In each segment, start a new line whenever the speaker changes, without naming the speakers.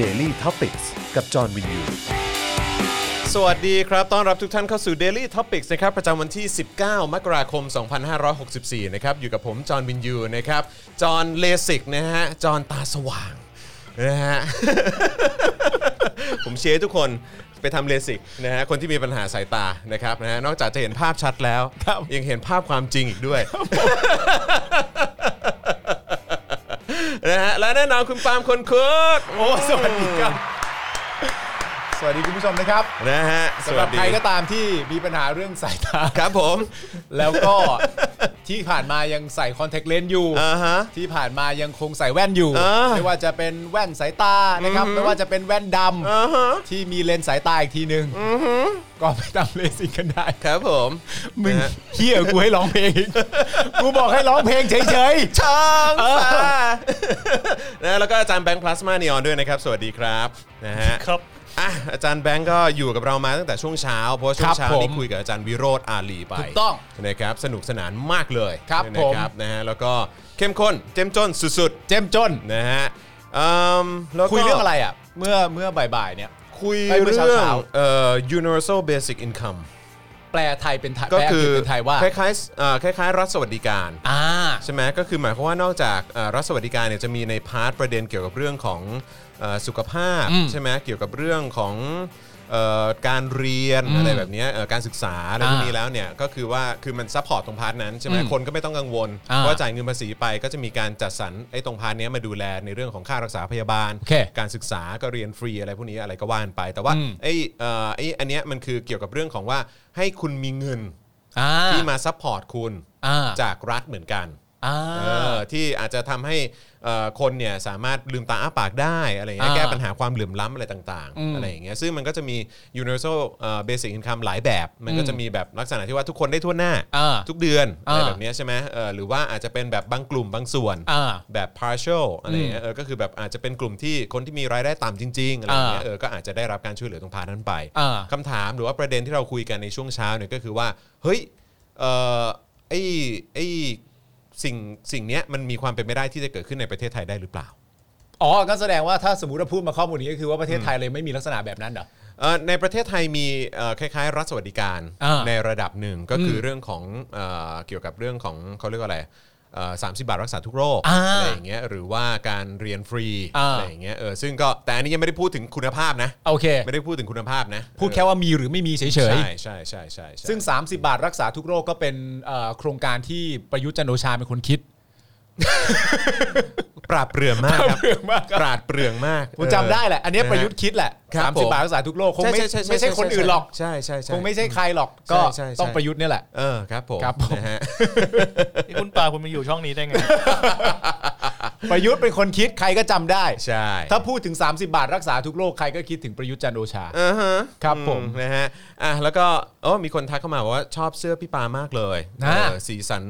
Daily t o p i c กกับจอห์นวินยู
สวัสดีครับ ต้อนรับทุกท่านเข้าสู่ Daily Topics นะครับ ประจำวันที่ 19 มกราคม 2564 นะครับ อยู่กับผม จอห์นวินยู นะครับ จอห์นเลสิกนะฮะ จอห์นตาสว่าง นะฮะ ผมเชียร์ให้ทุกคนไปทำเลสิกนะฮะ คนที่มีปัญหาสายตา นะครับ นะฮะ นอกจากจะเห็นภาพชัดแล้ว ยังเห็นภาพความจริงอีกด้วย นะฮะ และแน่นอนคุณปาล์มคนคุกโอ้ สวัสดีครับ
สวัสดีคุณผู้ชมนะครับ
นะฮะ ส
สำห
วั
รั
ส
บ
ดี
ใครก็ตามที่มีปัญหาเรื่องสายตา
ครับผม
แล้วก็ ที่ผ่านมายังใส่คอนแทคเลนส์อยู่
อ่าฮะ
ที่ผ่านมายังคงใส่แว่นอยู่
อ่า
ไม่ว่าจะเป็นแว่นสายตานะครับ ไม่ว่าจะเป็นแว่นด
อ่าฮะ
ำที่มีเลนส์สายตาอีกทีหนึ่งก็ไปทำเลสิกกันได้
ครับผม
มึง
นะฮะ
เฮียกูให้ร้องเพลง อีกกูบอกให้ร้องเพลงเฉย
ช่อง ฟ้านะแล้วก็อาจารย์แบงค์พลาสมาเนียนด้วยนะครับ สวัสดีครับนะฮะ
ๆครับ
อ่ะอาจารย์แบงค์ก็อยู่กับเรามาตั้งแต่ช่วงเช้าเพราะว่าช่วงเช้า
ครับผม
นี่คุยกับอาจารย์วิโรธอาลีไป
ถูกต้อง
นะครับสนุกสนานมากเลย
ครับ
นะ
ผม
นะฮะแล้วก็เข้มข้นเจ้มจนสุด
เจ้มจน
ๆนะฮะอืมแล้วก็
คุยเรื่องอะไรอ่ะ เมื่อเมื่อบ่ายๆเนี่ย
คุย
ไปเมื่อ
เรื่อ
เช้า
ง
เช้า
เอ่อ universal basic income
แปลไทยเป็นไทย
ก็
แปล
คือ
เป็นไทยว่า
คล้ายๆเอ่อคล้ายๆ รัฐสวัสดิการ
อ่า
ใช่ไหมก็คือหมายความว่านอกจากเอ่อรัฐสวัสดิการเนี่ยจะมีในพาร์ทประเด็นเกี่ยวกับเรื่องของเอ่อสุขภาพใช่ไหมเกี่ยวกับเรื่องของเอ่อการเรียนอะไรแบบเนี้ยเอ่อการศึกษาอะไรพวกนี้แล้วเนี่ยก็คือว่าคือมันซัพพอร์ตตรงพาร์ทนั้นใช่ไหมคนก็ไม่ต้องกังวล
อ่า
ว่าจ่ายเงินภาษีไปก็จะมีการจัดสรรไอ้ตรงพาร์ทเนี้ยมาดูแลในเรื่องของค่ารักษาพยาบาล
โอเค
การศึกษาก็เรียนฟรีอะไรพวกนี้อะไรก็ว่ากันไป แต่ว่า
อืม
ไอ้เอ่อไอ้อันเนี้ยมันคือเกี่ยวกับเรื่องของว่าให้คุณมีเงิน
อ่า
ที่มาซัพพอร์ตคุณ
อ่า
จากรัฐเหมือนกัน
อ่า
เออที่อาจจะทำให้เอ่อคนเนี่ยสามารถลืมตาอ้าปากได้อะไรอย่างเงี้ย
อ่า
แก้ปัญหาความเหลื่อมล้ำอะไรต่างๆอะไรอย่างเงี้ยซึ่งมันก็จะมี universal เอ่อ basic income หลายแบบ มันก็จะมีแบบลักษณะที่ว่าทุกคนได้ทั่วหน้า
อ่า
ทุกเดือนอะไร
อ่า
แบบเนี้ยใช่ไหมเออหรือว่าอาจจะเป็นแบบบางกลุ่มบางส่วน
อ่า
แบบ partial อะไรอย่างเงี้ยเออก็คือแบบอาจจะเป็นกลุ่มที่คนที่มีรายได้ต่ำจริงๆอะไรอย่างเงี้ย
อ่า
เออก็อาจจะได้รับการช่วยเหลือตรงพาร์ทนั้นไป
อ่า
คำถามหรือว่าประเด็นที่เราคุยกันในช่วงเช้าเนี่ยก็คือว่า เฮ้ยเอ่อไอ้ไอ้สิ่งสิ่งเนี้ยมันมีความเป็นไปได้ที่จะเกิดขึ้นในประเทศไทยได้หรือเปล่า
อ๋อก็แสดงว่าถ้าสมมติเราพูดมาข้อมูลนี้ก็คือว่าประเทศไทยเลยไม่มีลักษณะแบบนั้นเหรอ
เอ่อในประเทศไทยมีเอ่อคล้ายๆ รัฐสวัสดิการ
อ่า
ในระดับหนึ่งก็คือเรื่องของเอ่อเกี่ยวกับเรื่องของเขาเรียกว่าอะไรสามสิบาทรักษาทุกโรค
อ่า
ไรอย่างเงี้ยหรือว่าการเรียนฟรี
อ่า
ไรอย่างเงี้ยเออซึ่งก็แต่อันนี้ยังไม่ได้พูดถึงคุณภาพนะ
โอเค
ไม่ได้พูดถึงคุณภาพนะ
พูดแค่ว่ามีหรือไม่มีเฉ
เอย อใช่ใช่ใช่ใช่ใช่
ๆ ซึ่ง 30 บาทรักษาทุกโรคก็เป็นเอ่อโครงการที่ประยุทธ์จันทร์โอชาเป็นคนคิด
ปราบเปรื่องมากครับ
เรื่องมาก
ปราดเปรื่องมาก
ผมจำได้แหละ อันเนี้ย
ฮ
ประยุทธ์คิดแหละ
ครับ
30
ผม
บาทรักษาทุกโรคคง
ใช่
ไม่
ใช่ใช่
ไม่ใช่คนอื่นหรอก
ใช่ใช่ใช่
คงไม่ใช่ใครหรอกก็
ใช่ใช่
ต้องประยุทธ์เนี่ยแหละ
เออครับผม
ครับผม
นะฮะ
นี่คุณปาคุณมาอยู่ช่องนี้ ได้ไง
ประยุทธ์เป็นคนคิดใครก็จำได้
ใช่
ถ้าพูดถึง 30 บาทรักษาทุกโรคใครก็คิดถึงประยุทธ์จันทร์โอชา
อ่าฮะ
ครับผม
อืนะฮะอ่ะแล้วก็โอ้มีคนทักเข้ามาบอกว่าชอบเสื้อพี่ปามากเลย
นะ
เออสีสัน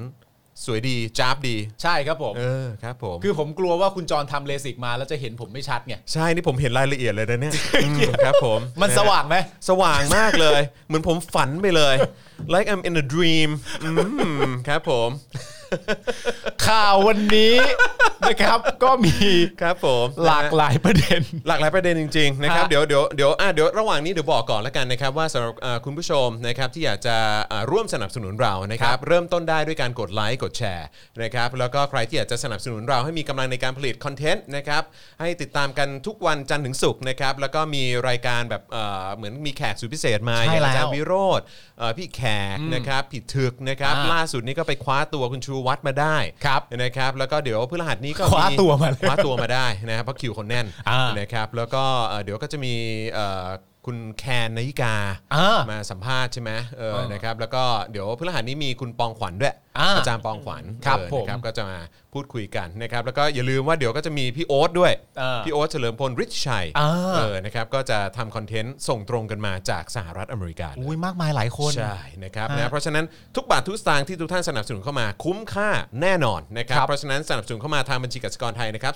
สวยดีจ้าบดี
ใช่ครับผม
เออครับผม
คือผมกลัวว่าคุณจรทำเลสิกมาแล้วจะเห็นผมไม่ชัดไง
ใช่นี่ผมเห็นรายละเอียดเลย นะเนี่ยอืมครับผม
มันส
ะฮะ
ว่างไหม
สว่างมากเลย เหมือนผมฝันไปเลย like I'm in a dream อืมครับผม
ข่าววันนี้ นะครับ ก็มี
ครับผมนะฮะ
หลากหลายประเด็น
หลากหลายประเด็นจริงๆนะครับ
ฮะ
เดี๋ยวเดี๋ยวเดี๋ยวอ่ะเดี๋ยวระหว่างนี้เดี๋ยวบอกก่อนแล้วกันนะครับว่าสำหรับอ่าคุณผู้ชมนะครับที่อยากจะอ่าร่วมสนับสนุนเรานะครับเริ่มต้นได้ด้วยการกดไลค์กดแชร์นะครับแล้วก็ใครที่อยากจะสนับสนุนเราให้มีกำลังในการผลิตคอนเทนต์นะครับให้ติดตามกันทุกวันจันทร์ถึงศุกร์นะครับแล้วก็มีรายการแบบเอ่อเหมือนมีแขกสุดพิเศษมา
ใช่
อย่างอาจาร
แล้
ย์
ว
วิโรธเอ่อพี่แขกนะครับพี่ถึกนะครับ
อ่า
ล่าสุดนี้ก็ไปคว้าตัวคุณชูวัฒน์มาได้
ครับ
นะครับแล้วก็เดี๋ยวพฤหัสนี้ก็
คว้าตัวมาเลย
คว้าตัวมาได้นะครับเพราะคิวคนแน่น
อ่าน
นะครับแล้วก็เอ่อเดี๋ยวก็จะมีเอ่อคุณแคนนายิกา
อ่า
มาสัมภาษณ์ใช่ไหมเออ
เออ
นะครับแล้วก็เดี๋ยวพฤหัสนี้มีคุณปองขวัญด้วย
อ่า
อาจารย์ปองขวัญ
ครับ
เออ
ผม
นะครับก็จะมาพูดคุยกันนะครับแล้วก็อย่าลืมว่าเดี๋ยวก็จะมีพี่โอ๊ตด้วย
เออ
พี่โอ๊ตเฉลิมพลริชชัย
อ่า
เออนะครับก็จะทำคอนเทนต์ส่งตรงกันมาจากสหรัฐอเมริกาเลย
อุ้ยมากมายหลายคน
ใช่นะครับนะเพราะฉะนั้นทุกบาททุกสตางค์ที่ทุกท่านสนับสนุนเข้ามาคุ้มค่าแน่นอนนะครับ
ครับ
เพราะฉะนั้นสนับสนุนเข้ามาทางบัญชีกสิกรไทยนะครับ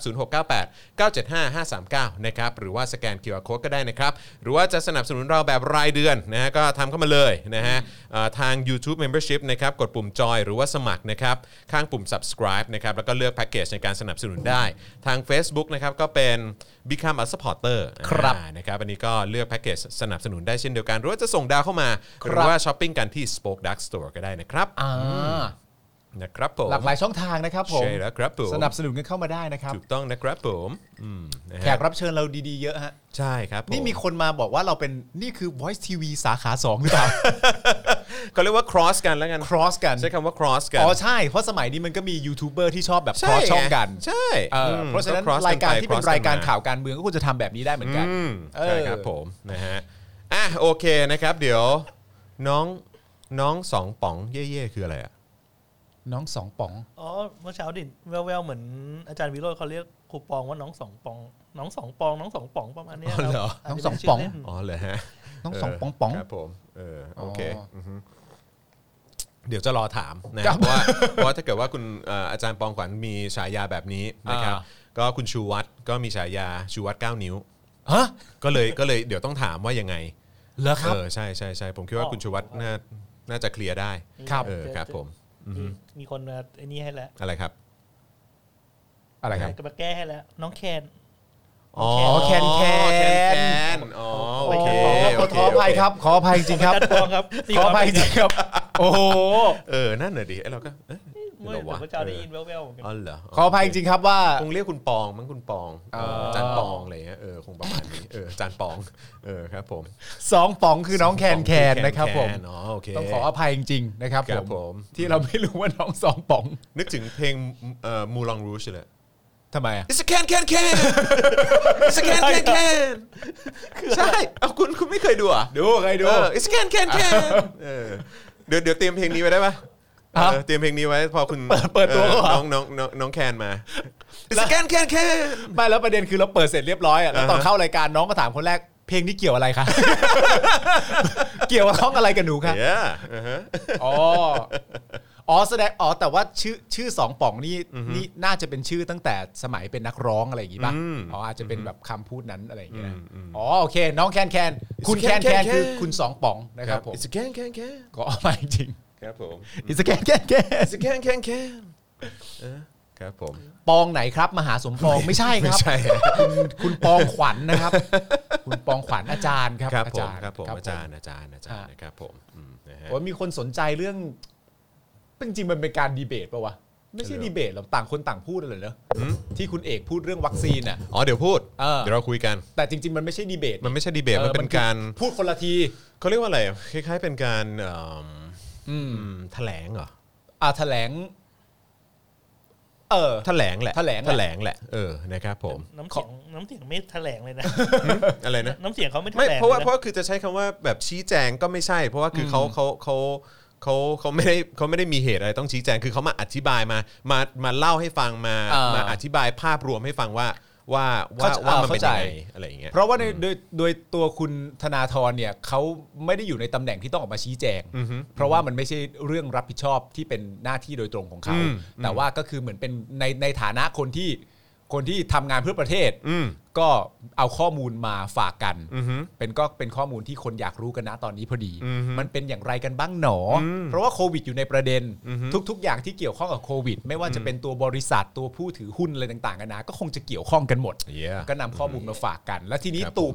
0698 975 539นะครับหรือว่าสแกน QR Code ก็ได้นะครับหรือว่าจะสนับสนุนเราแบบรายเดือนนะฮะก็ทำเข้ามาเลยนะฮะเอ่อทาง YouTube Membership นะครับกดปุ่มจอยหรือว่า สมัครนะครับ ข้างปุ่ม subscribe นะครับ แล้วก็เลือกแพ็กเกจในการสนับสนุนได้ ทาง Facebook นะครับ ก็เป็น Become a supporter
ครับ
อ่านะครับ อันนี้ก็เลือกแพ็กเกจสนับสนุนได้เช่นเดียวกัน หรือว่าจะส่งดาวเข้ามา หรือว่าช้อปปิ้งกันที่ Spoke Dark Store ก็ได้นะครับ
อ่า
นะครับผม
หลากหลายช่องทางนะครับผม
ใช่แล้วครับผม
สนับสนุนกันเข้ามาได้นะครับ
ถูกต้องนะครับผมอืมนะฮะ
แขกรับเชิญเราดีๆเยอะฮะ
ใช่ครับผ
นี่มีคนมาบอกว่าเราเป็นนี่คือ Voice TV สาขา 2 หรือเปล่า
เขาเรียกว่า cross กันแล้วกัน
cross กัน
ใช้คำว่า cross กัน
อ๋อใช่ เพราะสมัยนี้มันก็มียูทูบเบอร์ที่ชอบแบบ
ใช่
cross ช่องกัน
ใช่
เออ
ม
เพราะฉะนั้น
ก็ cross
รายการ
ไป
ที่เป็น
cross
รายการ
ม
ข่าวการเมืองก็ควรจะทำแบบนี้ได้เหมือนกัน
อืม
เออ
ใช่ครับผมนะฮะอ่ะโอเคนะครับเดี๋ยวน้องน้องสองป๋องเย่ๆคืออะไรอ่ะ
น้องสองป๋อง
อ๋อเมื่อเช้าดินแววๆเหมือนอาจารย์วิโรจน์เขาเรียกครูปองว่าน้องสองปอง น้องสองปองน้องสองปองประมาณเนี้ย
อ๋อเหรอ
คบ
น้องสองปอง
าจจะเป็นชื่เล่น
อ๋อเหรอฮะ
น้องสองป๋องป๋อง
ครับผมเออโอเค
อ๋ออื
อฮึเดี๋ยวจะรอถามนะครับ เพราะว่าเพราะว่าถ้าเกิดว่าคุณเอ่ออาจารย์ปองขวัญมีฉายาแบบนี้นะครับ
อ่า
ก็คุณชูวัตรก็มีฉายาชูวัตรเก้านิ้ว
ฮะ
ก็เลยก็เลยเดี๋ยวต้องถามว่ายังไง
เหรอค
เอ
รับ
อใช่ใช่ใช่ผมคิดว่าคุณชูวัตรน่าน่าจะเคลียร์ได้
ครับ
เออครับ ผม
มีมีคนมาไอ้นี่ให้แล้ว
อะไรครับ
อะไรครับ
มาแก้ให้แล้ว น้องแคน
อ๋อ
แคนแคน
แคนแคนอ๋อโอเค
ขอ
โเค
ขออภัยครับ ขออภัยจริงๆครับ
อาจารย์ปองครับ
ขออภัยจริงๆครับ โอ้โห
เออนั่นน่ะดิไอ้เราก็เอ๊ะ
เมื่อผมก็จะได้ยินแววๆเหมือนกัน
อ๋อเหรอ
ขออภัยจริงๆครับว่า
คงเรียกคุณปองมั้งคุณปองเอออาจานปองอะไรเงี้ยเออคงประมาณนี้เอออาจานปองเออครับผม
สองป๋องคือน้องแคนแคนนะครับผม
แคนอ๋อโอเค
ต้องขออภัยจริงๆนะครับ
ครับ
ผ
ผม
ม ที่เราไม่รู้ว่าน้องสองป๋อง
นึกถึงเพลงเอ่อมูลองรูชเลย
ทำไมอะ
It's a can can can It's a can can can ใช่เอาคุณคุณไม่เคยดูเหรอ่ะ
ดูใครดู
เออ it's can can can เออเดี๋ยวเดี๋ยวเตรียมเพลงนี้ไว้ได้ปะ
ฮะ
เออเตรียมเพลงนี้ไว้พอคุณ
เปิดเปิดตัว
ออ
เขาเหรอ
น้องน้องน้องน้องแคนมา it's can can can
ไม่แล้วประเด็นคือเราเปิดเสร็จเรียบร้อยอ่ะแล้วตอนเข้ารายการน้องก็ถามคนแรกเพลงนี้เกี่ยวอะไรคะ เกี่ยวกับข้องอะไรกับหนูคะ
yeah อ่าฮะ
อ๋ออ๋อแสดงอ๋อแต่ว่าชื่อชื่อสองป๋องนี่นี่น่าจะเป็นชื่อตั้งแต่สมัยเป็นนักร้องอะไรอย่างงี้ป่ะอ๋ออาจจะเป็นแบบคำพูดนั้นอะไรอย่างเงี้ยนะอ๋อโอเค น้องแคนแคนคุณแคนแคนคือคุณสองป๋องนะครับผม
it's a can can can
ก็เอามาจริง
ครับผม
อิสแกนแคนแคน
it's a can can can เออครับผม
ปองไหนครับ มหาสมปองไม่ใช่ค
ไม่
รับ
ใช่
คุณคุณปองขวัญนะครับ คุณปองขวัญอาจารย์ครับ
ครับ
อา
ผม
จารย์
ครับผม
ครับ
อาจารย์อาจารย์อาจารย์
ฮะ
นะครับผมอืมนะฮะ
ผมว่ามีคนสนใจเรื่องจริงๆมันเป็นการดีเบตปะวะ ไม่ใช่
เออ
ดีเบตหรอกต่างคนต่างพูดอะไรเนอะที่คุณเอกพูดเรื่องวัคซีนอ่ะ
อ๋อเดี๋ยวพูด
เออ
เดี๋ยวเราคุยกัน
แต่จริง ๆ มันไม่ใช่ดีเบต
มันไม่ใช่ดีเบตมันเป็น
คือ
การ
พูดคนละที
เขาเรียกว่าอะไรคล้ายๆเป็นการเอิ่มอืมแถลงเหรอ
อ่าแถลง เออ
แถลงแหละ
แถลงแหละ
แถลงแหละ เออ นะครับผม
น้ำเสียงน้ำเสียงไม่แถลงเลยนะ
อะไรนะ
น้ำเสียงเขาไม่แถ
ไม่
ลง
เพราะว่า
ลยน
เพราะคือจะใช้คำว่าแบบชี้แจงก็ไม่ใช่ เพราะว่าคืออเขาเขาเขาเขาเขาไม่ได้เขาไม่ได้มีเหตุอะไรต้องชี้แจง คือเขามาอธิบายมา มา มาเล่าให้ฟัง มา
เออ
มาอธิบายภาพรวมให้ฟังว่า ว่า ว่า
เข้าใจ
ว่ามันเป็น
เข้าใจ
ยังไงอะไรอย่างเงี้ย
เพราะว่าในโดยโดยตัวคุณธนาธรเนี่ยเขาไม่ได้อยู่ในตำแหน่งที่ต้องออกมาชี้แจง เพราะว่ามันไม่ใช่เรื่องรับผิดชอบที่เป็นหน้าที่โดยตรงของเขา
อืม
แต่ว่าก็คือเหมือนเป็นในในฐานะคนที่คนที่ทำงานเพื่อประเทศ
อืม
ก็เอาข้อมูลมาฝากกัน
อือฮึ
เป็นก็เป็นข้อมูลที่คนอยากรู้กันนะตอนนี้พอดี
อือฮึ
มันเป็นอย่างไรกันบ้างหนออ
ม
เพราะว่าโควิดอยู่ในประเด็น
อือฮึ
ทุก ๆ อย่างที่เกี่ยวข้องกับโควิด ไม่ว่าจะเป็นตัวบริษัทตัวผู้ถือหุ้นอะไรต่างๆกันานะก็คงจะเกี่ยวข้องกันหมด
Yeah
ก็นำข้อมูลมาฝากกัน แล้วทีนี้
ครับผม
ตูบ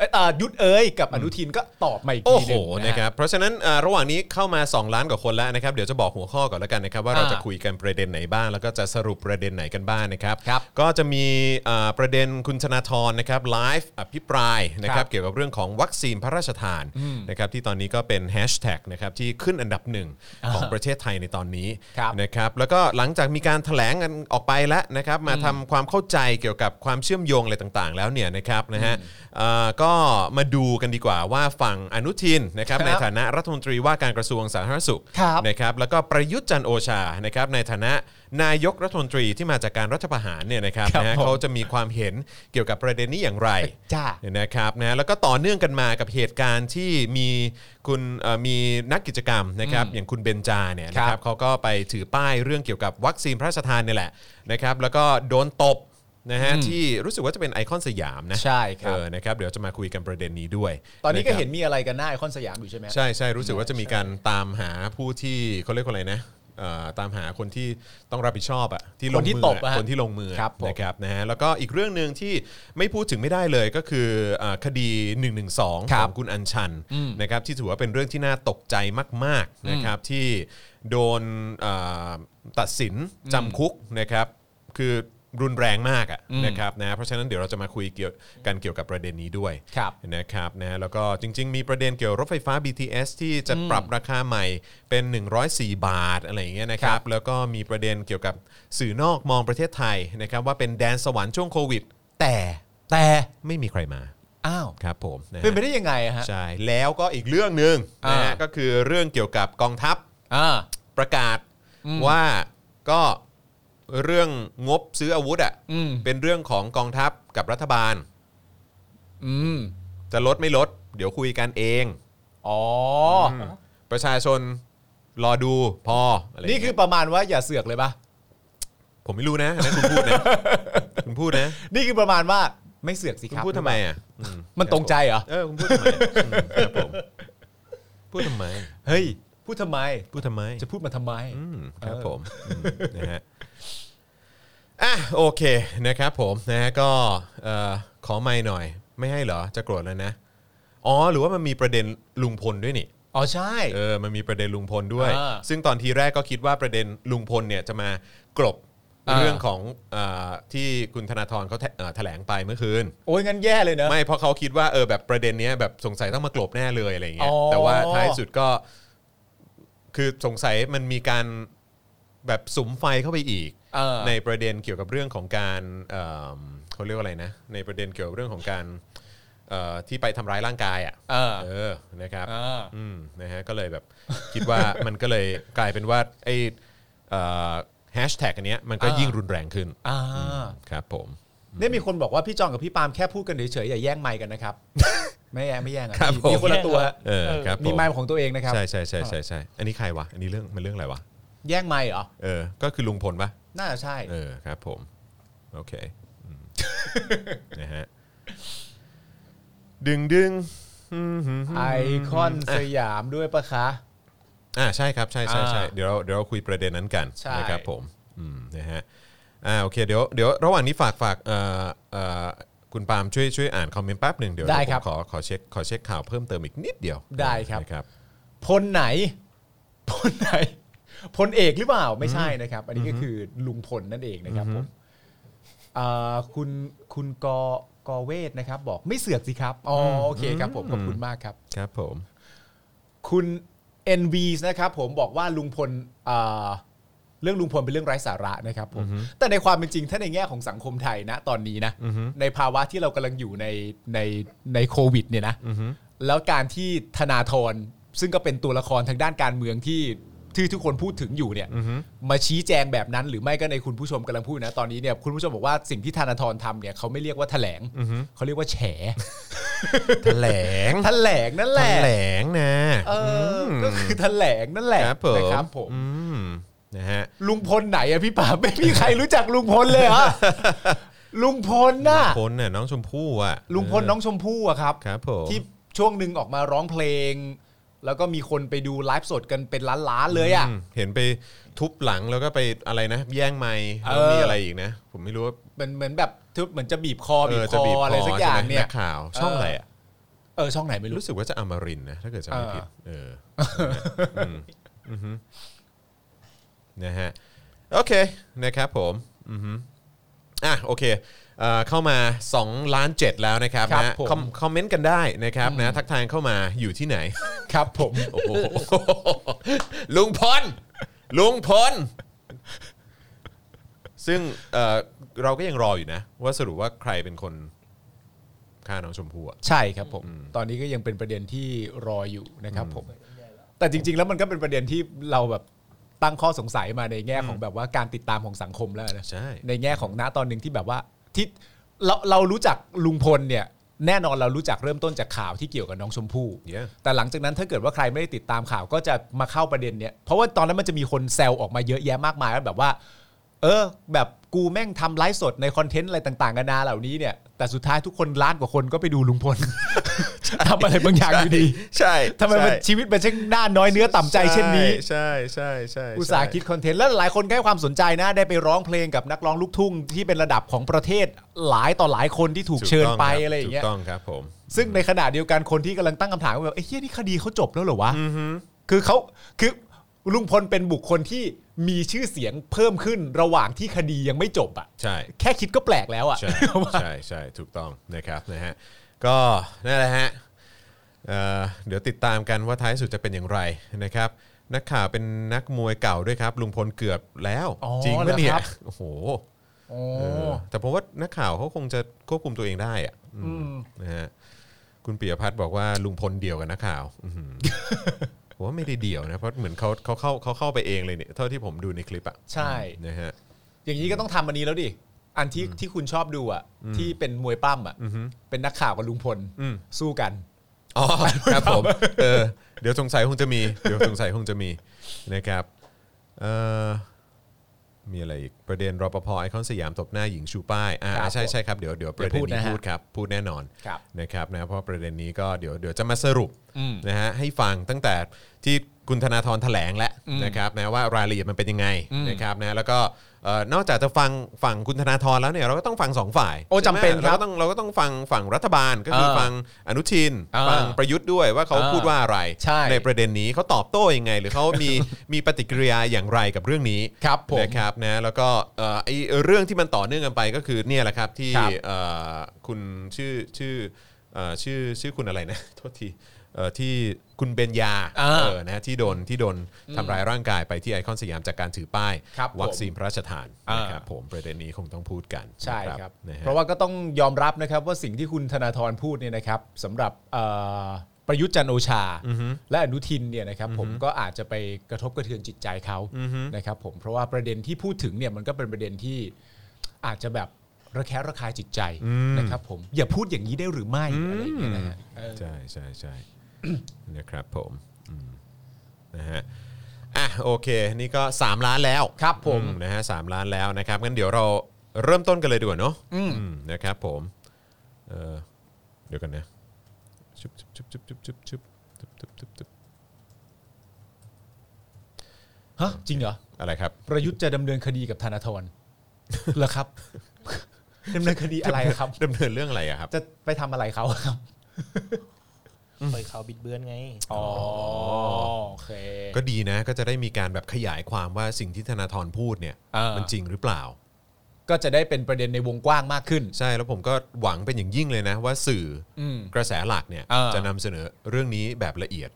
เอ่อเอ่อยุทธเอ๋ยกับอนุทินก็ตอบมาอีก
โอ้
ที
โห
หนึ่งฮ
นะครับ เพราะฉะนั้นอ่าระหว่างนี้เข้ามา 2 ล้านกว่าคนแล้วนะครับ เดี๋ยวจะบอกหัวข้อก่อนแล้วกันนะครับ ว่าเรา
อ่า
จะคุยกันประเด็นไหนบ้าง แล้วก็จะสรุปประเด็นไหนกันบ้างนะครับ
ครับ
ก็จะมีอ่าประเด็นคุณธนาธรนะครับไลฟ์อภิปรายนะค
ค
รั
รับ บ
เกี่ยวกับเรื่องของวัคซีนพระราชทานนะครับที่ตอนนี้ก็เป็นแฮชแท็กนะครับที่ขึ้นอันดับหนึ่งของประเทศไทยในตอนนี้
ครับ
นะครับแล้วก็หลังจากมีการแถลงกันออกไปแล้วนะครับมาทำความเข้าใจเกี่ยวกับความเชื่อมโยงอะไรต่างๆ แล้วเนี่ยนะครับนะฮะเอ่อก็มาดูกันดีกว่าว่าฝั่งอนุทินนะครับ
ครับ
ในฐานะรัฐมนตรีว่าการกระทรวงสาธารณสุข
ครับ
นะครับแล้วก็ประยุทธ์จันทร์โอชานะครับในฐานะนายกรัฐมนตรีที่มาจากการรัฐประหารเนี่ยนะครับนะฮะเขาจะมีความเห็นเกี่ยวกับประเด็นนี้อย่างไร
จ้า
นะครับนะแล้วก็ต่อเนื่องกันมากับเหตุการณ์ที่มีคุณเอ่อมีนักกิจกรรมนะครับอย่างคุณเบนจาเนี่ยนะค
ครั
รับบ เขาก็ไปถือป้ายเรื่องเกี่ยวกับวัคซีนพระราชทานเนี่ยแหละนะครับแล้วก็โดนตบนะฮะที่รู้สึกว่าจะเป็นไอคอนสยามนะ
ใช่ครับ
เออนะครับเดี๋ยวจะมาคุยกันประเด็นนี้ด้วย
ตอนนี้
ะ
ก็
ครับ
เห็นมีอะไรกันหน้าไอคอนสยามอยู่ใช่ไหม
ใช่ใช่รู้สึกว่าจะมีการตามหาผู้ที่เขาเรียกว่าอะไรนะ เอ่อตามหาคนที่ต้องรับผิดชอบอะที่ลง
คนที่
มื
ต
อบ อะ
อะฮะ
คนที่ลงมือ
ครับผม
นะครับนะฮะแล้วก็อีกเรื่องหนึ่งที่ไม่พูดถึงไม่ได้เลยก็คือเอ่อคดี 1 1 2 ข
ครั
อบ งคุณอัญชันนะครับที่ถือว่าเป็นเรื่องที่น่าตกใจมากๆนะครับที่โดนเอ่อตัดสินจำคุกนะครับคือรุนแรงมากอะ
อืม
นะครับนะเพราะฉะนั้นเดี๋ยวเราจะมาคุยเกี่ยวกันเกี่ยวกับประเด็นนี้ด้วย
ครับ
นะครับนะแล้วก็จริง ๆ มีประเด็นเกี่ยวกับรถไฟฟ้า BTS ที่จะปรับราคาใหม่เป็น 104 บาทอะไรอย่างเงี้ยนะครั
ครับ บ
แล้วก็มีประเด็นเกี่ยวกับสื่อนอกมองประเทศไทยนะครับว่าเป็นแดนสวรรค์ช่วงโควิด แต่
แต่
ไม่มีใครมา
อ้าว
ครับผมนะฮะ
เป็นไปได้ยังไงอะฮะ
ใช่แล้วก็อีกเรื่องหนึ่งนะฮะ
อ่า
ก็คือเรื่องเกี่ยวกับกองทัพ
อ่า
ประกาศ
อืม
ว่าก็เรื่องงบซื้ออาวุธอ่ะ
อืม
เป็นเรื่องของกองทัพกับรัฐบาล
อืม
จะลดไม่ลด เดี๋ยวคุยกันเอง
อ๋ออ
ม ประชาชนรอดูพออะไร
นี่คือประมาณว่าอย่าเสือกเลยปะ
ผมไม่รู้นะอันนั้นคุณ พูดนะ คุณพูดนะ
นี่คือประมาณว่าไม่เสือกสิ
คุ
ค
ณ
รับ
พูดทำไมอ่ะอื
มันตรงใจเหรอ
เออคุณพูดทำไมอืมครับผม พูดทำไม
เฮ้ยพูดทำไม
พูดทำไม
จะพูดมาทำไม
อืมครับ
เออ
ผมอืมนะฮะอ่ะโอเคนะครับผมนะฮะก็เอ่อขอไม่หน่อย ไม่ให้เหรอจะโกรธแล้วนะอ๋อหรือว่ามันมีประเด็นลุงพลด้วยนี่
อ๋อใช่
เออ มันมีประเด็นลุงพลด้วย
อ่า
ซึ่งตอนทีแรกก็คิดว่าประเด็นลุงพลเนี่ยจะมากลบ
อ่า
เรื่องของเออที่คุณธนาธรเขาแถเอ่อแถลงไปเมื่อคืน
โอ้ยงั้นแย่เลยเนอะ
ไม่เพราะเขาคิดว่าเออแบบประเด็นเนี้ยแบบสงสัยต้องมากลบแน่เลยอะไรเงี้ย
อ๋อ
แต่ว่าท้ายสุดก็ คือสงสัยมันมีการแบบสุมไฟเข้าไปอีก
เออ
ในประเด็นเกี่ยวกับเรื่องของการเอิ่มเขาเรียกว่าอะไรนะ ในประเด็นเกี่ยวกับเรื่องของการเอ่อที่ไปทำร้ายร่างกายอ่ะ
เออ
เออ นะครับ
เออ
อืมนะฮะก็เลยแบบ คิดว่า มันก็เลยกลายเป็นว่าไอ้แฮชแท็กอันเนี้ยมันก็
อ่ายิ่
ยิ่งรุนแรงขึ้น
อ่า
ครับผม
เนี่ยมีคนบอกว่าพี่จองกับพี่ปาล์มแค่พูดกันเฉยๆอย่าแย่งไมค์กัน นะครับ ไม่แย่งไม่แย่งอะมีมีคนละตัว
เออ
เออ
ครับผ
มีไมค์ของตัวเองนะครับ
ใช่ใช่ใช่ใช่ใช่อันนี้ใครวะ อันนี้เรื่องมันเรื่องอะไรวะ
แย่งไมค์เหรอ
เออ ก็คือลุงพลปะ
น่าจะใช่
เออครับผม โอเคอืม นะฮะดึงดึงอืมหืมหืม
ไอคอนสยามด้วยปะคะ
อ่าใช่ครับใช่ใช่ใช่
อ่า
เดี๋ยวเราเดี๋ยวเราคุยประเด็นนั้นกัน
ใช่
นะครับผมอืมนะฮะอ่าโอเคเดี๋ยวเดี๋ยวระหว่างนี้ฝากฝากเอ่อเอ่อคุณปาล์มช่วยช่วยอ่านคอมเมนต์แป๊บหนึ่งเดี๋ยว
ได้ครับ
ผมขอขอเช็คขอเช็คข่าวเพิ่มเติมอีกนิดเดียว
ได้ครับ
นะบ
พลไหน พลไหน พลเอกหรือเปล่า ไม่ใช่นะครับ อันนี้ก็คือลุงพลนั่นเองนะครับผมอ่าคุณคุณกอกอเวทนะครับ บอกไม่เสือกสิครับ อ๋ออโอเคครับผมขอบคุณมากครับ
ครับผม
คุณ NV นะครับผมบอกว่าลุงพลอ่าเรื่องลุงพลเป็นเรื่องไร้สาระนะครับผมแต่ในความเป็นจริงถ้าในแง่ของสังคมไทยนะตอนนี้นะในภาวะที่เรากำลังอยู่ในในในโควิดเนี่ยนะแล้วการที่ธนาธรซึ่งก็เป็นตัวละครทางด้านการเมืองที่ที่ทุกคนพูดถึงอยู่เนี่ยมาชี้แจงแบบนั้น หรือไม่ก็ในคุณผู้ชมกำลังพูดนะตอนนี้เนี่ยคุณผู้ชมบอกว่าสิ่งที่ธนาธรทำเนี่ยเขาไม่เรียกว่าแถลงเขาเรียกว่าแฉ
แถลง
แถลงนั่นแห
แถ
ละ
ลงนะ
เอออก็คือแถลงนั่นแหละ
ครับผม
นะครับผม
อืมนะฮะ
ลุงพลไหนอะพี่ป่าล์มไม่มีใครรู้จักลุงพลเลยเหรอ ลุงพลน่ะ
คนน่ะน้องชมพู่อ่ะ
ลุงพลน้องชมพู่อะครับ
ครับผม
ที่ช่วงหนึ่งออกมาร้องเพลง แล้วก็มีคนไปดูไลฟ์สดกันเป็นล้านๆเลยอะ
มเห็นไปทุบหลังแล้วก็ไปอะไรนะ แย่งไม้
เออ
แล้วมีอะไรอีกนะ ผมไม่รู้ว่า
มันเหมือนแบบทึบเหมือนจะบีบคอ
เอ
บีบ
อ
ค
จะ
อ
บีบ
อะไรสัก
ค
อย่าง
ใช่ไหม
เนี่ย
กข่าว ช่อง
เอออ
อะไรอ่ะ
เออช่องไหนไม่รู้
รู้สึกว่าจะอมรินทร์นะ ถ้าเกิดจะไม่ผิดเอออืมอือฮึนะฮะโอเคนะครับผมอือฮึอ่ะโอเคเอ่อเข้ามา2ล้าน7แล้วนะครับ
ครับ
นะ
ผม
คอมคอมเมนต์กันได้นะครับนะทักทายเข้ามาอยู่ที่ไหน
ครับ ผม
โอ้โหลุงพลลุงพลซึ่งเอ่อเราก็ยังรออยู่นะ ว่าสรุปว่าใครเป็นคนฆ่าน้องชมพู่อะ
ใช่ครับผม ตอนนี้ก็ยังเป็นประเด็นที่รออยู่นะครับผม แต่จริง ๆ แล้วมันก็เป็นประเด็นที่เราแบบตั้งข้อสงสัยมาในแง่ของแบบว่าการติดตามของสังคมแล้วนะ
ใช่
ในแง่ของณตอนหนึ่งที่แบบว่าที่เราเรารู้จักลุงพลเนี่ย แน่นอนเรารู้จักเริ่มต้นจากข่าวที่เกี่ยวกับน้องชมพู่
Yeah
แต่หลังจากนั้นถ้าเกิดว่าใครไม่ได้ติดตามข่าวก็จะมาเข้าประเด็นเนี้ยเพราะว่าตอนนั้นมันจะมีคนแซวออกมาเยอะแยะมากมายว่าแบบว่า เออ แบบกูแม่งทำไลฟ์สดในคอนเทนต์อะไรต่างๆกันานาเหล่านี้เนี่ย แต่สุดท้ายทุกคนล้านกว่าคนก็ไปดูลุงพ ลทำอะไรบางอย่างอยู่ดี
ใช่
ทำไมมันชีวิตมันช่างหน้าน้อยเนื้อต่ำใจเช่นนี้
ใช่ใช่ใช่ใช่
อุตสาห์คิดคอนเทนต์แล้วหลายคนก็ให้ความสนใจนะได้ไปร้องเพลงกับนักร้องลูกทุ่งที่เป็นระดับของประเทศหลายต่อหลายคนที่ถูก
ถูก
เชิญ
ต้
ไป
คบ
อะไรอย่างเงี้ย
ถูกต้องครับผม
ซึ่งในขณะเดียวกันคนที่กำลังตั้งคำถามก็แบบไอ้เฮียนี่คดีเขาจบแล้วเหรอวะคือเขาคือลุงพลเป็นบุคคลที่มีชื่อเสียงเพิ่มขึ้นระหว่างที่คดียังไม่จบอ่ะ
ใช่
แค่คิดก็แปลกแล้วอ่ะ
ใช่ใช่ใช่ถูกต้องนะครับนะฮะก็นั่นแหละฮะเอ่อเดี๋ยวติดตามกันว่าท้ายสุดจะเป็นอย่างไรนะครับ นักข่าวเป็นนักมวยเก่าด้วยครับ ลุงพลเกือบแล้ว
อ๋อ
จริงปะเนี่
เหรอย ครับ
โอ้โห
โอ้
เออแต่ผมว่านักข่าวเขาคงจะควบคุมตัวเองได้อะ
อืม
นะฮะคุณปิยพัฒน์บอกว่าลุงพลเดี่ยวกับนักข่าวอื้อหือ ผมว่าไม่ได้เดี่ยวนะเพราะเหมือนเขาเขาเข้าเขาเข้าไปเองเลยเนี่ยเท่าที่ผมดูในคลิปอะ
ใช่
นะฮะ
อย่างนี้ก็ต้องทำอันนี้แล้วดิ อันที่ที่คุณชอบดูอ่ะ ที่เป็นมวยปล้ำอ่ะเป็นนักข่าวกับลุงพลสู้กัน
อ๋อครับผมเออเดี๋ยวสงสัยคงจะมีเดี๋ยวสงสัยคงจะมีนะครับ เอ่อมีอะไรอีกประเด็นรปภไอคอนสยามตบหน้าหญิงชูป้ายอ่า
ครับ
ใช่ใช่ครับเดี๋ยวเดี๋ยวประเด็น
เดี๋ยว
นี้
พูดนะฮะ
พูดครับ พูดแน่นอน
ครับ
นะครับนะเพราะประเด็นนี้ก็เดี๋ยวเดี๋ยวจะมาสรุป
อืม
นะฮะให้ฟังตั้งแต่ที่คุณธนาธรแถลงแล้วนะครับนะว่ารายละเอียดมันเป็นยังไง
อืม
นะครับนะแล้วก็เอ่อนอกจากจะฟังฝั่งคุณธนาธรแล้วเนี่ยเราก็ต้องฟังสองฝ่าย
โอ้จำเป็น
ใช่ไหม
ครับ
เราก็ต้องเราก็ต้องฟังฝั่งรัฐบาลก็คือ
เออ
ฟังอนุทิน
เออ
ฟังประยุทธ์ด้วยว่าเขา
เออ
พูดว่าอะไร
ใช่
ประ ประเด็นนี้เขาตอบโต้ยังไง หรือเขามี มีปฏิกิริยาอย่างไรกับเรื่องนี้
ครับผม
นะครับนะแล้วก็เอ่อไอเรื่องที่มันต่อเนื่องกันไปก็คือเนี่ยแหละครับที่
ครับ
เอ่อคุณชื่อชื่อเอ่อชื่อชื่อคุณอะไรนะ โทษทีเอ่อที่คุณเบญญา
อ่า
เออนะที่โดนที่โดนทำร้ายร่างกายไปที่ไอคอนสยามจากการถือป้าย
ครับผม
วัคซีนพระราชทาน
อ่าน
นะครับผมประเด็นนี้คงต้องพูดกัน
ใช่
นะครับ นะฮะ
เพราะว่าก็ต้องยอมรับนะครับว่าสิ่งที่คุณธนาธรพูดเนี่ยนะครับสำหรับเอ่อประยุทธ์จันทร์โอชา และอนุทินเนี่ยนะครับผมก็อาจจะไปกระทบกระเทือนจิตใจเขานะครับผมเพราะว่าประเด็นที่พูดถึงเนี่ยมันก็เป็นประเด็นที่อาจจะแบบระแคะระคายจิตใจนะครับผมอย่าพูดอย่างนี้ได้หรือไม่อะไรอย่างเงี้ยนะฮะเออ
ใช่ใช่ใช่ นะครับผมอืมนะฮะอ่ะโอเค นี่ก็ 3 ล้านแล้ว
ครับผม
อืนะฮะสามล้านแล้วนะครับงั้นเดี๋ยวเราเริ่มต้นกันเลยดีกว่าเนาะอืมนะครับผมเออเดี๋ยวกันนะชุบชุบชุบชุบชุบชุบชุบชุบชุบชุบชุบ
ฮะจริงเหรอ
อะไรครับ
ประยุทธ์จะดำเนินคดีกับธนาธรเหรอครับ ดำเนินคดีอะไรครับ
ดำเนินเรื่องอะไรอะครับ
จะไปทำอะไรเขาครับ
ปล่อยข่าวบิดเบือนไง
อ๋อโอเค
ก็ดีนะ ก็จะได้มีการแบบขยายความว่าสิ่งที่ธนาธรพูดเนี่ย
เออ
มันจริงหรือเปล่า
ก็จะได้เป็นประเด็นในวงกว้างมากขึ้น
ใช่แล้วผมก็หวังเป็นอย่างยิ่งเลยนะ ว่าสื่ออ
ม
กระแสหลักเนี่ย
เออ
จะนำเสนอเรื่องนี้แบบละเอียด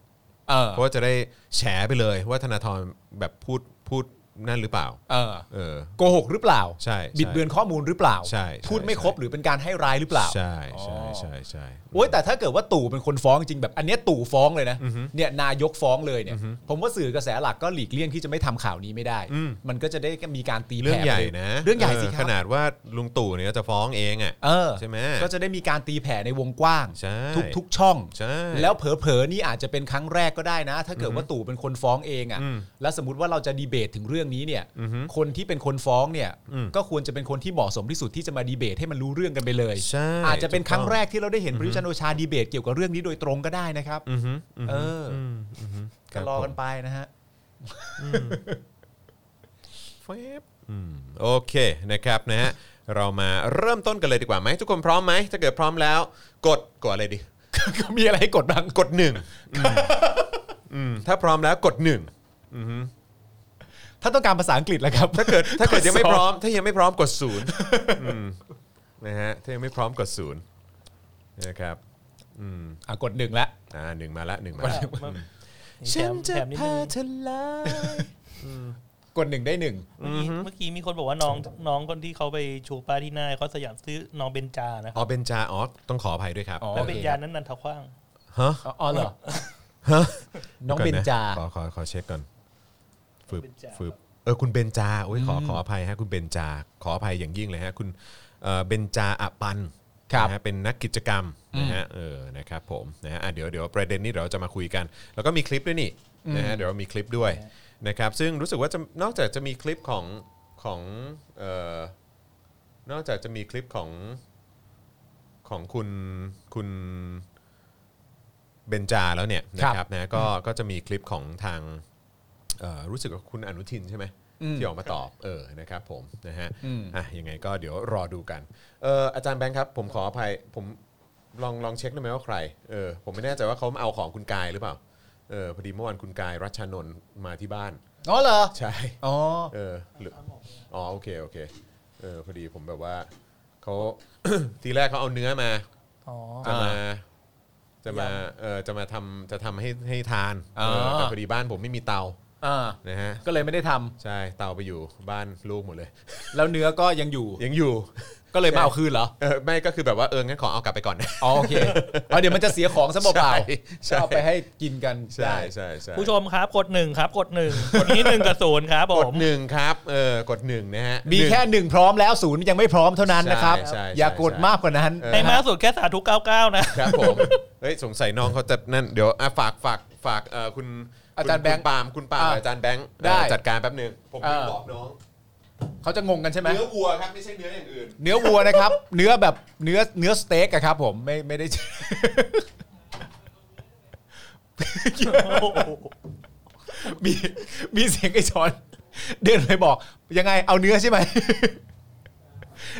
เออ
เพราะว่าจะได้แฉไปเลยว่าธนาธรแบบพูดพูดนั่นหรือเปล่า
เออ
เออ
โกหกหรือเปล่า
ใช่ใช่
บิดเบือนข้อมูลหรือเปล่า
ใช่ใช่
พูดไม่ครบ
ใช่
หรือเป็นการให้ร้ายหรือเปล่า
ใช่ใช่ใช่ใช่
โอ้ยแต่ถ้าเกิดว่าตู่เป็นคนฟ้องจริงแบบ อันเนี้ยตู่ฟ้องเลยนะเนี่ยนายกฟ้องเลยเนี่ย ผมว่าสื่อกระแสหลักก็หลีกเลี่ยงที่จะไม่ทำข่าวนี้ไม่ได้ มันก็จะได้มีการตีแผ่
เรื่องใหญ่
ไป
นะ
เรื่องใหญ่สิค
ข
รับ
นาดว่าลุงตู่เนี่ยจะฟ้องเองอ่ะ
เออ
ใช่ไหม
ก็จะได้มีการตีแผ่ในวงกว้าง
ใช่
ทุกทุกช่อง
ใช่
แล้วเผลอๆนี่อาจจะเป็นครั้งแรกก็ได้นะ ถ้าเกิดว่าตู่เป็นคนฟ้องเองอะ่ะแล้วสมมติว่าเราจะดีเบตถึงเรื่องนี้เนี่ยคนที่เป็นคนฟ้องเนี่ยก็ควรจะเป็นคนที่เหมาะสมที่สุดที่จะมาดีเบตให้มันรู้เรื่องกันไปเลย
ใช่
อาจจะเป็น
ถูกต้อง
ครั้งแรกที่เราได้เห็นประยุทธ์จันทร์โอชาดีเบตเกี่ยวกับเรื่องนี้โดยตรงก็ได้นะครับ
อือฮึอือ
เอ
ฮึ
ออ
มอือฮึค
ก็
บ
รอ
ผม
กันไปนะฮะ
แฟบอืมโอเคนะครับนะฮะเรามาเริ่มต้นกันเลยดีกว่าไหมทุกคนพร้อมไหมถ้าเกิดพร้อมแล้ว กดกดอะไรดี
ก็ มีอะไรให้กดบ้าง
กดหนึ่งอืมอืมถ้าพร้อมแล้วกดหนึ่ง
ถ้าต้องการภาษาอังกฤษแล้วครับ
ถ้าเกิดถ้าเกิดยังไม่
กดสอง
พร้อม ถ้ายังไม่พร้อมกดศูนย์อืมนะฮะถ้ายังไม่พร้อมกดศูนย์นะครับอืม
อ่ะกดหนึ่งละ
อ่าหนึ่งมาละหนึ่ง มาละ
แถมแถมนิดนึง
ลาย
กดหนึ่งได้หนึ่ง
เมื่อกี้เมื่อกี้มีคนบอกว่าน้องน้องคนที่เขาไปชูป้ายที่หน้าเขาสยามซื้อน้องเบนจานะค
อ๋
รับ
อเบนจาอ๋อต้องขออภัยด้วยครับ
อ๋อ
แล้ว
โอ
เบ
เคน
จานั้นนันทขว้าง
ฮะ
อ๋อเหรอน้องเบนจา
ขอขอขอเช็คก่อน ฟึบ
เบญจา
ฟึบเออคุณเบนจาโอ้ยขอขออภัยฮะคุณเบนจา ขออภัยอย่างยิ่งเลยฮะคุณเอ่อเบนจาอปัน
ครับ
นะฮะเป็นนักกิจกรรมนะฮะเออนะครับผมนะฮะอ่ะเดี๋ยวเดี๋ยวประเด็นนี้เดี๋ยวเราจะมาคุยกัน แล้วก็มีคลิปด้วยนี่นะฮะเดี๋ยวเรามีคลิปด้วยนะครับซึ่งรู้สึกว่าจะนอกจากจะมีคลิปของ ของเอ่อนอกจากจะมีคลิปของของคุณคุณเบนจาแล้วเนี่ยนะค
ครั
รับบ นะก็ก็จะมีคลิปของทางเอ่อรู้สึกว่าคุณอนุทินใช่ไหม
อืม
ที่ออกมาตอบเออนะครับผมนะฮะ
อืม
อ่ะยังไงก็เดี๋ยวรอดูกันเอออาจารย์แบงค์ครับ ผมขออภัยผมลองลองเช็คได้ไหมว่าใครเออผมไม่แน่ใจว่าเขาเอาของคุณกายหรือเปล่าเออพอดีเมื่อวานคุณกายรัชชานนท์มาที่บ้าน
อ๋อเหรอ
ใช่
อ๋อ
เออหรืออ๋อโอเคโอเคเออพอดีผมแบบว่าเขา ทีแรกเขาเอาเนื้อมา
อ๋อ
จะมาจะมาเออจะมาทำจะทำให้ให้ทานเอออา แต่พอดีบ้านผมไม่มีเตา
อ่า
นะฮะ
ก็เลยไม่ได้ทำ
ใช่เตาไปอยู่บ้านลูกหมดเลย
แล้วเนื้อก็ยังอยู่
ยังอยู่
ก็เลยมาเอาคืนเหรอ
เออไม่ก็คือแบบว่าเอองั้นขอเอากลับไปก่อนนะ
อ๋อโอเคเอาเดี๋ยวมันจะเสียของซะเปล่า
ใช่
ๆเอาไปให้กินกัน
ใช่
ได้
ใช่ใช่
ผู้ชมครับกดหนึ่งครับกดหนึ่งกดนี้หนึ่งกับศูนย์ครับผ
กด
ม
หนึ่งครับเออกดหนึ่งนะฮะ
มี
หนึ่ง
แค่หนึ่งพร้อมแล้วศูนย์ยังไม่พร้อมเท่านั้นนะครับ
ใช่ใช่ใช่
อย่ากด
ใช่
มากกว่านั้น
เออ
ในมากสุดแค่สาธุ99 นะ
ครับผม เฮ้ยสงสัยน้องเขาจะนั่นเดี๋ยวอ่ะฝากฝากฝากเอ่อคุณ
อาจารย์แบงค์
คุณปาล์มคุณปาล์มกับ
อ่ะ
อาจารย์แบงค์
ได้
เอ่อจัดการแป๊บหนึงผม
เออ
ลืมบอกน้อง
เขาจะงงกันใช่ไหม
เนื้อวัวครับไม่ใช่เนื้ออย่างอื่น
เนื้อวัวนะครับ เนื้อแบบเนื้อเนื้อสเต็กอะครับ ผมไม่ไม่ได้ มีมีเสียงไอ้ช้อน เดินไปบอก ยังไงเอาเนื้อใช่ไหม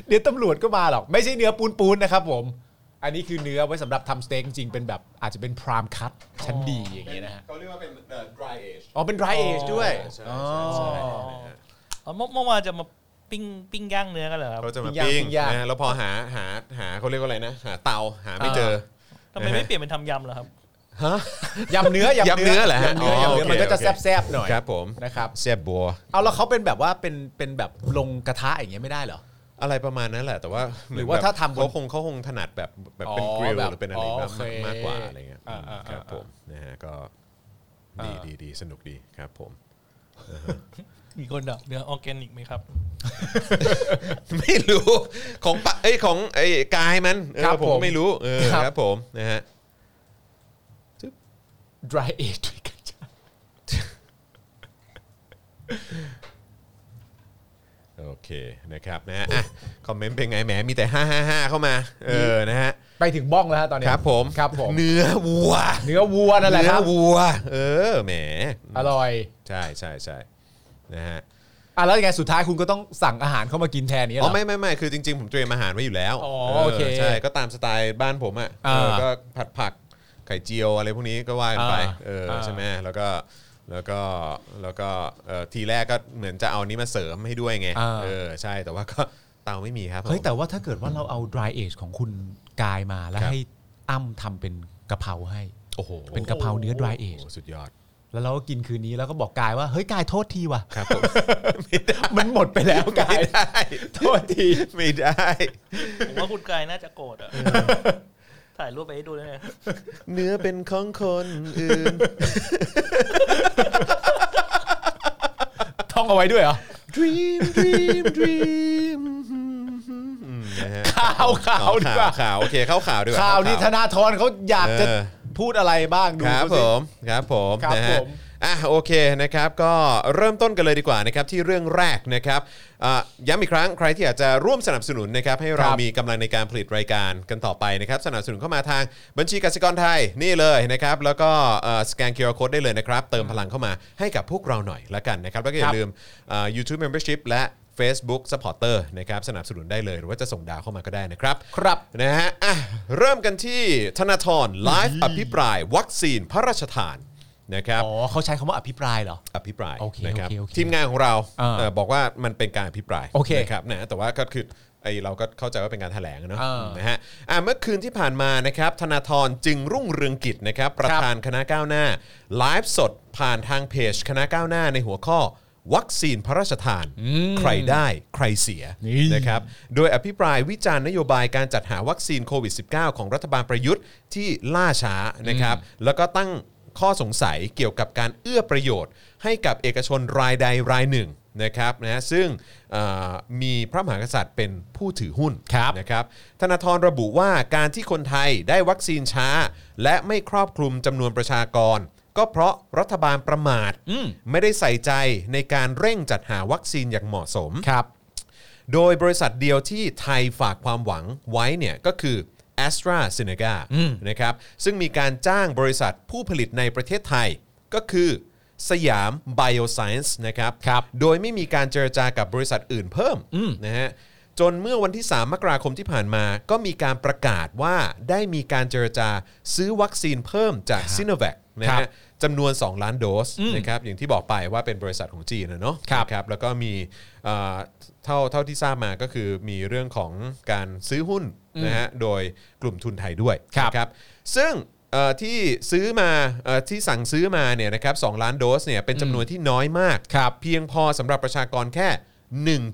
เดี๋ยวตำรวจก็มาหรอก ไม่ใช่เนื้อปูนๆนะครับผม อันนี้คือเนื้อไว้สำหรับทำสเต็กจริงๆเป็นแบบ อาจจะเป็นพรามคัตชั้นดีอย่างเงี้ยนะฮะ
เขาเรียกว่าเป็นเอ่อ dry age
อ๋อเป็น dry age ด้วย
ใช่
อ๋อ
ใช่
อ๋อเมื่อเมื่อวานจะมาปิ้งปิ้งย่างเนื้อกันเหรอครับ
เขาจะมา
ปิ้ง
ปิ้
ย่า
ง
งปิ้งย่าง
นะฮะแล้วพอหาหาหาเขาเรียกว่าอะไรนะ หาเตาหาไม่เจอ
ทำไมไม่เปลี่ยนเป็นทำยำเหรอครับ
ฮะ
ยำเนื้อย
ำเนื้อเหรอฮะ
ยำเนื้อ
อ๋
ยำ
อ
เนื้อมันก็
โอเค
จะ
โอเค
แซบๆหน่อย
ครับผม
นะครับ
เสียบบัว
เอาแล้วเขาเป็นแบบว่าเป็นเป็นแบบลงกระทะอย่างเงี้ยไม่ได้เหรอ
อะไรประมาณนั้นแหละ แต่ว่าเมืน
หรือว่า
แบบ
ถ้าทำบน
เขาคงเขาคงถนัดแบบแบบเป็น
อ๋อก
ริล
แบบ
หรือเป็นอะไรแบบ
โอเค
มากกว่าอะไรเงี้ย
อ่าอ่า
ค
อ่า
รับผมนะฮะก็ดี
อ่า
ดีดีสนุกดีครับผม
มีคนดักเนื้อออร์แกนิกไหมครับ
ไม่รู้ของปะเอ้ยของไอ้กายมันเออ
ครับ
ผม
ผม
ไม่รู้เออ
ครับ
ครับผมนะฮะ
dry age ด้วยกันจ้ะ
โอเคนะครับนะฮะอ่ะคอมเมนต์เป็นไงแหมมีแต่ 555 เข้ามาเออนะฮะ
ไปถึงบ้องแล้วฮะตอนเนี้ย
ครับผม
ครับผม
เนื้อวัว
เนื้อวัวนั่นแหละ
เนื้
ค
อ
รับ
วัว เออแหม
อร่อย
ใช่ใช่ใช่นะฮะ
อ่ะแล้วยังไงสุดท้ายคุณก็ต้องสั่งอาหารเข้ามากินแทนนี้ยเห
อ๋
ร
อ
อ
ไม่ไม่ไม่คือจริง ๆ ผมเตรียมอาหารไว้อยู่แล้ว
อ๋อโอเค
ใช่ก็ตามสไตล์บ้านผมอ่ะ
อ่า
เออก็ผัดผักไข่เจียวอะไรพวกนี้ก็ว่ากันไป
อ่า
เออ
อ่า
ใช่ไหมแล้วก็แล้วก็แล้วก็เอ่อทีแรกก็เหมือนจะเอานี้มาเสริมให้ด้วยไง
อ่า
เออใช่แต่ว่าก็ เตาไม่มีครับผม
เฮ้ยแต่ว่าถ้าเกิดว่าเราเอา dry age ของคุณกายมาแล้ว
ครับ
ให้อ้ำทำเป็นกะเพราให้
โอ้โห
เป็นกะเพราเนื้อ dry
โอ้
age
โหสุดยอด
แล้วเราก็กินคืนนี้แล้วก็บอกกายว่าเฮ้ยกายโทษทีว่ะ
ครับผม
มันหมดไปแล้วกาย
ไม่ได้
โทษที
ไม่ได้
ผมว่าคุณกายน่าจะโกรธอะถ่ายรูปไปให้ดูด้วยนะ
เนื้อเป็นของคนอื่น
ท่องเอาไว้ด้วยเหรอ
dream dream dream นะฮะ
ข่าวข่าวดีกว่า
ข่าวโอเคข่าวข่าวดีกว่า
ข่าวนี้ธ
ข่
นาธรเขาอยากจะ
เออ
พูดอะไรบ้างดู
ครับผ
เขาสิ
มครับผม
ครับ
นะฮะ
ผม
อ่ะโอเคนะครับก็เริ่มต้นกันเลยดีกว่านะครับที่เรื่องแรกนะครับอ่ะย้ำอีกครั้งใครที่อยากจะร่วมสนับสนุนนะครับให้เรา
ครับ
มีกำลังในการผลิตรายการกันต่อไปนะครับสนับสนุนเข้ามาทางบัญชีกสิกรไทยนี่เลยนะครับแล้วก็เอ่อสแกนเคอร์โคดได้เลยนะครับเติมพลังเข้ามาให้กับพวกเราหน่อยละกันนะครับแล้วก็อย่า
ครับ
ลืมอ่า YouTube Membership และ Facebook Supporter นะครับสนับสนุนได้เลยหรือว่าจะส่งดาวเข้ามาก็ได้นะครับ
ครับ
นะฮะอ่ะเริ่มกันที่ธนาธรไลฟ์อภิปราย วัคซีนพระราชทานนะครับ
อ๋อเขาใช้คำว่าอภิปรายเหรอ
อภิปราย
โอเค
นะครั
โอเคโอเค
ทีมงานของเรา
อ่า
เอ่อบอกว่ามันเป็นการอภิปราย
โอเค
นะครับนะแต่ว่าก็คือไอเราก็เข้าใจว่าเป็นการแถลงอะเนอะ
อ่าน
นะฮะอ่ะเมื่อคืนที่ผ่านมานะครับธนาธรจึงรุ่งเรืองกิจนะครับประธานคณะก้าวหน้าไลฟ์สดผ่านทางเพจคณะก้าวหน้าในหัวข้อ วัคซีนพระราชทาน ใครได้ใครเสีย
นี่
นะครับ ครับโดยอภิปรายวิจารณ์นโยบายการจัดหาวัคซีนโควิด -19 ของรัฐบาลประยุทธ์ที่ล่าช้านะครับ แล้วก็ตั้งข้อสงสัยเกี่ยวกับการเอื้อประโยชน์ ให้กับเอกชนรายใดรายหนึ่งนะครับนะซึ่งเอ่อมีพระมหากษัตริย์เป็นผู้ถือหุ้น
ครับ
นะครับธนาธรระบุว่าการที่คนไทยได้วัคซีนช้า และไม่ครอบคลุมจำนวนประชากร ก็เพราะรัฐบาลประมาท
อืม
ไม่ได้ใส่ใจในการเร่งจัดหาวัคซีนอย่างเหมาะสม
ครับ
โดยบริษัทเดียวที่ไทยฝากความหวังไว้เนี่ยก็คือ a s t r a z e ซ e c a
อืม
นะครับซึ่งมีการจ้างบริษัทผู้ผลิตในประเทศไทย ก็คือสยาม Bioscience นะครับ
ครับ
โดยไม่มีการเจรจากับบริษัทอื่นเพิ่มนะฮะจนเมื่อวันที่ 3 มกราคมที่ผ่านมา ก็มีการประกาศว่าได้มีการเจรจาซื้อวัคซีนเพิ่มจากซิโนแวคนะ
ครั
ฮะ
บ
จำนวน 2 ล้านโดสนะครับอย่างที่บอกไปว่าเป็นบริษัทของจีนนะเนาะ
ครับ
นะครับแล้วก็มีเอ่อเท่าเท่าที่ทราบมาก็คือมีเรื่องของการซื้อหุ้นนะฮะโดยกลุ่มทุนไทยด้วย
ครับ
นะซึ่งเอ่อที่ซื้อมาเอ่อที่สั่งซื้อมาเนี่ยนะครับสองล้านโดสเนี่ยเป็นจำนวนที่น้อยมาก
ครับ
เพียงพอสำหรับประชากรแค่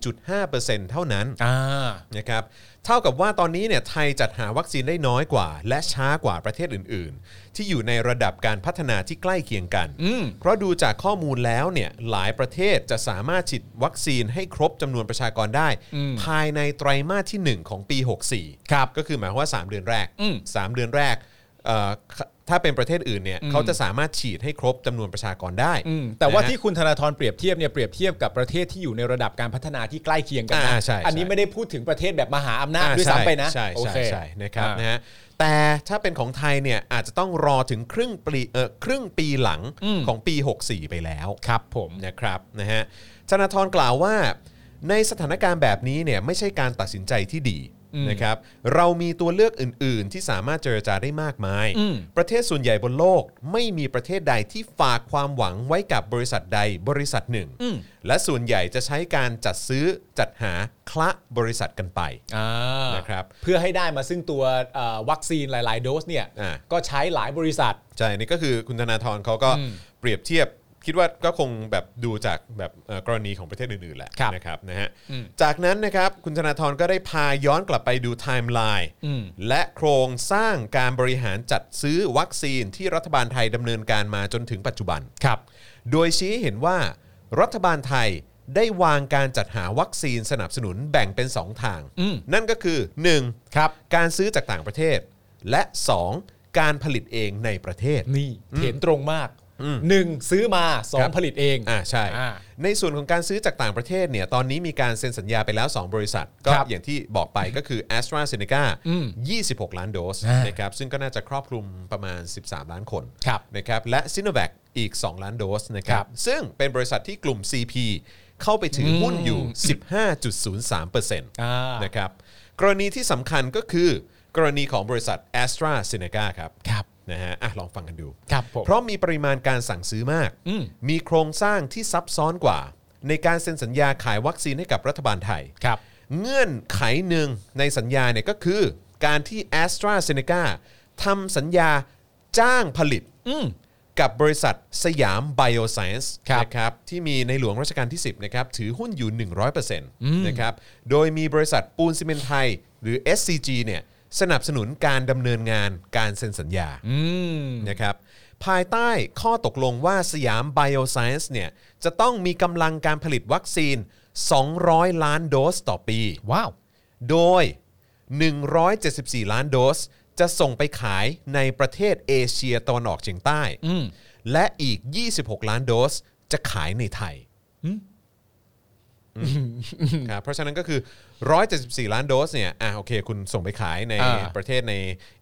1.5%เท่านั้น
อ่า
นะครับเท่ากับว่าตอนนี้เนี่ยไทยจัดหาวัคซีนได้น้อยกว่า และช้ากว่าประเทศอื่น ๆ ที่อยู่ในระดับการพัฒนาที่ใกล้เคียงกัน
อืม
เพราะดูจากข้อมูลแล้วเนี่ยหลายประเทศจะสามารถฉีดวัคซีนให้ครบจำนวนประชากรได้ ภายในไตรมาสที่ 1 ของปี 64
ครับ
ก็คือหมายความว่า 3 เดือนแรก
อืม
3 เดือนแรกเอ่อถ้าเป็นประเทศอื่นเนี่ย
อืม
เขาจะสามารถฉีดให้ครบจำนวนประชากรได้
อืมแต่ว่า
นะฮะ
ที่คุณธนาธรเปรียบเทียบเนี่ยเปรียบเทียบกับประเทศที่อยู่ในระดับการพัฒนาที่ใกล้เคียงกันนะ
อ่าใช่ใช่
อันนี้ไม่ได้พูดถึงประเทศแบบมหาอำนาจด้วย
อ่า
ซ้ำไปนะ
ใช่
โอ
ใช่
เค
ใช่นะครับ
อ่าน
นะฮะแต่ถ้าเป็นของไทยเนี่ยอาจจะต้องรอถึงครึ่งปีเออครึ่งปีหลัง
อืม
ของปี 64 ไปแล้ว
ครับผม
นะครับนะฮะธนาธรกล่าวว่า ในสถานการณ์แบบนี้เนี่ยไม่ใช่การตัดสินใจที่ดีนะครับเรามีตัวเลือกอื่น ๆ ที่สามารถเจรจาได้มากมาย
อืม
ประเทศส่วนใหญ่บนโลกไม่มีประเทศใดที่ฝากความหวังไว้กับบริษัทใดบริษัทหนึ่ง
อืม
และส่วนใหญ่จะใช้การจัดซื้อจัดหาคละบริษัทกันไป
อ่า
นะครับ
เพื่อให้ได้มาซึ่งตัวเอ่อวัคซีนหลาย ๆ โดสเนี่ย
อ่า
ก็ใช้หลายบริษัท
ใช่ นี่ก็คือคุณธนาธรเขาก็
อืม
เปรียบเทียบ คิดว่าก็คงแบบดูจากแบบเอ่อกรณีของประเทศอื่นๆแหละ
ครับ
นะครับนะฮะ
อืม
จากนั้นนะครับคุณธนาธรก็ได้พาย้อนกลับไปดูไทม์ไลน์
อืม
และโครงสร้างการบริหารจัดซื้อวัคซีนที่รัฐบาลไทยดำเนินการมาจนถึงปัจจุบัน
ครับ
โดยชี้ให้เห็นว่า รัฐบาลไทยได้วางการจัดหาวัคซีนสนับสนุนแบ่งเป็น 2 ทาง
อืม
นั่นก็คือ 1.
ครับ
การซื้อจากต่างประเทศ และ 2. การผลิตเองในประเทศ
นี่เห็นตรงมากหนึ่งซื้อมาสอ
ครั
ง
บ
ผลิตเอง
อ่าใช่
อ่า
ในส่วนของการซื้อจากต่างประเทศเนี่ยตอนนี้มีการเซ็นสัญญาไปแล้ว 2 บริษัท ก็
ครับ
อย่างที่บอกไปก็คือ a s t r a z e ซ e c a
อืม
26 ล้านโดส
อ่าน
นะครับซึ่งก็น่าจะครอบคลุมประมาณ 13 ล้านคน
ครับ
นะครับและ s i n o v a c อีก 2 ล้านโดสนะครั
ครับ บ
ซึ่งเป็นบริษัทที่กลุ่ม CP เข้าไปถือหุ้นอยู่ 15.03%
าน
นะครับกรณีที่สำคัญก็คือ กรณีของบริษัท a s t r a z e ซ e c a ครับ
ครับ
นะฮะอ่ะลองฟังกันดู
ครับผม
เพราะมีปริมาณการสั่งซื้อมาก
อืม
มีโครงสร้างที่ซับซ้อนกว่า ในการเซ็นสัญญาขายวัคซีนให้กับรัฐบาลไทย
ครับ
เงื่อนไขหนึ่งในสัญญาเนี่ยก็คือ การที่ a s t r a z e ซ e c a ทำสัญญาจ้างผลิต
อืม
กับบริษัทสยาม Bioscience
ครับ
นะครับที่มีในหลวงรัชกาลที่ 10นะครับถือหุ้นอยู่ 100%นะครับโดยมีบริษัทปูนซีเมนต์ไทย หรือ SCG เนี่ยสนับสนุนการดำเนินงานการเซ็นสัญญา
อืม
นะครับภายใต้ข้อตกลงว่าสยาม Bioscience เนี่ยจะต้องมีกำลังการผลิตวัคซีน 200 ล้านโดสต่อปี
ว้าว
โดย 174 ล้านโดส จะส่งไปขายในประเทศเอเชียตะวันออกเฉียงใต้
อืม
และอีก 26 ล้านโดส จะขายในไทยอืมครับ เพราะฉะนั้นก็คือ 174 ล้านโดสเนี่ย อ่ะโอเค คุณส่งไปขายใน
อ่า
ประเทศใน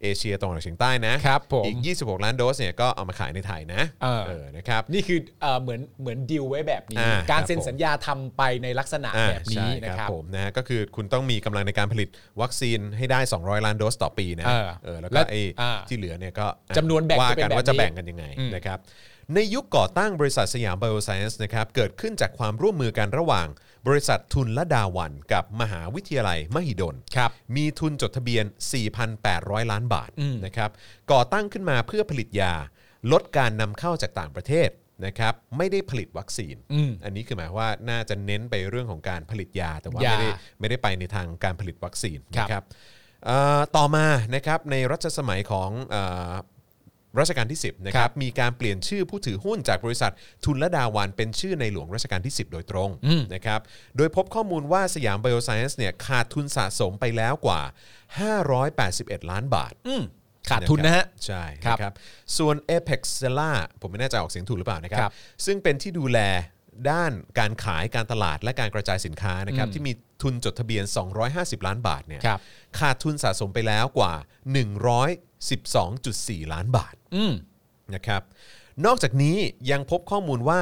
เอเชียตะวันออกเฉียงใต้นะครับ
ผม
อีก 26 ล้านโดสเนี่ยก็เอามาขายในไทยนะ
เออ
นะครับ
นี่คือเอ่อเหมือนเหมือนดีลไว้แบบนี้
อ่า
การ
ครับ
เซ็น
ผม
สัญญาทำไปในลักษณะ
อ่า
แบบนี้
ใช่
นะครับ
ผมนะฮะก็คือคุณต้องมีกำลังในการผลิตวัคซีนให้ได้ 200 ล้านโดสต่อปีนะ
เออ
เออแล้ว
แล้
ก็
ว
ไอ้
อ่า
ที่เหลือเนี่ยก็อ่ะ
จำนวนแบ่ง
ว่า
จะ
กัน
เป็นแบบ
ว่าจะ
นี้
แบ่งกันยังไง
อืม
นะครับในยุคก่อตั้งบริษัทสยามไบโอไซเอนส์นะครับเกิดขึ้นจากความร่วมมือกันระหว่าง บริษัททุนละดาวันกับมหาวิทยาลัยมหิดล
ครับ
มีทุนจดทะเบียน 4,800 ล้านบาทนะครับ ก่อตั้งขึ้นมาเพื่อผลิตยา ลดการนำเข้าจากต่างประเทศนะครับ ไม่ได้ผลิตวัคซีน
อืม
อันนี้คือหมายว่าน่าจะเน้นไปเรื่องของการผลิตยา แต่ว่าย
า
ไม่ได้ไม่ได้ไปในทางการผลิตวัคซีน
ครับ
นะครับเอ่อต่อมานะครับในรัชสมัยของเอ่อรัชกาลที่ 10นะครับมีการเปลี่ยนชื่อผู้ถือหุ้นจากบริษัททุนละดาวันเป็นชื่อในหลวงรัชกาลที่ 10 โดยตรง นะครับ โดยพบข้อมูลว่าสยามไบโอไซ n c e เนี่ยขาดทุนสะสมไปแล้วกว่า 581 ล้านบาท
ขาดทุนนะฮะ
ใช่
ครับ
นะครับ ส่วน Apex s e l l a ผมไม่แน่ใจออกเสียงถูกหรือเปล่านะครับ
ครับ
ซึ่งเป็นที่ดูแลด้านการขายการตลาดและการกระจายสินค้านะครับ
อืม
ที่มีทุนจดทะเบียน 250 ล้านบาทเนี่ย
ครับ
ขาดทุนสะสมไปแล้วกว่า 112.4 ล้านบาท
อืม
นะครับ นอกจากนี้ยังพบข้อมูลว่า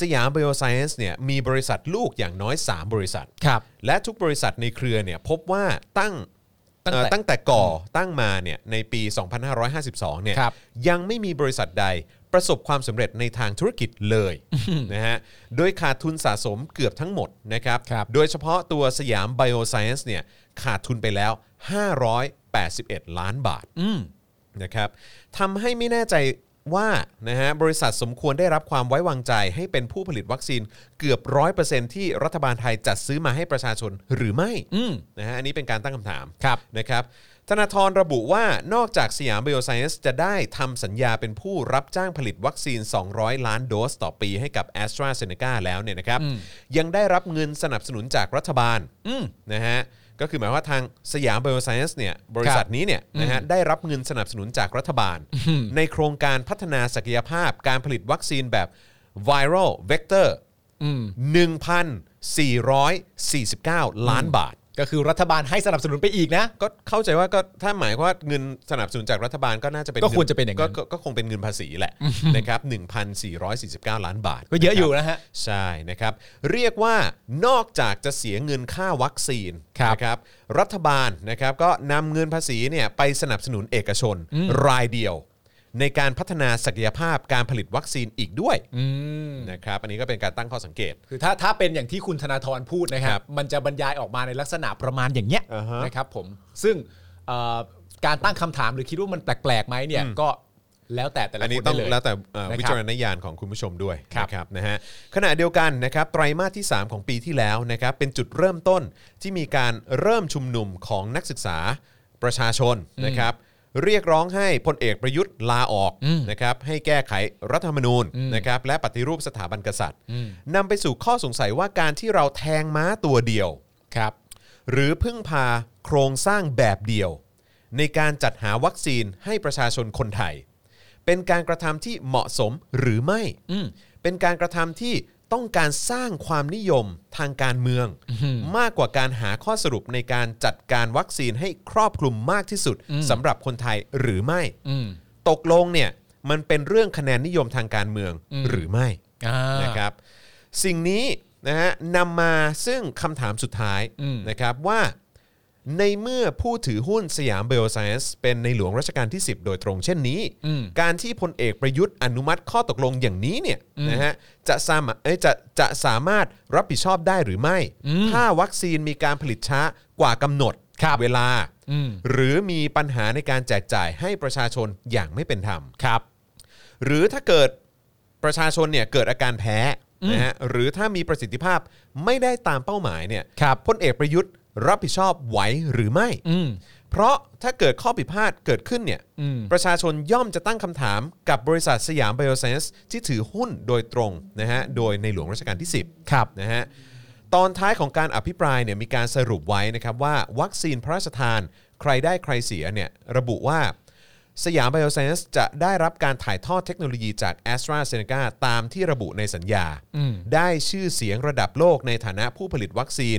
สยามไบโอไซเอนซ์เนี่ยมีบริษัทลูกอย่างน้อย 3 บริษัท
ครับ
และทุกบริษัทในเครือเนี่ยพบว่าตั้ง
ตั้งแต่
เอ่อตั้งแต่ก่อตั้งมาเนี่ยในปี 2552 เนี่ย
ครับ
ยังไม่มีบริษัทใดประสบความสำเร็จในทางธุรกิจเลยนะฮะโดยขาดทุนสะสมเกือบทั้งหมดนะครับ
ครับ
โดยเฉพาะตัวสยามไบโอไซเอนซ์เนี่ยขาดทุนไปแล้ว 581 ล้านบาท
อืม
นะครับทำให้ไม่แน่ใจว่านะฮะบริษัทสมควรได้รับความไว้วางใจ ให้เป็นผู้ผลิตวัคซีนเกือบร้อยเปอร์เซ็นที่รัฐบาลไทยจัดซื้อมาให้ประชาชนหรือไม่
อืม
นะฮะอันนี้เป็นการตั้งคำถาม
ครับ
นะครับธนาธรระบุว่านอกจากสยามไบโอไซเอนซ์จะได้ทำสัญญาเป็นผู้รับจ้างผลิตวัคซีน 200 ล้านโดสต่อปีให้กับ a s t r a z เซ e c a แล้วเนี่ยนะครับยังได้รับเงินสนับสนุนจากรัฐบาล
อืม
นะฮะก็คือหมายว่าทางสยามไบโอไซเอนซ์เนี่ยบริษัทนี้เนี่ยนะฮะได้รับเงินสนับสนุนจากรัฐบาล ในโครงการพัฒนาศักยภาพการผลิตวัคซีนแบบ Viral Vector
อืม
1,449 ล้านบาท
ก็คือรัฐบาลให้สนับสนุนไปอีกนะ
ก็เข้าใจว่าก็ถ้าหมายความว่าเงินสนับสนุนจากรัฐบาลก็น่าจะเป็น
ก็ควรจะเป็นอย่างนั้น
ก็ก็ก็คงเป็นเงินภาษี แหละนะครับ1,449 ล้านบาท
ก็เยอะอยู่นะฮะ
ใช่นะครับ เรียกว่านอกจากจะเสียเงินค่าวัคซีน
ครับ
นะครับรัฐบาลนะครับก็นำเงินภาษีเนี่ยไปสนับสนุนเอกชนรายเดียว ในการพัฒนาศักยภาพการผลิตวัคซีนอีกด้วยนะครับอันนี้ก็เป็นการตั้งข้อสังเกต
คือถ้าถ้าเป็นอย่างที่คุณธนาธรพูดนะค
ค
รั
รับ บ
มันจะบรรยายออกมาในลักษณะประมาณอย่างเนี้ย
อ่าฮะ
นะครับผมซึ่งเอ่อการตั้งคำถามหรือคิดว่ามันแปลกๆไหมเนี่ยก็แล้วแต่แต่ละ
อันนี้
คน
ต้อ
ได้
ง
เลย
แล้วแต่เอ่อ
นะครับ
วิจารณญาณของคุณผู้ชมด้วย
ครับ
นะครับนะฮะขณะเดียวกันนะครับไตรมาสที่ 3 ของปีที่แล้วนะครับเป็นจุดเริ่มต้นที่มีการเริ่มชุมนุมของนักศึกษาประชาชนนะครับ เรียกร้องให้พลเอกประยุทธ์ลาออกนะครับให้แก้ไขรัฐธรรมนูญนะครับและปฏิรูปสถาบันกษัตริย์
อืม
นำไปสู่ข้อสงสัยว่าการที่เราแทงม้าตัวเดียว
ครับ
หรือพึ่งพาโครงสร้างแบบเดียว ในการจัดหาวัคซีนให้ประชาชนคนไทย เป็นการกระทำที่เหมาะสมหรือไม่
อืม
เป็นการกระทำที่ต้องการสร้างความนิยมทางการเมือง มากกว่าการหาข้อสรุปในการจัดการวัคซีนให้ครอบคลุมมากที่สุดสำหรับคนไทยหรือไม่
อืม
ตกลงเนี่ยมันเป็นเรื่องคะแนนนิยมทางการเมือง
อืม
หรือไม่
อ่า
นะครับสิ่งนี้นะฮะนำมาซึ่งคำถามสุดท้าย
อืม
นะครับว่าในเมื่อผู้ถือหุ้นสยามเบลไซส์เป็นในหลวงรัชกาลที่ 10 โดยตรงเช่นนี้
อืม
การที่พลเอกประยุทธ์อนุมัติข้อตกลงอย่างนี้เนี่ย
อืม
นะฮะจะสามารถเอ้ยจะจะสามารถรับผิดชอบได้หรือไม่
อืม
ถ้าวัคซีนมีการผลิตช้ากว่ากำหนด
ครับ
เวลา
อืม
หรือมีปัญหาในการแจกจ่ายให้ประชาชนอย่างไม่เป็นธรรม
ครับ
หรือถ้าเกิดประชาชนเนี่ยเกิดอาการแพ้นะฮะหรือถ้ามีประสิทธิภาพไม่ได้ตามเป้าหมายเนี่ย
ครับ
พลเอกประยุทธ์รับผิดชอบไหวหรือไม่
อืม
เพราะถ้าเกิดข้อผิดพลาดเกิดขึ้นเนี่ย
อืม
ประชาชนย่อมจะตั้งคำถามกับบริษัทสยามไบโอไซเอนซ์ที่ถือหุ้นโดยตรงนะฮะโดยในหลวงรัชกาลที่ 10
ครับ
นะฮะตอนท้ายของการอภิปรายเนี่ยมีการสรุปไว้นะครับว่าวัคซีนพระราชทานใครได้ใครเสียเนี่ยระบุว่าสยามไบโอไซเอนซ์จะได้รับการถ่ายทอดเทคโนโลยีจาก a s t r a z เซ e c a ตามที่ระบุในสัญญา
อืม
ได้ชื่อเสียงระดับโลกในฐานะผู้ผลิตวัคซีน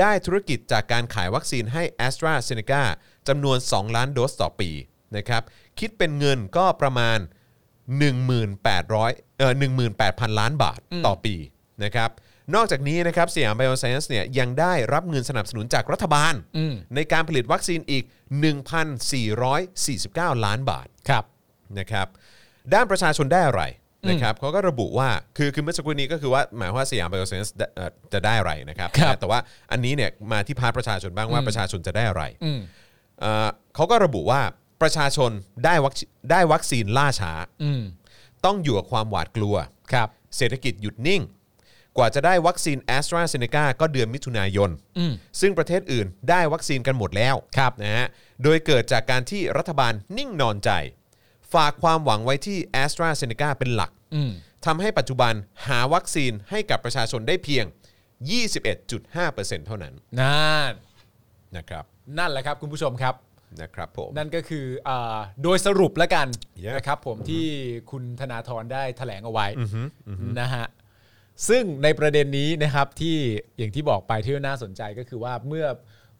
ได้ธุรกิจจากการขายวัคซีนให้ a s t r a z เซ e c a จำนวน 2 ล้านโดสต่อปีนะครับคิดเป็นเงินก็ประมาณ 18,000เอ่อ18,000 ล้านบาทต่อปีนะครับ นอกจากนี้นะครับสยามไบโอไซเอนซ์เนี่ยยังได้รับเงินสนับสนุนจากรัฐบาล
อืม
ในการผลิตวัคซีนอีก 1,449 ล้านบาท
ครับ
นะครับด้านประชาชนได้อะไรนะครับเขาก็ระบุว่าคือคือเมื่อสักครู่นี้ก็คือว่าหมายความว่าสยามไบโอเซนส์จะได้อะไรนะครับ
ครับ
แต่ว่าอันนี้เนี่ยมาที่พาร์ทประชาชนบ้างว่าประชาชนจะได้อะไร
อืม
เอ่อเขาก็ระบุว่าประชาชนได้วัคซีได้วัคซีนล่าช้า
อืม
ต้องอยู่กับความหวาดกลัว
ครับ
เศรษฐกิจหยุดนิ่ง กว่าจะได้วัคซีนแอสตราเซเนกาก็เดือนมิถุนายน
อืม
ซึ่งประเทศอื่นได้วัคซีนกันหมดแล้ว
ครับ
นะฮะ โดยเกิดจากการที่รัฐบาลนิ่งนอนใจ ฝากความหวังไว้ที่ a s t r a z เซ e c a เป็นหลัก
อืม
ทำให้ปัจจุบันหาวัคซีนให้กับประชาชนได้เพียง 21.5%เท่านั้น
นั่น
นะครับ
นั่นแหละครับคุณผู้ชมครับ
นะครับผม
นั่นก็คืออาโดยสรุปแล้วกัน
Yeah.
นะครับผมที่คุณธนาธรได้แถลงเอาไว้นะฮะซึ่งในประเด็นนี้นะครับที่อย่างที่บอกไปที่น่าสนใจก็คือว่าเมื่อ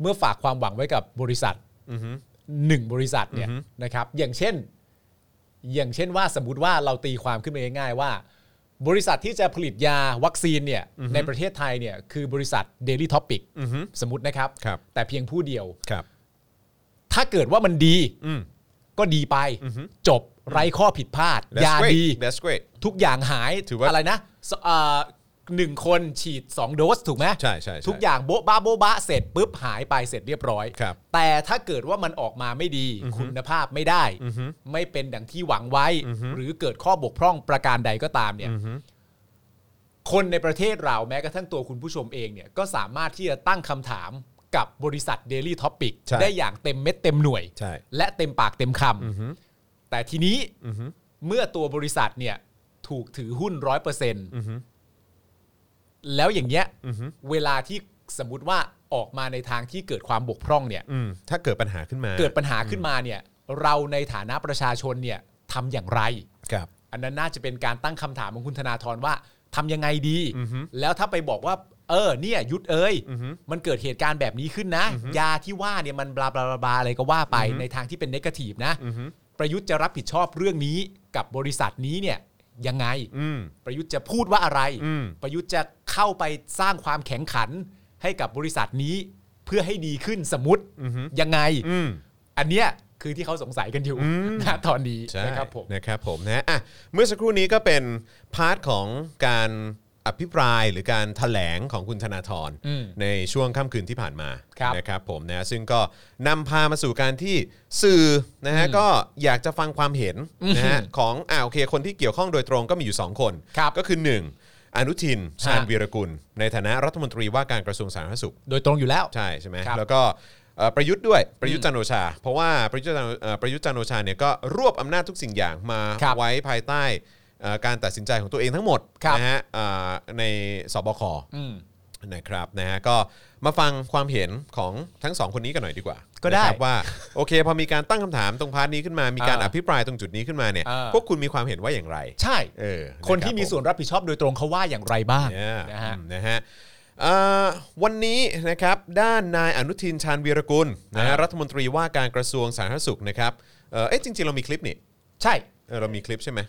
เมื่อฝากความหวังไว้กับบริษัทหนึ่งบริษัทเนี่ยนะครับอย่างเช่น อย่างเช่นว่าสมมติว่าเราตีความขึ้นมาง่ายๆว่า บริษัทที่จะผลิตยาวัคซีนเนี่ยในประเทศไทยเนี่ยคือบริษัท Daily Topic
อือฮึ
สมมตินะครับ
ครับ
แต่เพียงผู้เดียว
ครับ
ถ้าเกิดว่ามันดี
อืม
ก็ดีไป จบไร้ข้อผิดพลาด
That's
ยา
great.
ดี
That's great
ทุกอย่างหาย
ถือว่า
อะไรนะสเอ่อหนึ่งคนฉีด 2 โดสถูกไหม
ใช่ใช่ใช่
ทุกอย่างโบ๊ะบ้าโบ๊ะบ้าเสร็จปุ๊บหายไปเสร็จเรียบร้อย
ครับ
แต่ถ้าเกิดว่ามันออกมาไม่ดี คุณภาพไม่ได้ ไม่เป็นดังที่หวังไว้ หรือเกิดข้อบกพร่องประการใดก็ตามเนี่ยคนในประเทศเราแม้กระทั่งตัวคุณผู้ชมเองเนี่ยก็สามารถที่จะตั้งคำถามกับบริษัท Daily Topic
ใช่
ได้อย่างเต็มเม็ดเต็มหน่วย
ใช่
และเต็มปากเต็มคำแต่ทีนี้เมื่อตัวบริษัทเนี่ยถูกถือหุ้นร้อยเปอร์เซ็นต์แล้วอย่างเงี้ยเวลาที่สมมติว่าออกมาในทางที่เกิดความบกพร่องเนี่ย
อืมถ้าเกิดปัญหาขึ้นมา
เกิดปัญหาขึ้นมาเนี่ย เราในฐานะประชาชนเนี่ยทำอย่างไร
ครับ
อันนั้นน่าจะเป็นการตั้งคำถามของคุณธนาธรว่าทำยังไงดี แล้วถ้าไปบอกว่า เออเนี่ยยุทธเอ้ยมันเกิดเหตุการณ์แบบนี้ขึ้นนะ ยาที่ว่าเนี่ยมันบลาบลาบลาบลาอะไรก็ว่าไปในทางที่เป็นเนกาทีฟนะ ประยุทธ์จะรับผิดชอบเรื่องนี้กับบริษัทนี้เนี่ยยังไง
อืม
ประยุทธ์จะพูดว่าอะไร
อืม
ประยุทธ์จะเข้าไปสร้างความแข็งขันให้กับบริษัทนี้เพื่อให้ดีขึ้นสมมติยังไง
อืม
อันเนี้ยคือที่เขาสงสัยกันอยู่ณตอนนี้
ใช่
นะครับผม
นะครับผมนะอ่ะเมื่อสักครู่นี้ก็เป็นพาร์ทของการอภิปรายหรือการแถลงของคุณธนาธร
อืม
ในช่วงค่ำคืนที่ผ่านมา
ครับ
นะครับผมนะซึ่งก็นำพามาสู่การที่สื่อนะฮะก็อยากจะฟังความเห็นนะฮะของอ่าโอเคคนที่เกี่ยวข้องโดยตรงก็มีอยู่ 2 คน
ครับ
ก็คือ 1 อนุทินชาญ
ฮะ
วีรกุล ในฐานะรัฐมนตรีว่าการกระทรวงสาธารณสุข
โดยตรงอยู่แล้ว
ใช่ใช่ไหม
ครับ
แล้วก็เอ่อประยุทธ์ด้วยประยุทธ์จันทร์โอชา เพราะว่าประยุทธ์จันทร์เอ่อประยุทธ์จันทร์โอชาเนี่ยก็รวบอำนาจทุกสิ่งอย่างมา
ครับ
ไว้ภายใต้เอ่อการตัดสินใจของตัวเองทั้งหมด
ครับ
นะฮะเอ่อในสบค
อืม
นะครับนะฮะก็มาฟังความเห็นของทั้งสองคนนี้กันหน่อยดีกว่า
ก็ได้
นะครับว่าโอเคพอมีการตั้งคำถามตรงพาร์ทนี้ขึ้นมามีการ
อ่า
อภิปรายตรงจุดนี้ขึ้นมาเนี่ย
อ่า
พวกคุณมีความเห็นว่าอย่างไร
ใช่
เออนะ
คน
รับ
ที่
ผ
มีส่วนรับผิดชอบโดยตรงเขาว่าอย่างไรบ้าง
เนี่ย
นะฮะ
อืมนะฮะเอ่อวันนี้นะครับด้านนายอนุทินชาญวีรกุลนะฮะ
อ่ารั
รัฐมนตรีว่าการกระทรวงสาธารณสุขนะครับเอ่อเอ๊ะจริงๆ เรามีคลิปนี่
ใช่
เออเรามีคลิปใช่ไหม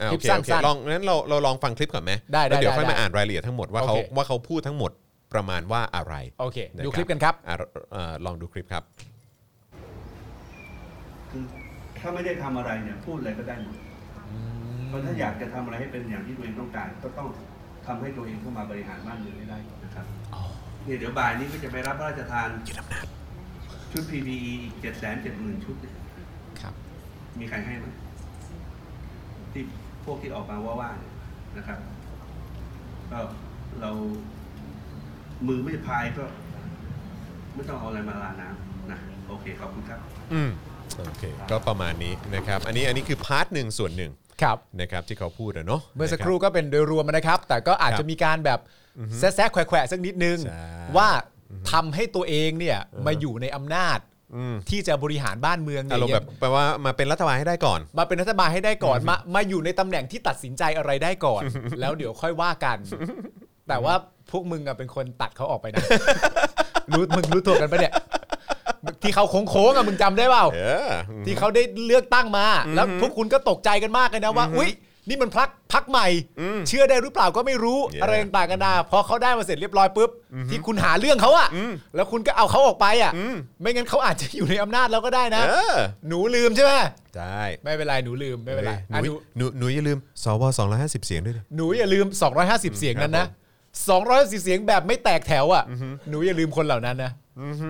อ่า
คลิ
โอ
ป
เค
สั้น
โอเค
ๆ
ลองงั้นเราเราลองฟังคลิปก่อนไหม
ได้ได้
แล้วเดี๋ยว
ได้
ค่อยมา
ได้
อ่านรายละเอียดทั้งหมดว่าเขา
โอเค
ว่าเขาพูดทั้งหมดประมาณว่าอะไร
โอเค
ะ
ดูคลิปกันครับ
อ่าเอ่อลองดูคลิปครับ
คือถ้าไม่ได้ทำอะไรเนี่ยพูดอะไรก็ได้หมดเพราะถ้าอยากจะทำอะไรให้เป็นอย่างที่ตัวเองต้องการ ก็ต้องทำให้ตัวเองเข้ามาบริหารบ้านเมืองให้ได้ก่อนนะครับเนี่ยเดี๋ยวบ่ายนี้ก็จะไปรับพระราชทานยชุด PPE อีกเจ็ดแสนเจ็ดหมื่นชุดเนี่ย
ครับ
มีใครให้ไหมที่พวกที่ออกมาว่าว่าๆเนี่ยนะครับก็เรามือไม่พายก็ ไม่ต้องเอาอะไรมาลาน้ำนะโอเคขอบคุณครับ
อืมโอเคก็ประมาณนี้นะครับอันนี้อันนี้คือพาร์ทหนึ่งส่วนหนึ่ง
ครับ
นะครับที่เขาพูดอะเนาะ
เมื่อสักครู่ก็เป็นโดยรวมนะครับ แต่ก็อาจ
ครั
จะ
บ
มีการแบบแซะๆแขวะๆสักนิดนึง
ใช่
ว่าทำให้ตัวเองเนี่ยมาอยู่ในอำนาจ
อืม
ที่จะบริหารบ้านเมืองเนี่
อายรมณ์แบบแปลว่ามาเป็นรัฐบาลให้ได้ก่อน
มาเป็นรัฐบาลให้ได้ก่อนมามาอยู่ในตำแหน่งที่ตัดสินใจอะไรได้ ก่อน แล้วเดี๋ยวค่อยว่ากัน แต่ว่าพวกมึงอะเป็นคนตัดเขาออกไปนะ รู้มึงรู้ตัวกันปะเนี่ยที่เขาโค้งๆอะมึงจำได้เปล่า
เอออืม
ที่เขาได้เลือกตั้งมา แล้วพวกคุณก็ตกใจกันมากเลยนะว่า อุ้ยนี่มันพักพักใหม่ เชื่อได้หรือเปล่าก็ไม่รู้
Yeah
อะไรต่างๆกันนาพอเขาได้มาเสร็จเรียบร้อยปุ๊บที่คุณหาเรื่องเขาอะแล้วคุณก็เอาเขาออกไปอะไม่งั้นเขาอาจจะอยู่ในอำนาจเราก็ได้นะ
เออ
หนูลืมใช่ไหม
ได้
ไม่เป็นไรหนูลืมไม่เป็นไร
ฮ้ย
อ่ะหนู
หนูหนูอย่าลืมสว250 เสียงด้วยดิ
หนูอย่าลืม 250 เสียงนั้นนะ
ครับผ
250เสียงแบบไม่แตกแถวอะหนูอย่าลืมคนเหล่านั้นนะ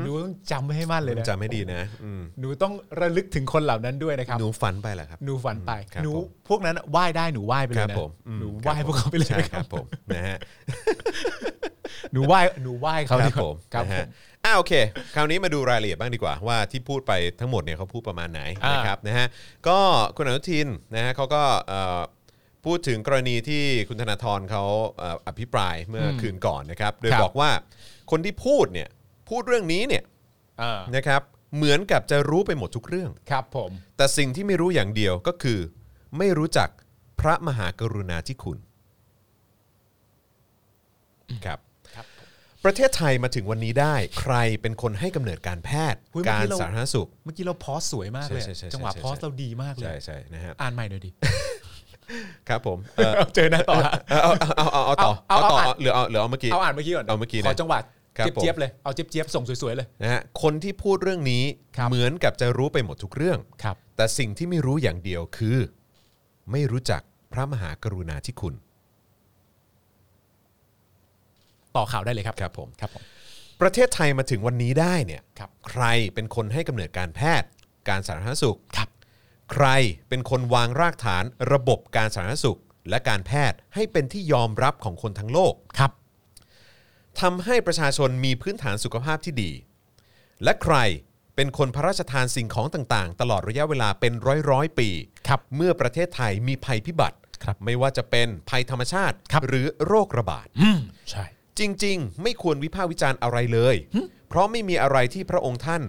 หนูต้องจำไว้ให้มั่นเลยนะ
จำไม่ดีนะอืม
หนูต้องระลึกถึงคนเหล่านั้นด้วยนะครับ
หนูฝันไปแหละครับ
หนูฝันไป
ครับ
หนู
ผม
พวกนั้นไหว้ได้หนูไหว้ไปเล
ค
ย
รับ
นะ
ผมอืม
หนูไหว้พวกเขาไปเลย
ใช่
นะค
ค
รั
รั
บบ
ผมนะฮะ
หนูไหว้หนูไหว้เขา
ค
ดี
รับ
กว่า
ผม
ครับ
นะ
ผ
ฮะ
ม
อ่าโอเค คราวนี้มาดูรายละเอียดบ้างดีกว่าว่าที่พูดไปทั้งหมดเนี่ยเขาพูดประมาณไหน
อ่าน
นะครับนะฮะก็คุณอนุทินนะฮะเขาก็เอ่อพูดถึงกรณีที่คุณธนาธรเขาเอ่ออภิปรายเมื่ออ
ม
คืนก่อนนะครับ โดย
ครับ
บอกว่าคนที่พูดเนี่ยพูดเรื่องนี้เนี่ย
อ่า
นะครับ เหมือนกับจะรู้ไปหมดทุกเรื่อง
ครับผม
แต่สิ่งที่ไม่รู้อย่างเดียวก็คือ ไม่รู้จักพระมหากรุณาธิคุณครับ ประเทศไทยมาถึงวันนี้ได้ ใครเป็นคนให้กำเนิดการแพทย์
เฮ้ย
กา
เมื่อ
ร
เ
สาธารณสุข
เมื่อกี้เราพอสสวยมากเลย
ใช่ใช่ใช่
จังหวะ
ใช่
พอส
ใช่
เราดีมากเล
ใช่
ย
ใช่นะฮะ
อ่านใหม่หน่อยดิ
ครับผมเอ่อ
เจอหน้าต่อ
เอาเอาเอาเอาเอาต่อเอา
เอา
ต่อ
เอา
เหลือเอาเหลือเอาเมื่อกี้
เอาอ่านเมื่อกี้ก่อน
เอาเมื่อกี้นะ
ขอจังหวะ
ครับผม
เจี๊ยบๆเลยเอาเจี๊ยบๆส่งสวยๆเลย
นะฮะคนที่พูดเรื่องนี้
ครับ
เหมือนกับจะรู้ไปหมดทุกเรื่อง
ครับ
แต่สิ่งที่ไม่รู้อย่างเดียวคือ ไม่รู้จักพระมหากรุณาธิคุณ
ต่อข่าวได้เลยครับ
ครับผม
ครับผม
ประเทศไทยมาถึงวันนี้ได้เนี่ย
ครับ
ใครเป็นคนให้กำเนิดการแพทย์ การสาธารณสุข
ครับ
ใครเป็นคนวางรากฐานระบบการสาธารณสุข และการแพทย์ให้เป็นที่ยอมรับของคนทั้งโลก
ครับ
ทำให้ประชาชนมีพื้นฐานสุขภาพที่ดี และใครเป็นคนพระราชทานสิ่งของต่างๆ ตลอดระยะเวลาเป็นร้อยร้อยๆปี
ครับ
เมื่อประเทศไทยมีภัยพิบัติ
ครับ
ไม่ว่าจะเป็นภัยธรรมชาติ
ครับ
หรือโรคระบาด
อืมใช่
จริงๆ ไม่ควรวิพากษ์วิจารณ์อะไรเลย เพราะไม่มีอะไรที่พระองค์ท่าน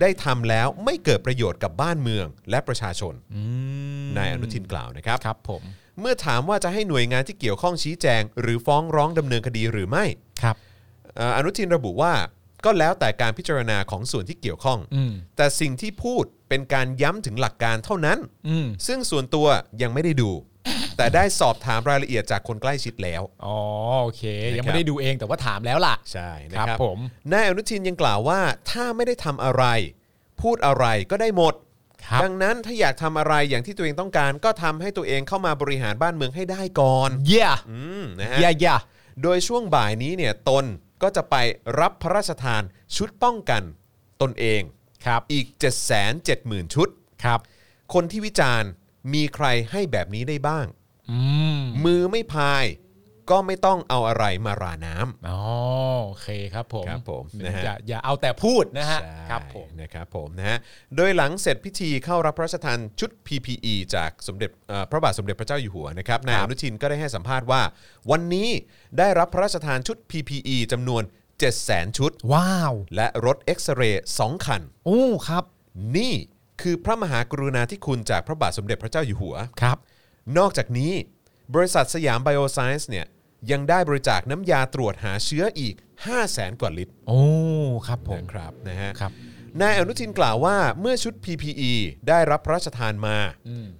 ได้ทำแล้วไม่เกิดประโยชน์กับบ้านเมืองและประชาชน
อืม
นายอนุทินกล่าวนะครับ
ครับผม
เมื่อถามว่าจะให้หน่วยงานที่เกี่ยวข้องชี้แจง หรือฟ้องร้องดำเนินคดีหรือไม่
ครับ
เอ่ออนุทินระบุว่า ก็แล้วแต่การพิจารณาของส่วนที่เกี่ยวข้อง
อืม
แต่สิ่งที่พูดเป็นการย้ำถึงหลักการเท่านั้น
อืม
ซึ่งส่วนตัวยังไม่ได้ดู แต่ได้สอบถามรายละเอียดจากคนใกล้ชิดแล้ว
อ๋อโอเค ยัง
นะครับ
ไม่ได้ดูเองแต่ว่าถามแล้วล่ะ
ใช่นะ
ค
ค
รั
รั
บบ ผม
นายอนุทินยังกล่าวว่าถ้าไม่ได้ทำอะไร พูดอะไรก็ได้หมด
ครับ
ดังนั้นถ้าอยากทำอะไรอย่างที่ตัวเองต้องการ ก็ทำให้ตัวเองเข้ามาบริหารบ้านเมืองให้ได้ก่อน
เย่
อืมนะฮะ
เย่เย่
โดยช่วงบ่ายนี้เนี่ยตนก็จะไปรับพระราชทานชุดป้องกันตนเอง
ครับ
อีก 770,000 ชุด
ครับ
คนที่วิจารณ์มีใครให้แบบนี้ได้บ้าง
อืม
มือไม่พายก็ไม่ต้องเอาอะไรมาราน้ำ
อ๋อโอเคครับผม
ครับผมนะฮะ
อย่าอย่าเอาแต่พูดนะฮะ
ใช่
ครับผม
นะครับผมนะฮะโดยหลังเสร็จพิธีเข้ารับพระราชทานชุด PPE จากสมเด็จเอ่อพระบาทสมเด็จพระเจ้าอยู่หัวนะครับนายอนุชินก็ได้ให้สัมภาษณ์ว่า วันนี้ได้รับพระราชทานชุด PPE จำนวน 7 0 0 0 0 0 ชุด
ว้าว
และรถเอ็กซเรย์2คัน
โอ้ครับ
นี่คือพระมหากรุณาธิคุณจากพระบาทสมเด็จพระเจ้าอยู่หัว
ครับ
นอกจากนี้ บริษัทสยามไบโอไซส์เนี่ยยังได้บริจาคน้ำยาตรวจหาเชื้ออีก 5 0 0แสนกว่าลิตร
โอ้ครับผม
นะครับนะฮะ
ครับ
นายอนุทินกล่าวว่าเมื่อชุด PPE ได้รับพระราชทานมา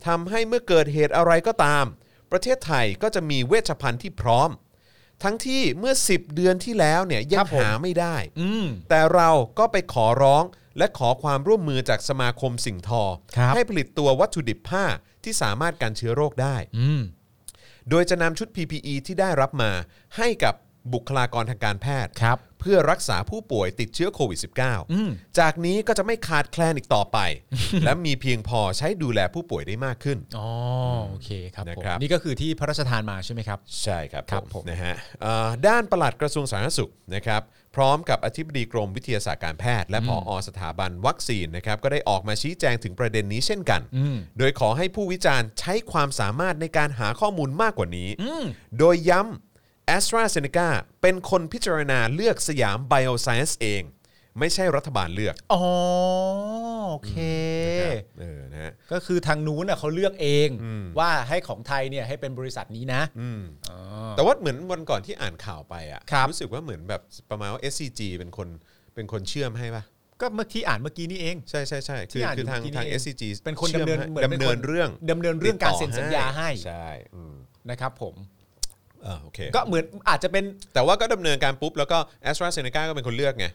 ทำให้เมื่อเกิดเหตุอะไรก็ตาม ประเทศไทยก็จะมีเวชภัณฑ์ที่พร้อม ทั้งที่เมื่อ 10 เดือนที่แล้วเนี่ยยั
ครั
ง
บผม
หาไม่ได้
อืม
แต่เราก็ไปขอร้องและขอความร่วมมือจากสมาคมสิ่งทอ
ครับ
ให้ผลิตตัววัตถุดิบผ้าที่สามารถกันเชื้อโรคได้
อืม
โดยจะนำชุด PPE ที่ได้รับมา ให้กับบุคลากรทางการแพทย์
ครับ
เพื่อรักษาผู้ป่วยติดเชื้อโควิด
อืม
-19 จากนี้ก็จะไม่ขาดแคลนอีกต่ อไป และมีเพียงพอใช้ดูแลผู้ป่วยได้มากขึ้น
อ๋อโอเคครับผม
นะครับ
นี่ก็คือที่พระราชทานมาใช่ไหมครับ
ใช่ครับ
ครับผม
นะฮะเอ่อด้านปลัดกระทรวงสาธารณสุขนะครับพร้อมกับอธิบดีกรมวิทยาศาสตร์การแพทย์ และผออสถาบันวัคซีนนะครับก็ได้ออกมาชี้แจงถึงประเด็นนี้เช่นกัน โดยขอให้ผู้วิจารณ์ใช้ความสามารถในการหาข้อมูลมากกว่านี้ โดยย้ำ a s t r a z e ซ e c a เป็นคนพิจารณาเลือกสยาม Bioscience เอง ไม่ใช่รัฐบาลเลือก
อ๋อโอเค
เออนะฮะ
ก็คือทางนู้นน่ะเขาเลือกเองว่าให้ของไทยเนี่ยให้เป็นบริษัทนี้นะ
อืม
อ๋อ
แต่ว่าเหมือนวันก่อนที่อ่านข่าวไปอ่ะ
ครับ
รู้สึกว่าเหมือนแบบประมาณว่า SCG เป็นคนเป็นคนเชื่อมให้ป่ะ
ก็เมื่อที่อ่านเมื่อกี้นี่เอง
ใช่ใช่ใช่
ที่
คือ
อ่าน
คือ
อยู่
ทาง
ที่นี่
ทาง
เอง
SCG
เป็นคน
ชื่อม
ดำเนิน
ให้
เหมือนเป็น
ดำเนิน
คน
เรื่อง
ดำเนินเรื่อง
ติดต่
การเซ็นสัญญาให้
ใช่อืม
นะครับผม
เออโอเค
ก็เหมือนอาจจะเป็น
แต่ว่าก็ดำเนินการปุ๊บ แล้วก็ a s t r a z e ซ e c a ก็เป็นคนเลือกไง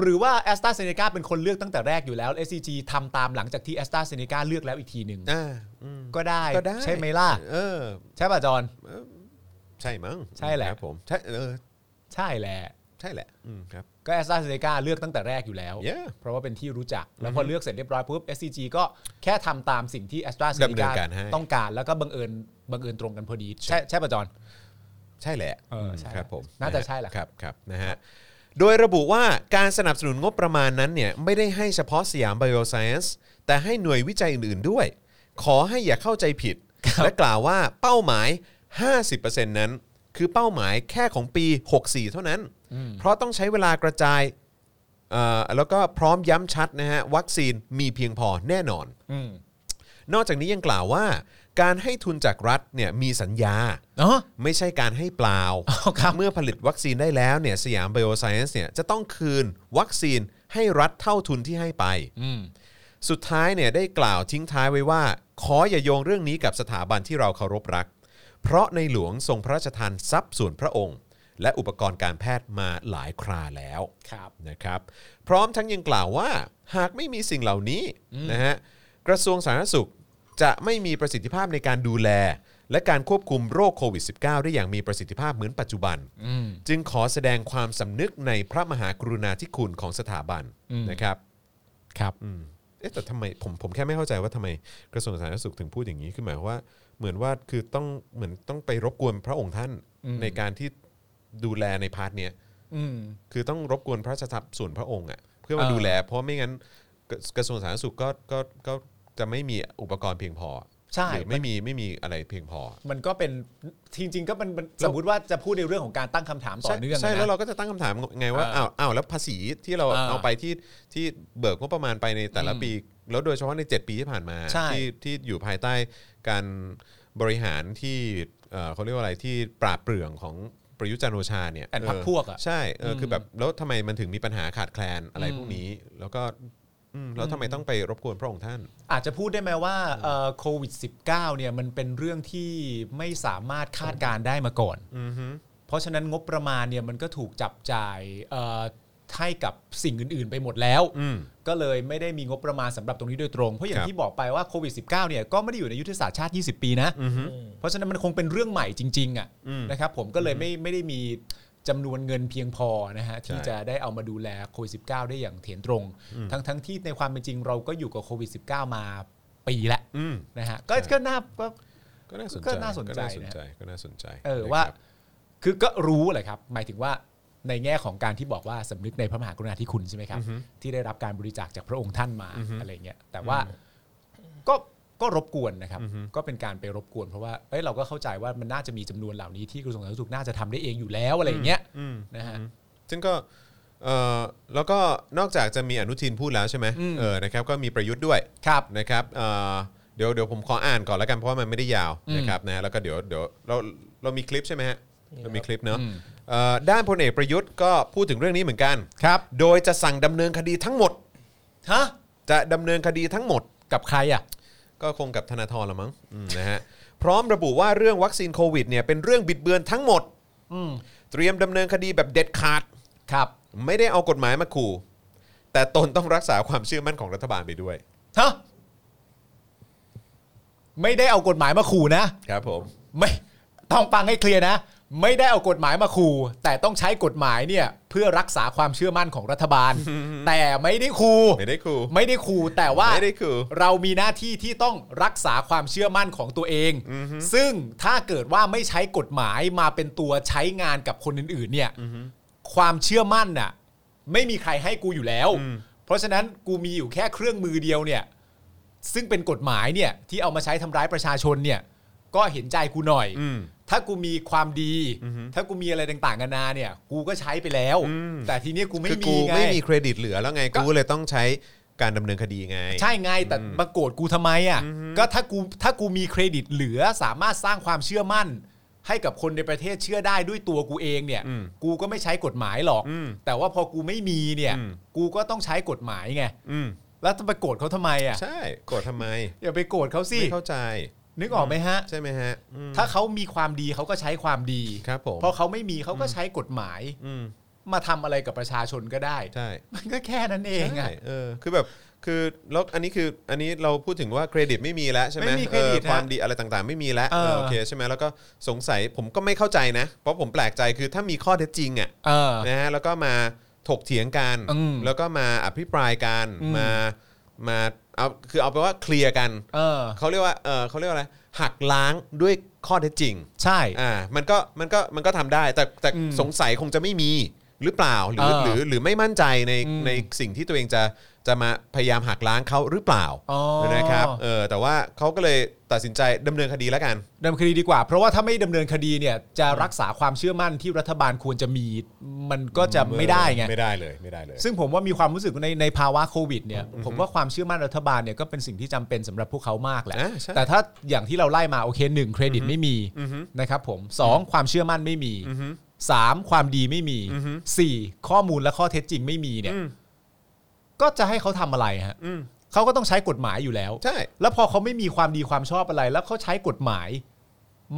หรือว่าแอสตราเซเนกาเป็นคนเลือกตั้งแต่แรกอยู่แล้ว SCG ทำตามหลังจากที่แอสตราเซเนกาเลือกแล้วอีกทีหนึ่ง
อ่าอืม
ก็ได้
ก็ได้
ใช่ไหมล่ะ
เออ
ใช่ป่ะจอน
ใช่มั้ง
ใช่แหละ
ครับผมใช่เออ
ใช่แหละ
ใช่แหละอืมครับ
ก็แอสตราเซเนกาเลือกตั้งแต่แรกอยู่แล้ว
Yeah
เพราะว่าเป็นที่รู้จัก แล้วพอเลือกเสร็จเรียบร้อยปุ๊บ SCG ก็แค่ทำตามสิ่งที่แอสตราเซเน
ดำเนิ
กาน
การให้
ต้องการแล้วก็บังเอิญบังเอิญตรงกันพอดี ใช่ใช่ป่ะจอน
ใช่แหละ
เออใช่
ครับผม
น่าจะใช่แหละ
ครับครับนะฮะโดยระบุว่าการสนับสนุนงบประมาณนั้นเนี่ยไม่ได้ให้เฉพาะสยามไบโอไซส์แต่ให้หน่วยวิจัยอื่นๆด้วย ขอให้อย่าเข้าใจผิด และกล่าวว่าเป้าหมาย 50%นั้น คือเป้าหมายแค่ของปี 64 เท่านั้น เพราะต้องใช้เวลากระจาย เอ่อแล้วก็พร้อมย้ำชัดนะฮะวัคซีนมีเพียงพอแน่นอน
อืม
นอกจากนี้ยังกล่าวว่า การให้ทุนจากรัฐเนี่ยมีสัญญา
เนาะ
ไม่ใช่การให้เปล่า
อ้าวครับ
เมื่อผลิตวัคซีนได้แล้วเนี่ยสยามไบโอไซเอนซ์เนี่ยจะต้องคืนวัคซีนให้รัฐเท่าทุนที่ให้ไป
อืม
สุดท้ายเนี่ยได้กล่าวทิ้งท้ายไว้ว่า ขออย่าโยงเรื่องนี้กับสถาบันที่เราเคารพรัก เพราะในหลวงทรงพระราชทานทรัพย์ส่วนพระองค์ และอุปกรณ์การแพทย์มาหลายคราแล้ว
ครับ
นะครับพร้อมทั้งยังกล่าวว่า หากไม่มีสิ่งเหล่านี้นะฮะกระทรวงสาธารณสุขจะไม่มีประสิทธิภาพในการดูแล และการควบคุมโรคโควิด -19 ได้อย่างมีประสิทธิภาพเหมือนปัจจุบัน
อืม
จึงขอแสดงความสำนึกในพระมหากรุณาธิคุณของสถาบัน
อืม
นะครับ
ครับ
อืมเอ๊ะแต่ทำไมผมผมแค่ไม่เข้าใจว่าทำไมกระทรวงสาธารณสุขถึงพูดอย่างนี้คือหมายความว่าเหมือนว่าคือต้องเหมือนต้องไปรบกวนพระองค์ท่านในการที่ดูแลในพาร์ทเนี้ย
อืม
คือต้องรบกวนพระราชทัพส่วนพระองค์อ่ะเพื่อมา
เออ
ดูแล เพราะไม่งั้นกระกระทรวงสาธารณสุขก็ก็ก็จะไม่มีอุปกรณ์เพียงพอ
ใช่
หรือไม่มีไม่มีอะไรเพียงพอ
มันก็เป็นจริง ๆ ก็มันมันสมมติว่าจะพูดในเรื่องของการตั้งคำถามต่อ
ใช่
เนื่อง
ใช่
นะ
แล้วเราก็จะตั้งคำถามไงว่า
เออ
อ้าวอ้าวแล้วภาษีที่เรา
เออ
เอาไปที่ที่เบิกงบประมาณไปในแต่ละ
อืม
ปี แล้วโดยเฉพาะใน 7 ปีที่ผ่านมา
ใช่
ที่ที่อยู่ภายใต้การบริหารที่เอ่อเขาเรียกว่าอะไรที่ปราบเปรื่องของประยุทธ์จันทร์โอชาเนี่ย
แอนพัก
เออ
พวกอ่ะ
ใช่เอออ
ม
คือแบบแล้วทำไมมันถึงมีปัญหาขาดแคลนอะไร
อืม
พวกนี้ แล้วก็อืมแล้วทำไมต้องไปรบกวนพระองค์ท่าน
อาจจะพูดได้ไหมว่าเอ่อโควิด -19 เนี่ยมันเป็นเรื่องที่ไม่สามารถคาดการณ์ได้มาก่อน
อือฮึ
เพราะฉะนั้นงบประมาณเนี่ยมันก็ถูกจับจ่ายเอ่อให้กับสิ่งอื่น ๆ ไปหมดแล้ว
อืม
ก็เลยไม่ได้มีงบประมาณสำหรับตรงนี้โดยตรง เพราะอย่า
ครั
ง
บ
ที่บอกไปว่าโควิด -19 เนี่ยก็ไม่ได้อยู่ในยุทธศาสตร์ชาติ 20 ปีนะ
อือฮึ
อืม
เพราะฉะนั้นมันคงเป็นเรื่องใหม่จริง ๆ อ่ะ
อืม
นะครับผมก็เลยไม่ไม่ได้มีจำนวนเงินเพียงพอนะฮะที่
ใช่
จะได้เอามาดูแลโควิด -19 ได้อย่างเถียนตรง ทั้งทั้งที่ในความเป็นจริงเราก็อยู่กับโควิด -19 มาปีละ
อืม
นะฮะก็
ใช่
ก็น่าก็
ก็น่าสนใจ
ก็น่าสนใจ
ก็น่า
นะ
สนใจก็น่าสนใจ
เออ
นะครับ
ว่า คือก็รู้แหละครับ หมายถึงว่าในแง่ของการที่บอกว่าสำนึกในพระมหากรุณาธิคุณใช่ไหมครับ
อือฮึ
ที่ได้รับการบริจาคจากพระองค์ท่านมา
อือฮึ
อะไรเงี้ยแต่ว่าก็ก็รบกวนนะครับ
อือฮึ
ก็เป็นการไปรบกวน เพราะว่าเอ้ยเราก็เข้าใจว่ามันน่าจะมีจำนวนเหล่านี้ที่กระทรวงสาธารณสุขน่าจะทำได้เองอยู่แล้วอะไรเงี้ย
อืม
นะฮะ
ซึ่งก็เอ่อแล้วก็นอกจากจะมีอนุทินพูดแล้วใช่ไหม
อืม
เออนะครับก็มีประยุทธ์ด้วย
ครับ
นะครับเอ่อเดี๋ยวเดี๋ยวผมขออ่านก่อนแล้วกันเพราะว่ามันไม่ได้ยาว
อืม
นะครับนะแล้วก็เดี๋ยวเดี๋ยวเราเรามีคลิปใช่ไหมฮะ
มีครับ
เรามีคลิปเนาะ
อืม
เอ่อด้านพลเอกประยุทธ์ก็พูดถึงเรื่องนี้เหมือนกัน
ครับ
โดยจะสั่งดำเนินคดีทั้งหมด
ฮะ
จะดำเนินคดีทั้งหมด
กับใครอ่ะ
ก็คงกับธนาธรละมั้งอืมนะฮะพร้อมระบุว่าเรื่องวัคซีนโควิดเนี่ยเป็นเรื่องบิดเบือนทั้งหมด
อืม
เตรียมดำเนินคดีแบบเด็ดขาด
ครับ
ไม่ได้เอากฎหมายมาขู่ แต่ตนต้องรักษาความเชื่อมั่นของรัฐบาลไปด้วย
ฮะไม่ได้เอากฎหมายมาขู่นะ
ครับผม
ไม่ต้องฟังให้เคลียร์นะ ไม่ได้เอากฎหมายมาขู่แต่ต้องใช้กฎหมายเนี่ยเพื่อรักษาความเชื่อมั่นของรัฐบาล แต่ไม่ได้ขู่
ไม่ได้ขู่
ไม่ได้ขู่แต่ว่า
ไม่ได้ขู่
เรามีหน้าที่ที่ต้องรักษาความเชื่อมั่นของตัวเอง ซึ่งถ้าเกิดว่าไม่ใช้กฎหมายมาเป็นตัวใช้งานกับคนอื่นๆ เนี่ยความเชื่อมั่นน่ะ ไม่มีใครให้กูอยู่แล้ว เพราะฉะนั้นกูมีอยู่แค่เครื่องมือเดียวเนี่ย ซึ่งเป็นกฎหมายเนี่ยที่เอามาใช้ทำร้ายประชาชนเนี่ย ก็เห็นใจกูหน่อย
อืม
ถ้ากูมีความดี ถ้ากูมีอะไรต่างๆกันานาเนี่ย กูก็ใช้ไปแล้ว
อืม
แต่ทีเนี้ยกูไม่
คือ
มี
กู
ไง
ไม่มีเครดิตเหลือแล้วไง
ก็
กูเลยต้องใช้การดำเนินคดีไง
ใช่ไงแต่มาโกรธกูทำไมอ่ะก็ถ้ากูถ้ากูมีเครดิตเหลือสามารถสร้างความเชื่อมั่น ให้กับคนในประเทศเชื่อได้ด้วยตัวกูเองเนี่ย
อืม
กูก็ไม่ใช้กฎหมายหรอก
อืม
แต่ว่าพอกูไม่มีเนี่ย
อืม
กูก็ต้องใช้กฎหมายไง
อืม
แล้วจะไปโกรธเขาทำไมอ่ะ
ใช่โกรธทำไม
อย่าไปโกรธเขาสิ
ไม่เข้าใจ
นึกออกไหมฮะ
ใช่ไหมฮะอืม
ถ้าเขามีความดีเขาก็ใช้ความดี
ครับผม
พอเขาไม่มีเขาก็ใช้กฎหมาย
อืม
มาทำอะไรกับประชาชนก็ได้
ใช่
มันก็แค่นั้นเอง
ใช่
อะ
เออคือแบบคือแล้วอันนี้คืออันนี้เราพูดถึงว่าเครดิตไม่มีแล้วใช่ไหม
ไม่มีเครดิต
ออความดีอะไรต่างๆ ไม่มีแล้ว
เออ
เออโอเคใช่ไหมแล้วก็สงสัยผมก็ไม่เข้าใจนะ เพราะผมแปลกใจคือถ้ามีข้อเท็จจริงอ่ะ
เออ
นะฮะแล้วก็มาถกเถียงกัน
อืม
แล้วก็มาอภิปรายกัน
อืม
มามาเอาคือเอาไปนว่าเคลียร์กัน
เออ
เขาเรียกว่าเออเขาเรียกว่าอะไรหักล้างด้วยข้อเท็จจริง
ใช่
อ่ามันก็มันก็มันก็ทำได้แต่แต่
อืม
สงสัยคงจะไม่มี หรือเปล่าหรือห
เออ
รือหรือไม่มั่นใจใน
อืม
ในสิ่งที่ตัวเองจะจะมาพยายามหักล้างเขาหรือเปล่า
อ๋อ
นะครับเออแต่ว่าเขาก็เลยตัดสินใจดำเนินคดีแล้วกัน
ดำเนินคดีดีกว่า เพราะว่าถ้าไม่ดำเนินคดีเนี่ยจะรักษาความเชื่อมั่นที่รัฐบาลควรจะมีมันก็จะไม่ได้ไง
ไม่ได้เลยไม่ได้เลย
ซึ่งผมว่ามีความรู้สึกในในภาวะโควิดเนี่ยผมว่าความเชื่อมั่นรัฐบาลเนี่ยก็เป็นสิ่งที่จำเป็นสำหรับพวกเขามากแหละ
อ่าใช่
แต่ถ้าอย่างที่เราไล่มาโอเคหนึ่งเครดิตไม่มี
อือฮึ
นะครับผมสองความเชื่อมั่นไม่มี
อือฮึ
สามความดีไม่มี
อือฮึ
สี่ข้อมูลและข้อเท็จจริงไม่มีเนี่ย
อืม
ก็จะให้เขาทำอะไรฮะ
อืม
เขาก็ต้องใช้กฎหมายอยู่แล้ว
ใช่
แล้วพอเขาไม่มีความดีความชอบอะไร แล้วเขาใช้กฎหมาย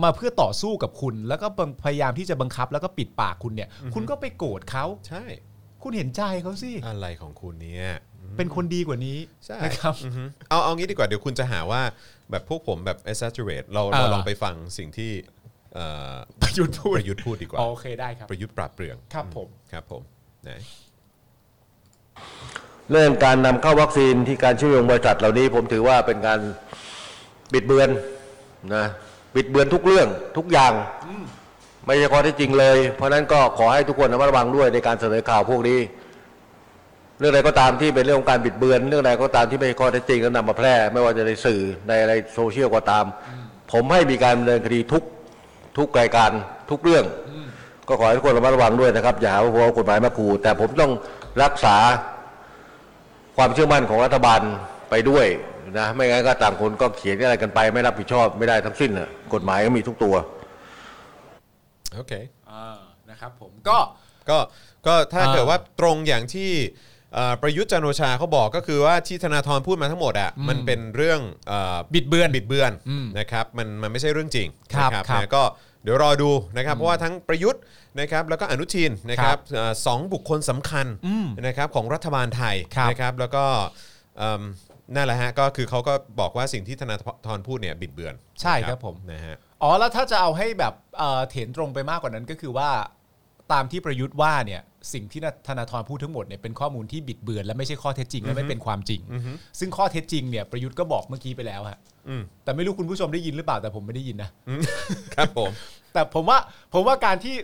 มาเพื่อต่อสู้กับคุณ แล้วก็พยายามที่จะบังคับ แล้วก็ปิดปากคุณเนี่ย คุณก็ไปโกรธเขา
ใช่
คุณเห็นใจเขาสิ
อะไรของคุณเนี่ยอืม
เป็นคนดีกว่านี้
ใช่
นะครับ
อือฮึเอาเอางี้ดีกว่าเดี๋ยวคุณจะหาว่าแบบพวกผมแบบ exaggerate เรา
เออ
เราลองไปฟังสิ่งที่เอ่อ
ประยุทธ์พู
ป
ด
ระยุทธ์พูดดีกว่า
อ๋อโอเคได้ครับ
ประยุทธ์ปราบเปรื่อง
ครับผม
ครับผมไหน
เรื่องการนำเข้าวัคซีนที่การเชื่อมโยงบริษัทเหล่านี้ผมถือว่าเป็นการบิดเบือนนะบิดเบือนทุกเรื่องทุกอย่าง ไม่ใช่ข้อเที่จริงเลย เพราะฉะนั้นก็ขอให้ทุกคนระมัดระวังด้วยในการเสนอข่าวพวกนี้ เรื่องใดก็ตามที่เป็นเรื่องของการบิดเบือน เรื่องใดก็ตามที่ไม่ใช่ข้อเท็จจริงแล้วนำมาแพร่ ไม่ว่าจะในสื่อในอะไรโซเชียลก็ตาม ผมให้มีการดำเนินคดีทุกทุกรายการทุกเรื่อง ก็ขอให้ทุกคนระมัดระวังด้วยนะครับอย่าหาว่าผมเอากฎหมายมาขู่แต่ผมต้องรักษา ความเชื่อมั่นของรัฐบาลไปด้วยนะไม่งั้นก็ต่างคนก็เขียนอะไรกันไป ไม่รับผิดชอบไม่ได้ทั้งสิ้นน่ะกฎหมายก็มีทุกตัว
โอเค
อ่านะครับผมก็
ก็ก็ถ้า
อ่า
เกิดว่าตรงอย่างที่เอ่อประยุทธ์จันทร์โอชาเขาบอกก็คือว่าที่ธนาธรพูดมาทั้งหมดอ่ะมันเป็นเรื่องเอ่อ
บิดเบือน
บิดเบือน
อืม
นะครับมันมันไม่ใช่เรื่องจริง
ครับ
นะครับ
ครับ
นะก็เดี๋ยวรอดูนะครับเพราะว่าทั้งประยุทธ์นะครับแล้วก็อนุทินนะครับเอ่อสองบุคคลสำคัญ
อืม
นะครับของรัฐบาลไทย
ครับ
นะครับแล้วก็เอิ่มนั่นแหละฮะก็คือเขาก็บอกว่าสิ่งที่ธนาธรพูดเนี่ยบิดเบือน
ใช่ครับผม
นะฮะ
อ๋อแล้วถ้าจะเอาให้แบบเอ่อเถนตรงไปมากกว่านั้นก็คือว่า ตามที่ประยุทธ์ว่าเนี่ยสิ่งที่ธนาธรพูดทั้งหมดเนี่ยเป็นข้อมูลที่บิดเบือนและไม่ใช่ข้อเท็จจริงและไม่เป็นความจริง ซึ่งข้อเท็จจริงเนี่ยประยุทธ์ก็บอกเมื่อกี้ไปแล้วฮะ
อืม
แต่ไม่รู้คุณผู้ชมได้ยินหรือเปล่าแต่ผมไม่ได้ยินนะ
ครับผม
แต่ผมว่าผมว่าการที่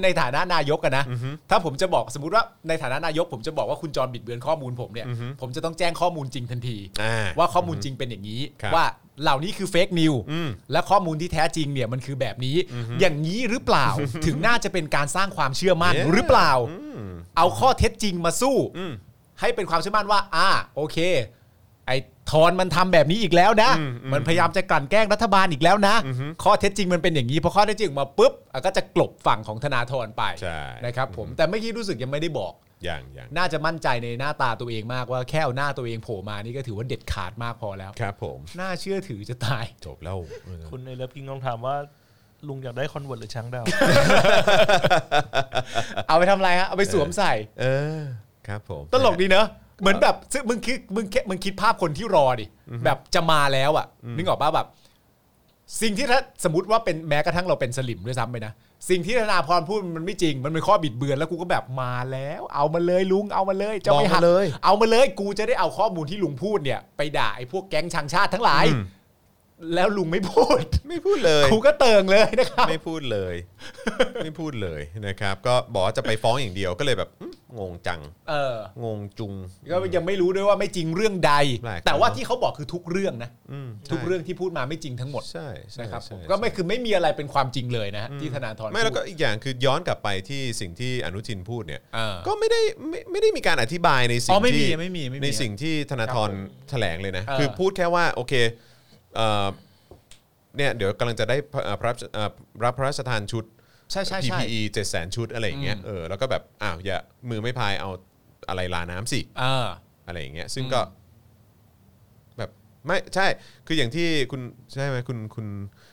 ในฐานะนายกอะนะถ้าผมจะบอกสมมติว่าในฐานะนายก ผมจะบอกว่าคุณจรบิดเบือนข้อมูลผมเนี่ยผมจะต้องแจ้งข้อมูลจริงทันที
อ่า
ว่าข้อมูลจริงเป็นอย่างนี้
ครับ
ว่าเหล่านี้คือเฟกนิว
อืม
และข้อมูลที่แท้จริงเนี่ยมันคือแบบนี้ อย่างนี้หรือเป ล่า ถึงน่าจะเป็นการสร้างความเชื่อมั่น
Yeah
หรือเปล่า
อืม
เอาข้อเท็จจริงมาสู้
อืม
ให้เป็นความเชื่อมั่นว่า อ่า โอเค ไอ้ทอนมันทำแบบนี้อีกแล้วนะ
อืมอืม
มันพยายามจะกลั่นแกล้งรัฐบาลอีกแล้วนะ
อือฮึ
ข้อเท็จจริงมันเป็นอย่างนี้พอข้อเท็จจริงออกมาปุ๊บอ่ะก็จะกลบฝั่งของธนาธรไป
ใช่
นะครับผมแต่เมื่อกี้รู้สึกยังไม่ได้บอก
อย่างอย่าง
น่าจะมั่นใจในหน้าตาตัวเองมากว่าแค่เอาหน้าตัวเองโผล่มานี่ก็ถือว่าเด็ดขาดมากพอแล้ว
ครับผม
น่าเชื่อถือจะตาย
จบแล้ว
คุณเอเลฟกิงลองถามว่าลุงอยากได้คอนเวิร์ตหรือช้างดาว
เอาไปทำอะไรฮะ เอาไปสวมใส่
เออครับผม
ตลกดีเนอะ เหมือนแบบซึ่งมึงคิดมึงแค่มึงคิดภาพคนที่รอดิ แบบจะมาแล้วอ่ะ นึกออกป่ะแบบ สิ่งที่ถ้าสมมติว่าเป็นแม้กระทั่งเราเป็นสลิมด้วยซ้ำไปนะ สิ่งที่ธนาพรพูดมันไม่จริง มันเป็นข้อบิดเบือนแล้วกูก็แบบมาแล้ว เอามาเลยลุงเอามาเลยจะ
บอก
ไม่หั
มาก เลย
เอามาเลยกูจะได้เอาข้อมูลที่ลุงพูดเนี่ย ไปด่าไอ้พวกแก๊งชังชาติทั้งหลาย แล้วลุงไม่พูด
ไม่พูดเลย
กูก็เติงเลยนะครับ
ไม่พูดเลย ไม่พูดเลยนะครับ ก็บอกว่าจะไปฟ้องอย่างเดียวก็เลยแบบอืมงงจัง
เออ
งงจุง
ก็ยังไม่รู้ด้วยว่าไม่จริงเรื่องใด
หลายครั้ง
แต่ว่าที่เขาบอกคือทุกเรื่องนะ
อืม
ทุก
ใช่
เรื่องที่พูดมาไม่จริงทั้งหมด
ใช่ใช่
นะครับผ
ใช่
ม
ใช่
ก็ไม่คือไม่มีอะไรเป็นความจริงเลยนะฮะที่ธนาธร
ไม่แล้วก็
พูด
อีกอย่างคือย้อนกลับไปที่สิ่งที่อนุทินพูดเนี่ย
อ่า
ก็ไม่ได้ไม่ไม่ได้มีการอธิบายในสิ่
อ๋
ง
อไม่มี
ที่
ไม่มีไม่มี
ในสิ่งที่ธนาธร
ครับผม
แถลงเลยนะ
เออ
คือพูดแค่ว่าโอเคเอ่อเนี่ยเดี๋ยวกำลังจะได้พระเอ่อพระเอ่อรับพระราชทานชุด
ใช่ใช่ใช่
PPE 7 0 0 0 0 ชุดอะไรอย่างเงี้ยเออแล้วก็แบบอ้าวอย่ามือไม่พายเอาอะไรลาน้ำสิ
อ่า
อะไรอย่างเงี้ยซึ่งก็ แบบไม่ใช่ คืออย่างที่คุณใช่ไหมคุณคุณ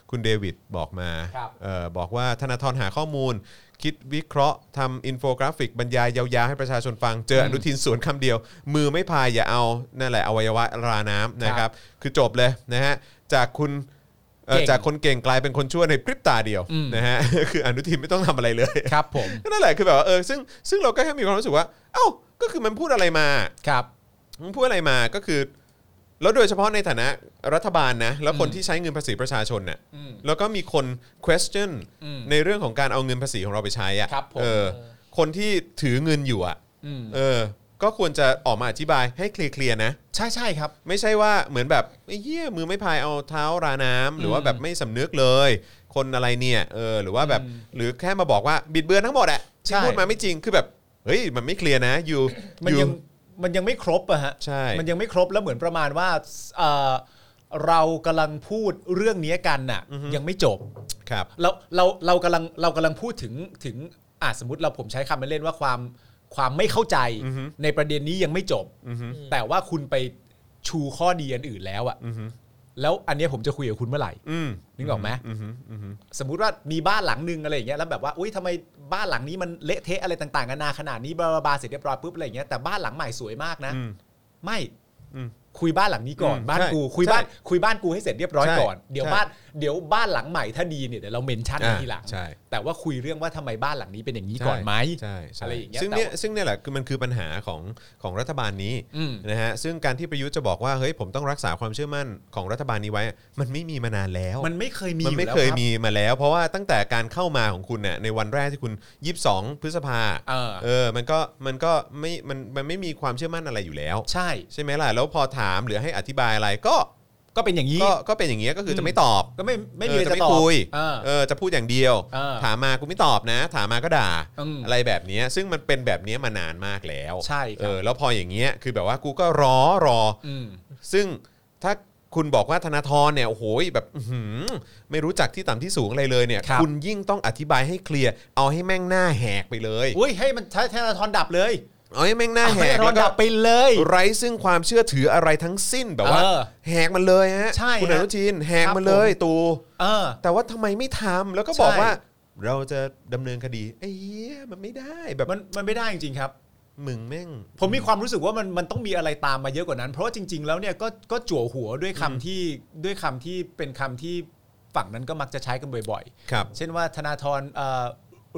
คุณเดวิดบอกมา
ครับ
เออบอกว่าธนาธรหาข้อมูล คิดวิเคราะห์ทำอินโฟกราฟิกบรรยายยาวๆให้ประชาชนฟังเจออ
ม
นุทินสวนคำเดียว มือไม่พายอย่าเอานั่นแหละอวัยวะราน้ำนะค
ครั
รับ
บ
คือจบเลยนะฮะจากคุณเอ่อ
เก่ง
จากคนเก่งกลายเป็นคนชั่วในพริบตาเดียว
อืม
นะฮะ คืออนุทินไม่ต้องทำอะไรเลย
ครับผม
ก็นั่นแหละคือแบบว่าเออซึ่งซึ่งเราก็แค่มีความรู้สึกว่า เอ้าก็คือมันพูดอะไรมา
ครับ
มึงพูดอะไรมาก็คือ แล้วโดยเฉพาะในฐานะรัฐบาลนะ แล้วคน
อืม
ที่ใช้เงินภาษีประชาชนน่ะ
อืม
แล้วก็มีคน question
อืม
ในเรื่องของการเอาเงินภาษีของเราไปใช้อะ
ครับผม
เออ คนที่ถือเงินอยู่อ่ะเออ ก็ควรจะออกมาอธิบายให้เคลียร์ๆนะ
ใช่ใช่ครับ
ไม่ใช่ว่าเหมือนแบบไอ้เหี้ยมือไม่พายเอาเท้าราน้ำหรือว่าแบบไม่สำนึกเลย คนอะไรเนี่ยเออหรือว่าแบบหรือแค่มาบอกว่าบิดเบือนทั้งหมดอะ
ใช่
ที่พูดมาไม่จริงคือแบบเฮ้ยมันไม่เคลียร์นะอยู่
มัน
อยู่
ยังมันยังไม่ครบอะฮะ
ใช่
มันยังไม่ครบแล้วเหมือนประมาณว่าเอ่อเรากำลังพูดเรื่องนี้กันน่ะยังไม่จบ
ครับ
เราเราเรากำลังเรากำลังพูดถึงถึงอ่ะสมมติเราผมใช้คำเล่นๆว่าความความไม่เข้าใจในประเด็นนี้ยังไม่จบ แต่ว่าคุณไปชูข้อดีอันอื่นแล้วอะแล้วอันเนี้ยผมจะคุยกับคุณเมื่อไหร่
อืม
นึกออกไหม
อืมอืม
สมมุติว่ามีบ้านหลังนึงอะไรอย่างเงี้ยแล้วแบบว่าอุ้ยทำไมบ้านหลังนี้มันเละเทะอะไรต่างๆกันานาขนาดนี้บลาบลาบลาเสร็จเรียบร้อยปุ๊บอะไรอย่างเงี้ยแต่บ้านหลังใหม่สวยมากนะ
อืม
ไม่
อืม
คุยบ้านหลังนี้ก่อน
อืม
บ้าน
ใช่
กูคุย
ใช่
บ้านคุยบ้านกูให้เสร็จเรียบร้อย
ใช่
ก่อนเดี๋ยว
ใช่
บ้านเดี๋ยวบ้านหลังใหม่ถ้าดีเนี่ยเดี๋ยวเราเมนชั่นกัน
อ่า
ทีหลัง
ใช่
แต่ว่าคุยเรื่องว่าทำไมบ้านหลังนี้เป็นอย่างนี้ก่อนไหม
ใช่ใช่
อะไรอย่างเงี้ย
ซึ่ง
แต่
เนี่ย
ว่า
ซึ่งเนี่ยแหละคือมันคือปัญหาของของรัฐบาลนี้
อืม
นะฮะซึ่งการที่ประยุทธ์จะบอกว่าเฮ้ยผมต้องรักษาความเชื่อมั่นของรัฐบาลนี้ไว้ มันไม่มีมานานแล้ว
มันไม่เคยมี
มันไม่
อยู่แล้ว
เคย
ครับ
มีมาแล้ว เพราะว่าตั้งแต่การเข้ามาของคุณเนี่ยในวันแรกที่คุณ 22 พฤษภา
เออ
เออมันก็มันก็ไม่มันมันไม่มีความเชื่อมั่นอะไรอยู่แล้ว
ใช่
ใช่ไหมล่ะแล้วพอถามหรือให้อธิบายอะไรก็
ก็เป็นอย่างนี้
ก็ก็เป็นอย่างเงี้ยก็คือจะไม่ตอบ
ก็ไม่ไม่มี
เอ
อะ
อจะ
ไรจะ
ไม่
ตอบ
คุย
เออ
เออจะพูดอย่างเดียว
เออ
ถามมากูไม่ตอบนะ ถามมาก็ด่า
อืม
อะไรแบบเนี้ยซึ่งมันเป็นแบบเนี้ยมานานมากแล้ว
ใช่ครับ
เออแล้วพออย่างเงี้ยคือแบบว่ากูก็รอรออ
อืม
ซึ่งถ้าคุณบอกว่าธนาธรเนี่ยโอ้โหแบบอื้อหือไม่รู้จักที่ต่ำที่สูงอะไรเลยเนี่ย
ครับ
ณยิ่งต้องอธิบายให้เคลียร์เอาให้แม่งหน้าแหกไปเลย
อุ้ยให้มันใช้ธนาธรดับเลย
เอาให้แม่งหน้า
เอา
แห
ให้
ก
ธนา
แล้ว
ธร
ก็
ดับไปเลย
ไร้ซึ่งความเชื่อถืออะไรทั้งสิ้นแบบว่า
เออ
แหกมันเลยฮะ
ใช่
คุณอ
ฮะ
นุทินแหก
ครับ
มันเลย
ผม
ตู
เออ
แต่ว่าทำไมไม่ทำแล้วก็บอก
ใช่
ว่า เราจะดำเนินคดีไอ้เหี้ยมันไม่ได้แบบ
มันมันไม่ได้จริงๆครับ
มึงแม่ง
ผมมีความรู้สึกว่ามันมันต้องมีอะไรตามมาเยอะกว่านั้น เพราะว่าจริง ๆ แล้วเนี่ยก็ก็จั่วหัวด้วยคำที่ด้วยคำที่เป็นคำที่ฝั่งนั้นก็มักจะใช้กันบ่อย
ครับ
ๆ เช่นว่าธนาธรเอ่อ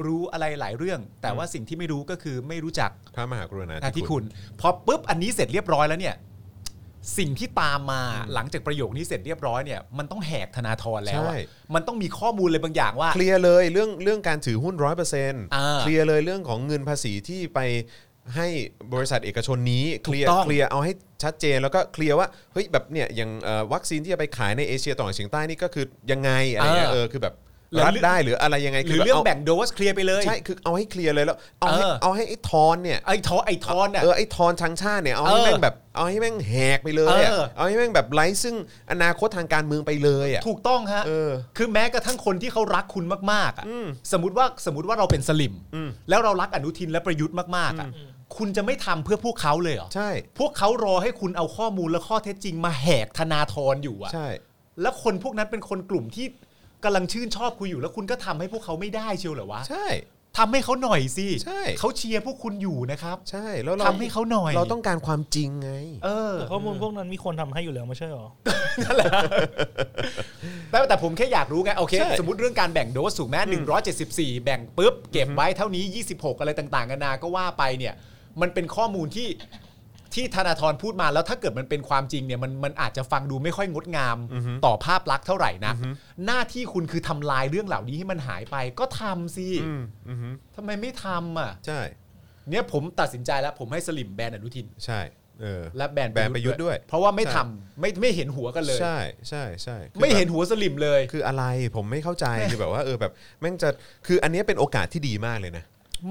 รู้อะไรหลายเรื่อง แต่ว่าสิ่งที่ไม่รู้ก็คือไม่รู้จัก
พระมหากรุณา
นะ
ธิ
ที่
คุ
คุณ ณ พอปุ๊บอันนี้เสร็จเรียบร้อยแล้วเนี่ยสิ่งที่ตามมาหลังจากประโยคนี้เสร็จเรียบร้อยเนี่ยมันต้องแหกธนาธรแล้วอะ
ใช่
มันต้องมีข้อมูลอะไรบางอย่างว่า
เคลียร์เลยเรื่องเรื่องการถือหุ้นร้อยเปอร์เซ็นต์
อ่า
เคลียร์เลยเรื่องของเงินภาษีที่ไปให้บริษัทเอกชนนี้
ถู
เค
ก
ลียร์
ต้อง
เคลียร์เอาให้ชัดเจนแล้วก็เคลียร์ว่าเฮ้ยแบบเนี่ยอย่างเอ่อวัคซีนที่จะไปขายในเอเชียตะวันออกเฉียงใต้นี่ก็คือยังไงอะไรเงี้ย
เออ
เออคือแบบ
แล้ว
รัด
เรื่อง
ได้หรืออะไรยังไง
ห
คื
รือ
บ
เรื่อง
บา
แบ่งโดสเคลียร์ไปเลย
ใช่คือเอาให้เคลียร์เลยแล้วเอาให้
เออ
เอาให้ไอ้ทอนเนี่ย
ไอ้ทอไอ้ทอนน่ะ
เออไอ้ทอนชังชาติเนี่ยเอาให้
เออ
แม่งแบบเอาให้แม่งแหกไปเลยอะ
เออ
เอาให้แม่งแบบไร้ซึ่งอนาคตทางการเมืองไปเลยอ่ะ
ถูกต้องฮะ
เออ
คือแม้กระทั่งคนที่เขารักคุณมากๆอ่ะ สมมติว่าสมมติว่าเราเป็นสลิม
อืม
แล้วเรารักอนุทินและประยุทธ์มากๆอ่ะ คุณจะไม่ทำเพื่อพวกเขาเลยเหรอ
ใช่
พวกเขารอให้คุณเอาข้อมูลและข้อเท็จจริงมาแหกธนาธรอยู่อ่ะ
ใช่
และคนพวกนั้นเป็นคนกลุ่มที่กำลังชื่นชอบคุณอยู่ แล้วคุณก็ทำให้พวกเขาไม่ได้เชียวเหรอวะ
ใช่
ทำให้เขาหน่อยสิ
ใช่
เขาเชียร์พวกคุณอยู่นะครับ
ใช่แล้วเรา
ทำให้เขาหน่อย
เราต้องการความจริงไง
เออ
แต่ข้อมูลพวกนั้นมีคนทำให้อยู่แล้วไม่ใช่หรอ
แต่แต่ผมแค่อยากรู้ไง โอเค
ใช่
สมมติเรื่องการแบ่งโดสถูกไหมหนึ่งร้อยเจ็ดสิบสี่แบ่งปุ๊บ เก็บไว้เท่านี้ 26 อะไรต่างๆกันานาก็ว่าไปเนี่ย มันเป็นข้อมูลที่ที่ธนาธรพูดมาแล้วถ้าเกิดมันเป็นความจริงเนี่ยมันมันอาจจะฟังดูไม่ค่อยงดงามต่อภาพลักษณ์เท่าไหร่นะหน้าที่คุณคือทำลายเรื่องเหล่านี้ให้มันหายไปก็ทำสิ
อืมอือฮึ
ทำไมไม่ทำอ่ะ
ใช่
เนี่ยผมตัดสินใจแล้วผมให้สลิมแบนอนุทิน
ใช่เออ
และแบน
แบนประยุทธ์ด้วย
เพราะว่าไม่ทำไม่ไม่เห็นหัวกันเลย
ใช่ใช่ใช่คือ
ไม่
แบบ
เห็นหัวสลิมเลย
คืออะไรผมไม่ เข้าใจคือแบบว่าเออแบบแม่งจะคืออันเนี้ยเป็นโอกาสที่ดีมากเลยนะ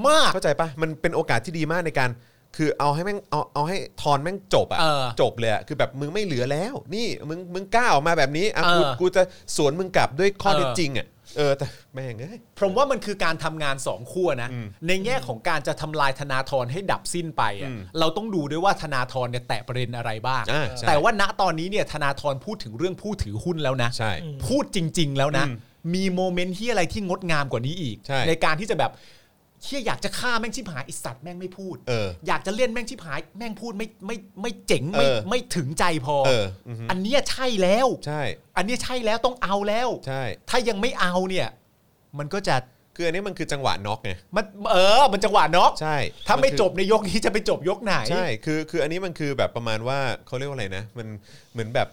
มาก
เข้าใจปะมันเป็นโอกาสที่ดีมากในการ คือเอาให้แม่งเอาเอาให้ทอนแม่งจบอะ
เออ
จบเลยอะคือแบบมึงไม่เหลือแล้ว นี่มึงมึงกล้าออกมาแบบนี้อ่ะกู
เออ
กูจะสวนมึงกลับด้วยข้อ
เออ
เท็จจริงอะเออแต่แม่งเอ้ย
ผมว่ามันคือการทำงานสองขั้วนะ ในแง่ของการจะทำลายธนาธรให้ดับสิ้นไปอะ
อืม
เราต้องดูด้วยว่าธนาธรเนี่ยแตะประเด็นอะไรบ้าง
อ่าใช่
แต่ว่าณตอนนี้เนี่ยธนาธรพูดถึงเรื่องผู้ถือหุ้นแล้วนะ
ใช่
พูดจริง ๆ แล้วนะ
อืม
มีโมเมนต์ที่อะไรที่งดงามกว่านี้อีก
ใช่
การที่จะแบบเที่ยอยากจะฆ่าแม่งชิบหายไอสัตว์แม่งไม่พูด
เออ
อยากจะเล่นแม่งชิบหาย แม่งพูดไม่ไม่ไม่เจ๋ง
เอ
ไม่
อ
ไม่ถึงใจพอ
เอออือฮึ
นเนี้ยใช่แล้ว
ใช่
อันเนี้ยใช่แล้วต้องเอาแล้ว
ใช่
ถ้ายังไม่เอาเนี่ย มันก็จะ
คืออันนี้มันคือจังหวะน็อกไง
มันเออ มันจังหวะน็อก
ใช่
ถ้าไม่
นคือ
จบในยกนี้จะไปจบยกไหน
ใช่ คือ คือ อันนี้มันคือแบบประมาณว่าเขาเรียกว่าอะไรนะ มันเหมือนแบบ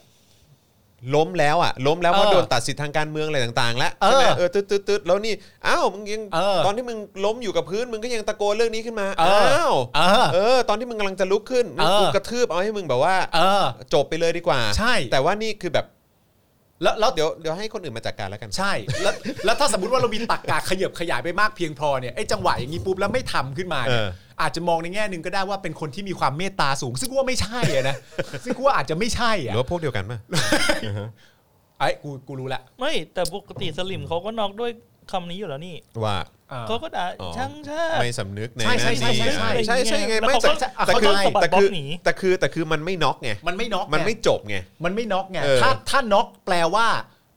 ล้มแล้วอ่ะล้มแล้วเพราะ
เออ
โดนตัดสิทธิ์ทางการเมืองอะไรต่างๆ แล้ว
เออ
ใช่ไหมเออตึ๊ดตึ๊ดตึ๊ดแล้วนี่อ้าวมึงยัง
เออ
ตอนที่มึงล้มอยู่กับพื้นมึงก็ยังตะโกนเรื่องนี้ขึ้นมา
เออ
ว
เออ
เออ ตอนที่มึงกำลังจะลุกขึ้น
เออ
กูกระทืบเอาให้มึงแบบว่า
เออ
จบไปเลยดีกว่า
ใช่
แต่ว่านี่คือแบบ
แล้วแล้ว
เดี๋ยวเดี๋ยวให้คนอื่นมาจัดการแล้วกัน
ใช่แล้วแล้วถ้าสมมติว่าเรามีตักกาขยับขยายไปมากเพียงพอเนี่ยไอ้จังหวะอย่างนี้ปุ๊บแล้วไม่ทำขึ้นมาเนี่ย
เออ
อาจจะมองในแง่หนึ่งก็ได้ว่าเป็นคนที่มีความเมตตาสูง ซึ่งกูว่าไม่ใช่อะนะ ซึ่งกูว่าอาจจะไม่ใช่
ห
อะ
รือว่าพวกเดียวกันป่ะ
ไอ้กูกูรู้ละ
ไม่แต่ปกติสลิมเขาก็นอกด้วยคำนี้อยู่แล้วนี่
ว่า
เออ
เขาก็ด่า
อ๋อ
ช่างชาติ
ไม่สำนึกใน
ใช่ใช่ใช่
หน้า
ใช่
ที่
ใช่
ใช่ใช่ไง
แล้ว
ไม่
เขา
แต่แต่คื
ก็
อ
เขาก็สะบัด
แต่คื
บล็
อ
อกหนี
แต่คือแต่คือมันไม่น็อกไง
มันไม่น็อกไง
มันไม่จบไง
มันไม่น็อกไง
เออ
ถ้าถ้าน็อกแปลว่า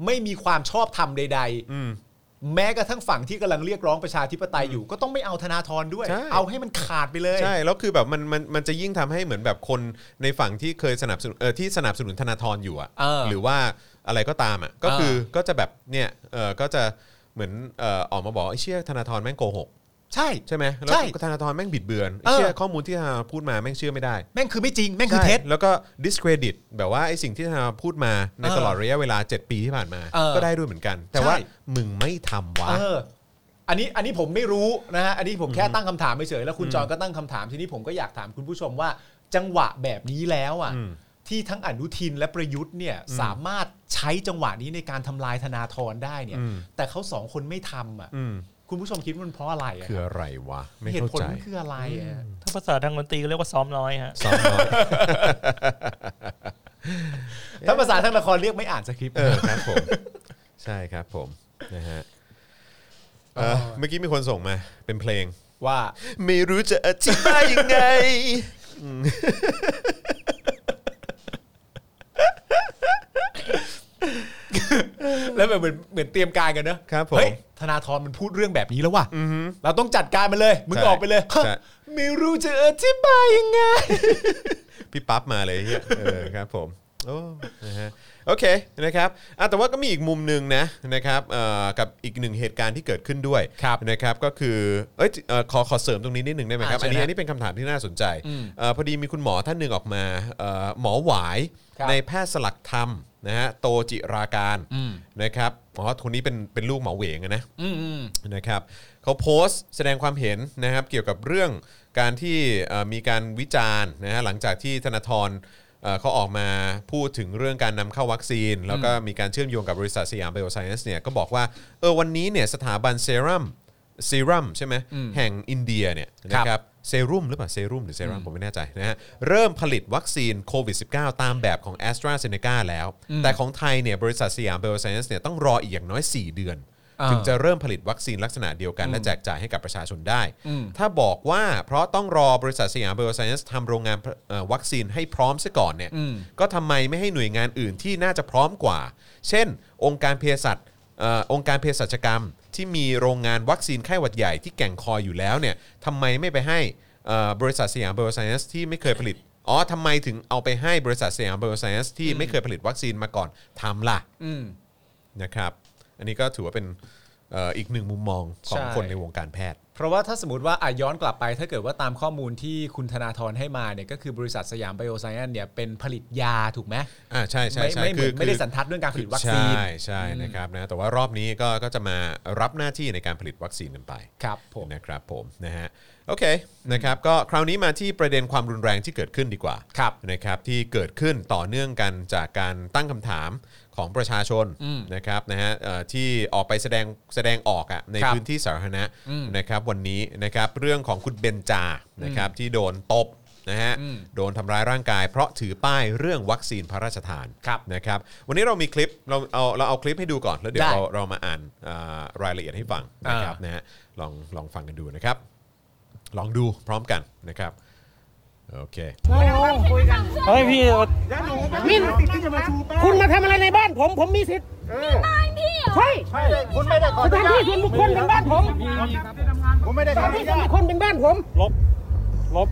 ไม่มีความชอบธรรมใด
อืม
ๆ แม้กระทั่งฝั่งที่กำลังเรียกร้องประชาธิปไตยอยู่ ก็ต้องไม่เอาธนาธรด้วย
ใช่
เอาให้มันขาดไปเลย
ใช่แล้วคือแบบมันมันมันจะยิ่งทำให้เหมือนแบบคนในฝั่งที่เคยสนับสนุนเออที่สนับสนุนธนาธรอยู่อ่ะ
เออ
หรือว่าอะไรก็ตามอ่ะก็คือก็จะแบบเนี่ยเออก็จะเหมือนเออออกมาบอกไอ้เชี่ยธนาธรแม่งโกหก
ใช่
ใช่ไหมแล้ว
ใช่
ธนาธรแม่งบิดเบือนไอ้
เออ
เชี่ยข้อมูลที่ธนาธรพูดมาแม่งเชื่อไม่ได้
แม่งคือไม่จริงแม่งคือเท็จ
ใช่แล้วก็ discredit แบบว่าไอ้สิ่งที่ธนาธรพูดมาใน
เออ
ตลอดระยะเวลา 7 ปีที่ผ่านมา
เออ
ก็ได้ด้วยเหมือนกัน แต่ว่า
ใช่
มึงไม่ทำวะ
เออ อันนี้อันนี้ผมไม่รู้นะฮะ อันนี้ผมแค่ตั้งคำถามเฉยๆแล้วคุณจอนก็ตั้งคำถามทีนี้ผมก็อยากถามคุณผู้ชมว่า จังหวะแบบนี้แล้วอ่ะ
อืม
ที่ทั้งอนุทินและประยุทธ์เนี่ยสามารถใช้จังหวะนี้ในการทำลายธนาธรได้เนี่ย แต่เขาสองคนไม่ทำอ่ะ
อืม
คุณผู้ชมคิดว่ามันเพราะอะไรอ่ะ
คืออะไรวะ ไม่
เหตุ
เข้า
ผล
ใจ
มันคืออะไรอ่ะ
ถ้าภาษาทางดนตรีก็เรียกว่าซ้อมน้อยฮะ
ซ้อมน้อย
ถ้าภาษาทางละครเรียกไม่อ่านสคริปต์
เออครับผม ใช่ครับผมนะฮะ เอ่อเมื่อกี้มีคนส่งมาเป็นเพลง
ว่า
ไม่รู้จะอธิบายยังไงอืม
แล้วแบบเหมือนเหมือนเตรียมการกันเนอะ
ครับผม
เฮ้ยธนาธรมันพูดเรื่องแบบนี้แล้วว่ะเราต้องจัดการมันเลยมึง
ใช่
ออกไปเลย
ใช่
ไม่รู้จะอธิบายยังไง
พี่ปั๊บมาเลยเฮียเออครับผมโอ้นะฮะโอเคนะครับอ่ะแต่ว่าก็มีอีกมุมหนึ่งนะนะครับเอ่อกับอีกหนึ่งเหตุการณ์ที่เกิดขึ้นด้วย
ครับ
นะครับก็คือเอ้ยเอ่อขอขอเสริมตรงนี้นิดหนึ่งได้ไหมครับ
อ่ะ
อันนี้
เชิญฮะ
อันนี้เป็นคำถามที่น่าสนใจ
อืม
เอ่อพอดีมีคุณหมอท่านหนึ่งออกมาเอ่อหมอหวาย
ครับ
ในแพทย์สลักธรรมนะฮะโตจิราการนะครับอ๋อคนนี้เป็นเป็นลูกหมอเหวงอะนะ
อืมอืม
นะครับเขาโพสต์แสดงความเห็นนะครับเกี่ยวกับเรื่องการที่เอ่อมีการวิจารณ์นะฮะหลังจากที่ธนาธรเอ่อเขาออกมาพูดถึงเรื่องการนำเข้าวัคซีน แล้วก็มีการเชื่อมโยงกับบริษัทสยามไบโอไซเอนซ์เนี่ยก็บอกว่าเออวันนี้เนี่ยสถาบันเซรั่มเซรั่มใช่ไหมแห่งอินเดียเนี่ยนะค
ครั
รับบ เซรุ่มหรือเปล่าเซรุ่มหรือเซรั่มผมไม่แน่ใจนะฮะเริ่มผลิตวัคซีนโควิด -19 ตามแบบของ a s t r a z เซ e c a แล้ว แต่ของไทยเนี่ยบริษัทสยามไบโอไซเอนซ์เนี่ยต้องรออีกอย่างน้อย 4 เดือน ถึงจะเริ่มผลิตวัคซีนลักษณะเดียวกันและแจกจ่ายให้กับประชาชนได้ ถ้าบอกว่าเพราะต้องรอบริษัทสยามไบโอไซเอนซ์ทำโรงงานเอ่อวัคซีนให้พร้อมซะก่อนเนี่ยก็ทำไมไม่ให้หน่วยงานอื่นที่น่าจะพร้อมกว่า เช่น องค์การเภสัชเอ่อองค์การเภสัชกรรม ที่มีโรงงานวัคซีนไข้หวัดใหญ่ที่แก่งคอยอยู่แล้วเนี่ยทำไมไม่ไปให้เอ่อบริษัทสยามไบโอไซเอนซ์ที่ไม่เคยผลิตอ๋อทำไมถึงเอาไปให้บริษัทสยามไบโอไซเอนซ์ที่ไม่เคยผลิตวัคซีนมาก่อนทำล่ะ
อืม
นะครับอันนี้ก็ถือว่าเป็นเอ่ออีกหนึ่งมุมมองของ
ใช่
คนในวงการแพทย์
เพราะว่าถ้าสมมติว่าอ่ะย้อนกลับไป ถ้าเกิดว่าตามข้อมูลที่คุณธนาธรให้มาเนี่ยก็คือบริษัทสยามไบโอไซแอนเนี่ยเป็นผลิตยาถูกไหม
อ่าใช่ใช่
ไม่
ใช่
ไม่เหมือนไม่ได้สันทัดเรื่องการผลิตวัคซีน
ใช่ใช่นะครับนะแต่ว่ารอบนี้ก็ก็จะมารับหน้าที่ในการผลิตวัคซีนกันไป
ครับผม
นะครับผมนะฮะโอเคนะครับก็คราวนี้มาที่ประเด็นความรุนแรงที่เกิดขึ้นดีกว่า
ครับ
นะครับที่เกิดขึ้นต่อเนื่องกันจากการตั้งคำถามของประชาชนนะครับนะฮะเอ่อที่ออกไปแสดงแสดงออกอะใน
ครับ
พื้นที่สาธารณะนะครับวันนี้นะครับเรื่องของคุณเบนจานะครับที่โดนตบนะฮะโดนทำร้ายร่างกายเพราะถือป้ายเรื่องวัคซีนพระราชทาน
ครับ
นะครับวันนี้เรามีคลิปเราเอาเราเอาคลิปให้ดูก่อน แล้วเดี๋ยว
ได้
เราเรามาอ่านเอ่อรายละเอียดให้ฟังนะครับนะฮะลองลองฟังกันดูนะครับ ลองดูพร้อมกันนะครับโอเค
เฮ้ยพี่
มินคุณมาทำอะไรในบ้านผม ผมมีสิทธิ์ใช่
คุณไม่ได้ขอ
สถานที่ส่วนบุคคลเป็นบ้านผม
ผมไม่ได้
สถานที่ส่วนบุคคลเป็นบ้านผม
ลบ ลบ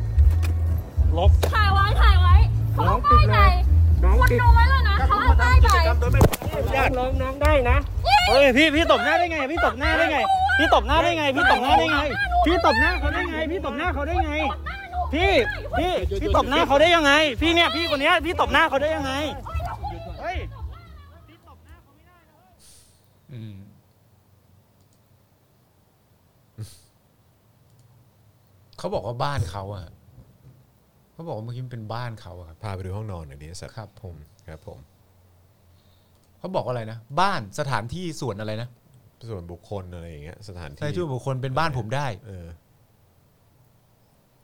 ลบ
ถ่ายไว้ถ่ายไว้เขาเอาป้ายไหนคุณดูไว้เลยนะเขาเอาป้ายไหน
น้องน้องได้นะ
เฮ้ยพี่พี่ตบหน้าได้ไง พี่ตบหน้าได้ไง พี่ตบหน้าได้ไง พี่ตบหน้าได้ไง พี่ตบหน้าเขาได้ไง พี่ตบหน้าเขาได้ไง พี่พี่พี่ตบหน้าเขาได้ยังไง พี่เนี่ยพี่คนเนี้ยพี่ตบหน้าเขาได้ยังไง เฮ้ย
อืมเขาบอกว่าบ้านเขาอะเขาบอกว่าเมื่อกี้มันเป็นบ้านเขาอะครับ
พาไปดูห้องนอนหน่อยดิสัตว์
ครับผม
ครับผม
เขาบอกว่าอะไรนะ บ้านสถานที่ส่วนอะไรนะ
ส่วนบุคคลอะไรอย่างเงี้ยสถาน
ใช่
ที่
ช่วยบุคคลเป็นบ้านผมได้
เออ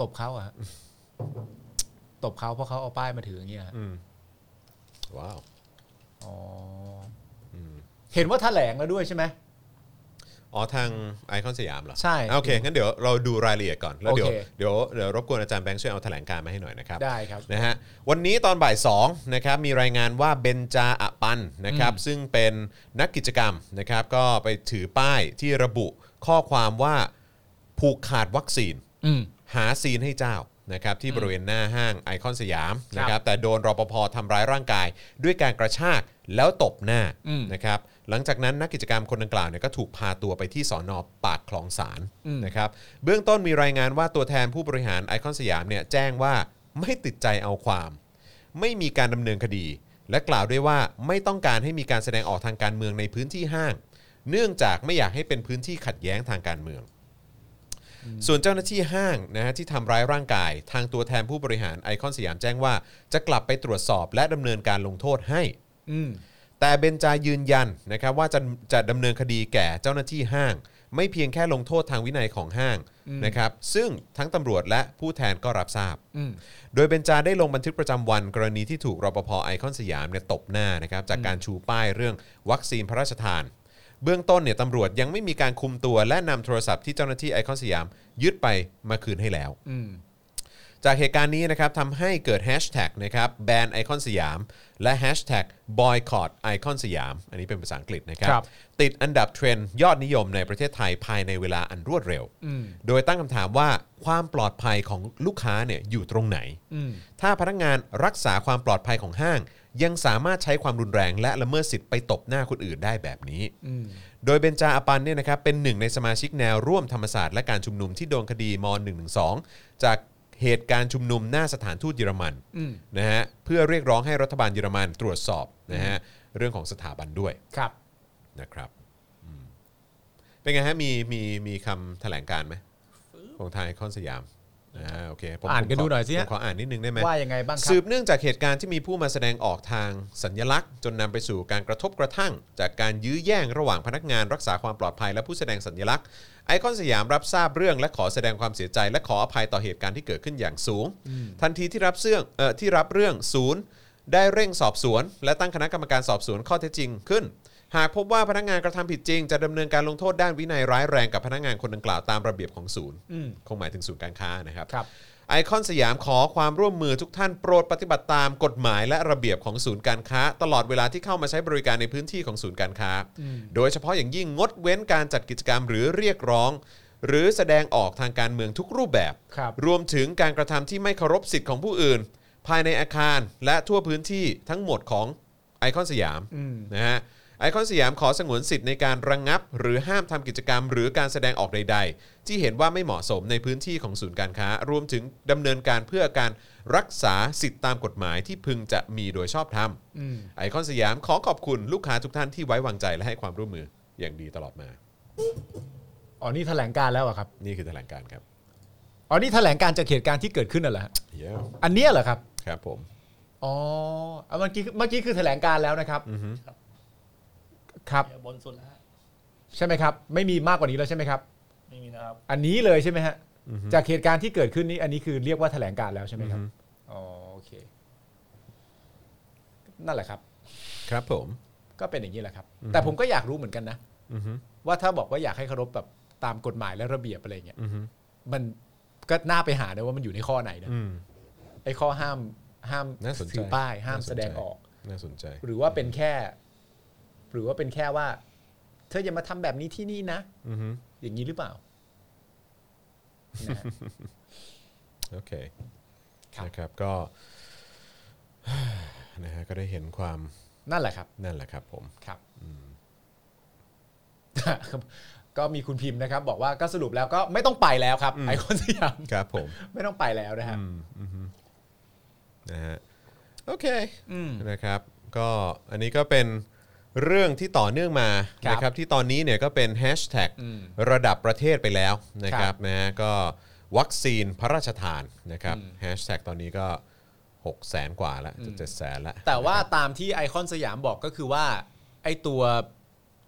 ตบเขาอะฮะตบเขาเพราะเขาเอาป้ายมาถืออย่างเงี้ยฮะ
อืมว้าว
อ๋อ
อืม
เห็นว่าแถลงแล้วด้วยใช่ไหม
อ๋อทางไอคอนสยามเหรอ
ใช่
โอเคงั้นเดี๋ยวเราดูรายละเอียดก่อนแล้วเดี๋ยว
โอเค
เดี๋ยวเดี๋ยวรบกวนอาจารย์แบงค์ช่วยเอาแถลงการณ์มาให้หน่อยนะครับ
ได้ครับ
นะฮะวันนี้ตอนบ่าย2นะครับมีรายงานว่าเบนจาอะปันนะครับซึ่งเป็นนักกิจกรรมนะครับก็ไปถือป้ายที่ระบุข้อความว่าผูกขาดวัคซีน
อืม
หาซีนให้เจ้านะครับที่บริเวณหน้าห้างไอคอนสยาม
ครับ
นะครับแต่โดนรปภทำร้ายร่างกาย ด้วยการกระชากแล้วตบหน้า
อืม
นะครับหลังจากนั้นนักกิจกรรมคนดังกล่าวเนี่ยก็ถูกพาตัวไปที่สอนอปากคลองสาร
อืม
นะครับเบื้องต้นมีรายงานว่าตัวแทนผู้บริหารไอคอนสยามเนี่ยแจ้งว่าไม่ติดใจเอาความ ไม่มีการดำเนินคดี และกล่าวด้วยว่าไม่ต้องการให้มีการแสดงออกทางการเมืองในพื้นที่ห้าง เนื่องจากไม่อยากให้เป็นพื้นที่ขัดแย้งทางการเมือง ส่วนเจ้าหน้าที่ห้างนะฮะที่ทำร้ายร่างกาย ทางตัวแทนผู้บริหารไอคอนสยามแจ้งว่า จะกลับไปตรวจสอบและดำเนินการลงโทษให้
อืม
แต่เบนจายืนยันนะครับว่าจะจะดำเนินคดีแก่เจ้าหน้าที่ห้าง ไม่เพียงแค่ลงโทษทางวินัยของห้าง
อืม
นะครับซึ่งทั้งตำรวจและผู้แทนก็รับทราบ
อืม
โดยเบนจาได้ลงบันทึกประจำวันกรณีที่ถูกรปภไอคอนสยามเนี่ยตบหน้านะครับจากการชูป้ายเรื่องวัคซีนพระราชทาน เบื้องต้นเนี่ยตำรวจยังไม่มีการคุมตัวและนำโทรศัพท์ที่เจ้าหน้าที่ไอคอนสยามยึดไปมาคืนให้แล้ว
อืม
จากเหตุการณ์นี้นะครับทำให้เกิดแฮชแท็กนะครับแบนไอคอนสยาม และแฮชแท็กบอยคอตไอคอนสยาม อันนี้เป็นภาษาอังกฤษนะครับ
ครับ
ติดอันดับเทรนด์ยอดนิยมในประเทศไทยภายในเวลาอันรวดเร็ว
อืม
โดยตั้งคำถามว่าความปลอดภัยของลูกค้าเนี่ยอยู่ตรงไหน
อืม
ถ้าพนักงานรักษาความปลอดภัยของห้าง ยังสามารถใช้ความรุนแรงและละเมิดสิทธิ์ไปตบหน้าคนอื่นได้แบบนี้
อืม
โดยเบนจาอปันเนี่ยนะครับเป็นหนึ่งในสมาชิกแนวร่วมธรรมศาสตร์และการชุมนุมที่โดนคดีม .112 จากเหตุการณ์ชุมนุมหน้าสถานทูตเยอรมัน
อืม
นะฮะเพื่อเรียกร้องให้รัฐบาลเยอรมันตรวจสอบนะฮะเรื่องของสถาบันด้วย
ครับ
นะครับอืมเป็นไงฮะมีมีมีคำแถลงการณ์ไหมของทางไอคอนสยามอ่าโอเคผม
อ่านกัน
ผมข
ดูหน่อยสิฮะ
ผมขออ่านนิดนึงได้ไหม
ว่ายังไงบ้างครั
สืบเนื่องจากเหตุการณ์ที่มีผู้มาแสดงออกทางสัญลักษณ์ จนนำไปสู่การกระทบกระทั่ง จากการยื้อแย่งระหว่างพนักงานรักษาความปลอดภัยและผู้แสดงสัญลักษณ์ไอคอนสยามรับทราบเรื่องและขอแสดงความเสียใจ และขออภัยต่อเหตุการณ์ที่เกิดขึ้นอย่างสูง ทันทีที่รับเสื่องเอ่อที่รับเรื่องศูนย์ ได้เร่งสอบสวน และตั้งคณะกรรมการสอบสวนข้อเท็จจริงขึ้น หากพบว่าพนักงานกระทำผิดจริง จะดำเนินการลงโทษด้านวินัยร้ายแรงกับพนักงานคนดังกล่าวตามระเบียบของศูนย์
อืม
คงหมายถึงศูนย์การค้านะครับ
ครับ
ไอคอนสยามขอความร่วมมือทุกท่านโปรดปฏิบัติตามกฎหมายและระเบียบของศูนย์การค้า ตลอดเวลาที่เข้ามาใช้บริการในพื้นที่ของศูนย์การค้า โดยเฉพาะอย่างยิ่งงดเว้นการจัดกิจกรรมหรือเรียกร้อง หรือแสดงออกทางการเมืองทุกรูปแบบ
ครับ
รวมถึงการกระทำที่ไม่เคารพสิทธิ์ของผู้อื่น ภายในอาคารและทั่วพื้นที่ทั้งหมดของไอคอนสยาม
อืม
นะฮะไอคอนสยามขอสงวนสิทธิ์ในการระงงับ หรือห้ามทำกิจกรรม หรือการแสดงออกใด ๆ ที่เห็นว่าไม่เหมาะสมในพื้นที่ของศูนย์การค้า รวมถึงดำเนินการเพื่อการรักษาสิทธิ์ตามกฎหมายที่พึงจะมีโดยชอบธรรม
อืม
ไอคอนสยามขอขอบคุณลูกค้าทุกท่านที่ไว้วางใจและให้ความร่วมมืออย่างดีตลอดมา
อ๋อ นี่แถลงการแล้วเหรอะครับ
นี่คือแถลงการณ์ครับ
อ๋อ นี่แถลงการจากเหตุการณ์ที่เกิดขึ้นน่ะเหรอฮะ
เย้
อันเนี้ยเหรอครับ
ครับผม
อ๋อเอาเมื่อกี้เมื่อกี้คือแถลงการแล้วนะครับ
อือฮึ
ครับ
เนี่ยบนสุดแล้วฮะ
ใช่ไหมครับ ไม่มีมากกว่านี้แล้วใช่ไหมครับ
ไม่มีนะครับ
อันนี้เลยใช่ไหมฮะ จากเหตุการณ์ที่เกิดขึ้นนี้ อันนี้คือเรียกว่าแถลงการแล้วใช่ไหมครับ อ๋อ โอเค นั่นแหละครับ
ครับผม
ก็เป็นอย่างนี้แหละครับ แต่ผมก็อยากรู้เหมือนกันนะ
อือฮึ
ว่าถ้าบอกว่าอยากให้เคารพแบบตามกฎหมายและระเบียบอะไรเงี้ย
อือฮึ
มันก็น่าไปหานะว่ามันอยู่ในข้อไหนนะ
อืม
ไอ้ข้อห้ามห้าม
น่าสนใจ
ถือป้ายห้าม
น่าสนใจ
แสดงออก
น่าสนใจ
หรือว่าเป็นแค่ หรือว่าเป็นแค่ว่า เธออย่ามาทำแบบนี้ที่นี่นะ
อือฮึ
อย่างนี้หรือเปล่า นะฮะ
โอเค
ครับ
นะครับก็ นะฮะก็ได้เห็นความ
นั่นแหละครับ
นั่นแหละครับผม
ครับ ก็มีคุณพิมพ์นะครับ บอกว่าก็สรุปแล้วก็ไม่ต้องไปแล้วครับ ไอคอนสยาม
ครับผม
ไม่ต้องไปแล้วนะฮะ
อืมอือฮึนะฮะโอเค
อืม
นะครับ ก็อันนี้ก็เป็น เรื่องที่ต่อเนื่องมา
ครับ
นะครับที่ตอนนี้เนี่ยก็เป็นแฮชแท็ก
อืม
ระดับประเทศไปแล้วนะค
ครั
รับบ นะฮะก็วัคซีนพระราชทานนะครับแฮชแท็กตอนนี้ก็6 0แสนกว่าแล้วจะ
อืม
เจ็ดแสนแล้ว
แต่ว่าตามที่ไอคอนสยามบอกก็คือว่า ไอตัว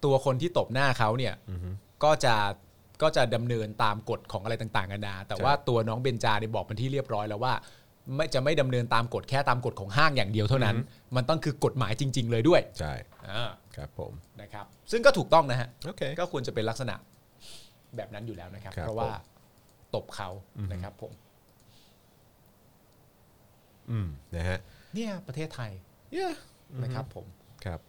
ตัวคนที่ตบหน้าเขาเนี่ยก็จะก็จะดำเนินตามกฎของอะไรต่างๆกันานาแต่
ใช่
ว่าตัวน้องเบนจาเนี่ยบอกเป็นที่เรียบร้อยแล้วว่า ไม่จะไม่ดำเนินตามกฎแค่ตามกฎของห้างอย่างเดียวเท่านั้น มันต้องคือกฎหมายจริง ๆ เลยด้วย
ใช่
อ่า
ครับผม
นะครับ ซึ่งก็ถูกต้องนะฮะ
โอเค
ก็ควรจะเป็นลักษณะแบบนั้นอยู่แล้วนะครับ
ครับ
เพราะว่า
ผม
ตบเขานะครับผม
อืมนะฮะ
เนี่ยประเทศไทย
เนี่ย
นะครับผม
ครับ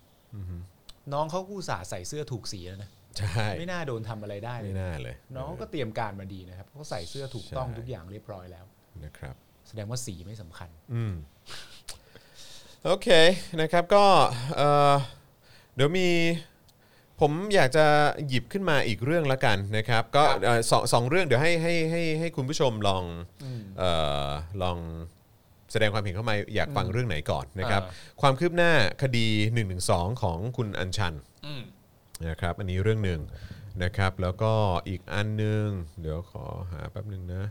น้องเขากู้สาห์ใส่เสื้อถูกสีแล้วนะ
ใช่
ไม่น่าโดนทำอะไรได้เลย
ไม่
นะ
น่าเลย
น้องเขาก็เตรียมการมาดีนะครับเขาใส่เสื้อถูกต้อง
ใช่
ทุกอย่างเรียบร้อยแล้ว
นะครับ
แสดงว่าสีไม่สำคัญ
อืมโอเคนะครับก็เอ่อเดี๋ยวมีผมอยากจะหยิบขึ้นมาอีกเรื่องละกันนะครับ ก็เอ่อสองสองเรื่องเดี๋ยวให้ให้ให้ให้คุณผู้ชมลองเอ่อลองแสดงความเห็นเข้ามาอยากฟังเรื่องไหนก่อนนะครับ
อ่
ความคืบหน้าคดี 112 ของคุณอัญชัน นะครับอันนี้เรื่องหนึ่งนะครับแล้วก็อีกอันหนึง เดี๋ยวขอหาแป๊บหนึ่งนะ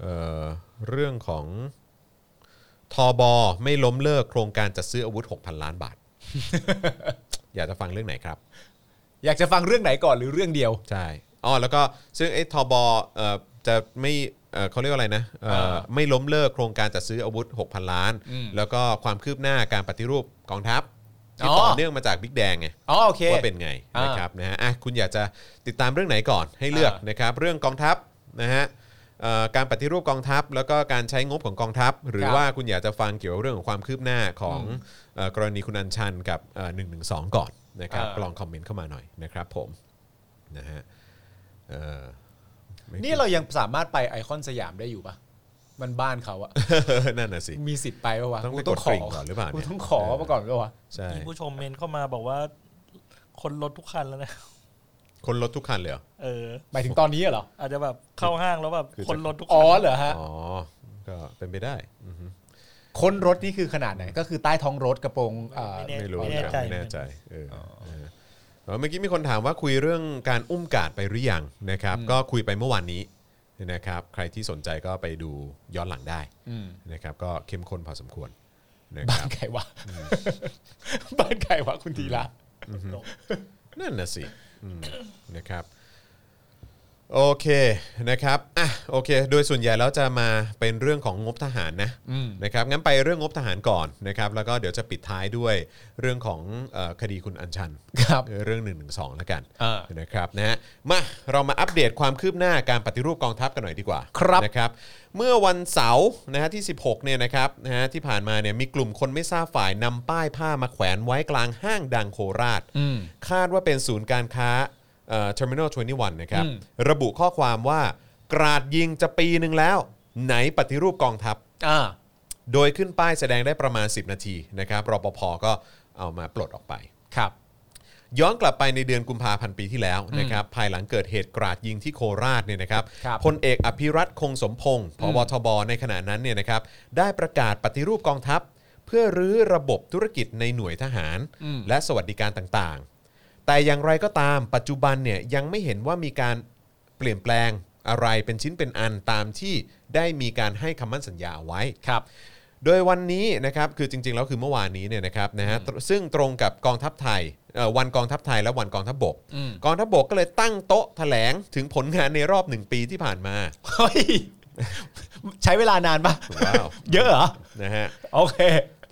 เอ่อเรื่องของทอบอไม่ล้มเลิกโครงการจัดซื้ออาวุธ 6,000 ล้านบาท อยากจะฟังเรื่องไหนครับ
อยากจะฟังเรื่องไหนก่อนหรือเรื่องเดียว
ใช่อ๋อแล้วก็ซึ่งไอ้ทอบอเอ่อจะไม่เอ่อเขาเรียกว่าอะไรนะเอ่อ
เออ
ไม่ล้มเลิกโครงการจัดซื้ออาวุธ 6,000 ล้าน
อืม
แล้วก็ความคืบหน้าการปฏิรูปกองทัพที่
อ๋อ
ต่อเนื่องมาจากบิ๊กแดงไง
อ๋อโอเค
ว่าเป็นไง
อ่าน
นะครับนะฮะอ่ะคุณอยากจะติดตามเรื่องไหนก่อนให้เลือกนะครับ เรื่องกองทัพนะฮะเอ่อการปฏิรูปกองทัพ แล้วก็การใช้งบของกองทัพ หรือว่าคุณอยากจะฟังเกี่ยวกับเรื่องของความคืบหน้าของเอ่อกรณีคุณอัญชันกับหนึ่งหนึ่งสองก่อนนะครับ
เออ
ลองคอมเมนต์เข้ามาหน่อยนะครับผมนะฮะเอ่อไม่
นี่เรายังสามารถไปไอคอนสยามได้อยู่ปะมันบ้านเขาอะ
นั่นน่ะสิ
มีสิทธิ์ไปปะวะ
ต้องไป
กูต้อง
กด
ข
ก
อ
ริ่งก่อนหรือเปล่าเนี่ย
กูต้องขอมาก่อนปะวะ
ใช่
มีผู้ชมเมนเข้ามาบอกว่า คนลดทุกคันแล้วนะ
คนรถทุกคันเลยเหรอ
เออ
หมายถึงตอนนี้เหรอ
อาจจะแบบเข้าห้างแล้วแบบ
คือจะ
คนลดทุก
อ๋
คั
อน เหรอฮะ
อ๋อก็เป็นไปได้อือฮึ
ค้นรถนี่คือขนาดไหน ก็คือใต้ท้องรถกระโปรงเอ่อ
ไม่แน่
ไม่รู้
ไม่
เหมือ
แน่
นกัน
ใจ
ไม่แน่ใจเอ
เหมือนกัน
อเออ เอ่อเมื่อกี้มีคนถามว่าคุยเรื่องการอุ้มกาดไปหรือยังนะครับ ก็คุยไปเมื่อวานนี้นะครับ ใครที่สนใจก็ไปดูย้อนหลังได้
อืม
นะครับ ก็เข้มข้นพอสมควรนะค
บ้า
รั
น
บ
ไก่วะ บ้านไก่วะคุณทีละ
นั่นน่ะสิอืมนะครับโอเคนะครับอ่ะโอเค โดยส่วนใหญ่แล้วจะมาเป็นเรื่องของงบทหารนะ
อืม
นะครับงั้นไปเรื่องงบทหารก่อนนะครับ แล้วก็เดี๋ยวจะปิดท้ายด้วยเรื่องของเออคดีคุณอัญชัน
ครับ
เรื่อง1นึแล้วกัน
อ่า
นะครับนะฮะมาเรามาอัปเดตความคืบหน้าการปฏิรูปกองทัพกันหน่อยดีกว่า
ครับ
นะครับเมื่อวันเสาร์นะฮะที่ 16เนี่ยนะครับนะฮะที่ผ่านมาเนี่ยมีกลุ่มคนไม่ทราบฝ่ายนำป้ายผ้ามาแขวนไว้กลางห้างดังโคราช
อืม
คาดว่าเป็นศูนย์การค้าเอ่อ Terminal 21 นะครับ
อืม
ระบุข้อความว่า กราดยิงจะปีหนึ่งแล้ว ไหนปฏิรูปกองทัพ
อ่า
โดยขึ้นป้ายแสดงได้ประมาณ 10 นาทีนะครับรปภก็เอามาปลดออกไป
ครับ
ย้อนกลับไปในเดือนกุมภาพันธ์ปีที่แล้วนะครับภายหลังเกิดเหตุกราดยิงที่โคราชเนี่ยนะครับ
ครับ
พลเอกอภิรัตคงสมพงศ์พบทบในขณะนั้นเนี่ยนะครับได้ประกาศปฏิรูปกองทัพ เพื่อรื้อระบบธุรกิจในหน่วยทหาร
อืม
และสวัสดิการต่างๆ แต่อย่างไรก็ตามปัจจุบันเนี่ยยังไม่เห็นว่ามีการเปลี่ยนแปลงอะไรเป็นชิ้นเป็นอันตามที่ได้มีการให้คำมั่นสัญญาเอาไว้
ครับ
โดยวันนี้นะครับคือจริงๆแล้วคือเมื่อวานนี้เนี่ยนะครับนะฮะซึ่งตรงกับกองทัพไทยเอ่อวันกองทัพไทยและวันกองทัพบก
อืม
กองทัพบกก็เลยตั้งโต๊ะแถลงถึงผลงานในรอบหนึ่งปีที่ผ่านมา
เฮ้ย ใช้เวลานานปะ
ว้าว
เยอะเหรอ
นะฮะ
โอเค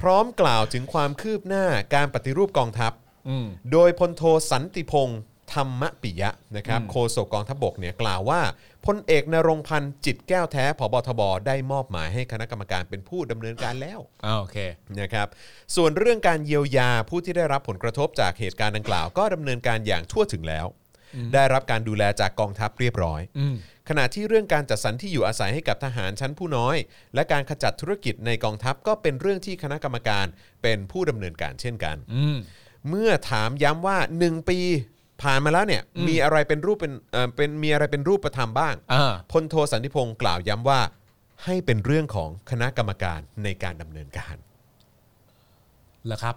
พร้อมกล่าวถึงความคืบหน้าการปฏิรูปกองทัพ
อืม
โดยพลโทสันติพงศ์ธรรมปิยะนะครับ
อืม
โฆษกกองทัพบกเนี่ยกล่าวว่าพลเอกนรงค์พันธ์จิตแก้วแท้ผบทบได้มอบหมายให้คณะกรรมการเป็นผู้ดำเนินการแล้ว
อ่าโอเค
นะครับส่วนเรื่องการเยียวยาผู้ที่ได้รับผลกระทบจากเหตุการณ์ดังกล่าว ก็ดำเนินการอย่างทั่วถึงแล้ว ได้รับการดูแลจากกองทัพเรียบร้อย
อืม
ขณะที่เรื่องการจัดสรรที่อยู่อาศัยให้กับทหารชั้นผู้น้อย และการขจัดธุรกิจในกองทัพก็เป็นเรื่องที่คณะกรรมการเป็นผู้ดำเนินการเช่นกัน
อืม
เมื่อถามย้ำว่า 1 ปีผ่านมาแล้วเนี่ยมีอะไรเป็นรูปเป็นเอ่อเป็นมีอะไรเป็นรูปประธรรมบ้าง
อ่า
พลโทสันติพงศ์กล่าวย้ำว่าให้เป็นเรื่องของคณะกรรมการในการดำเนินการ
เหรอครับ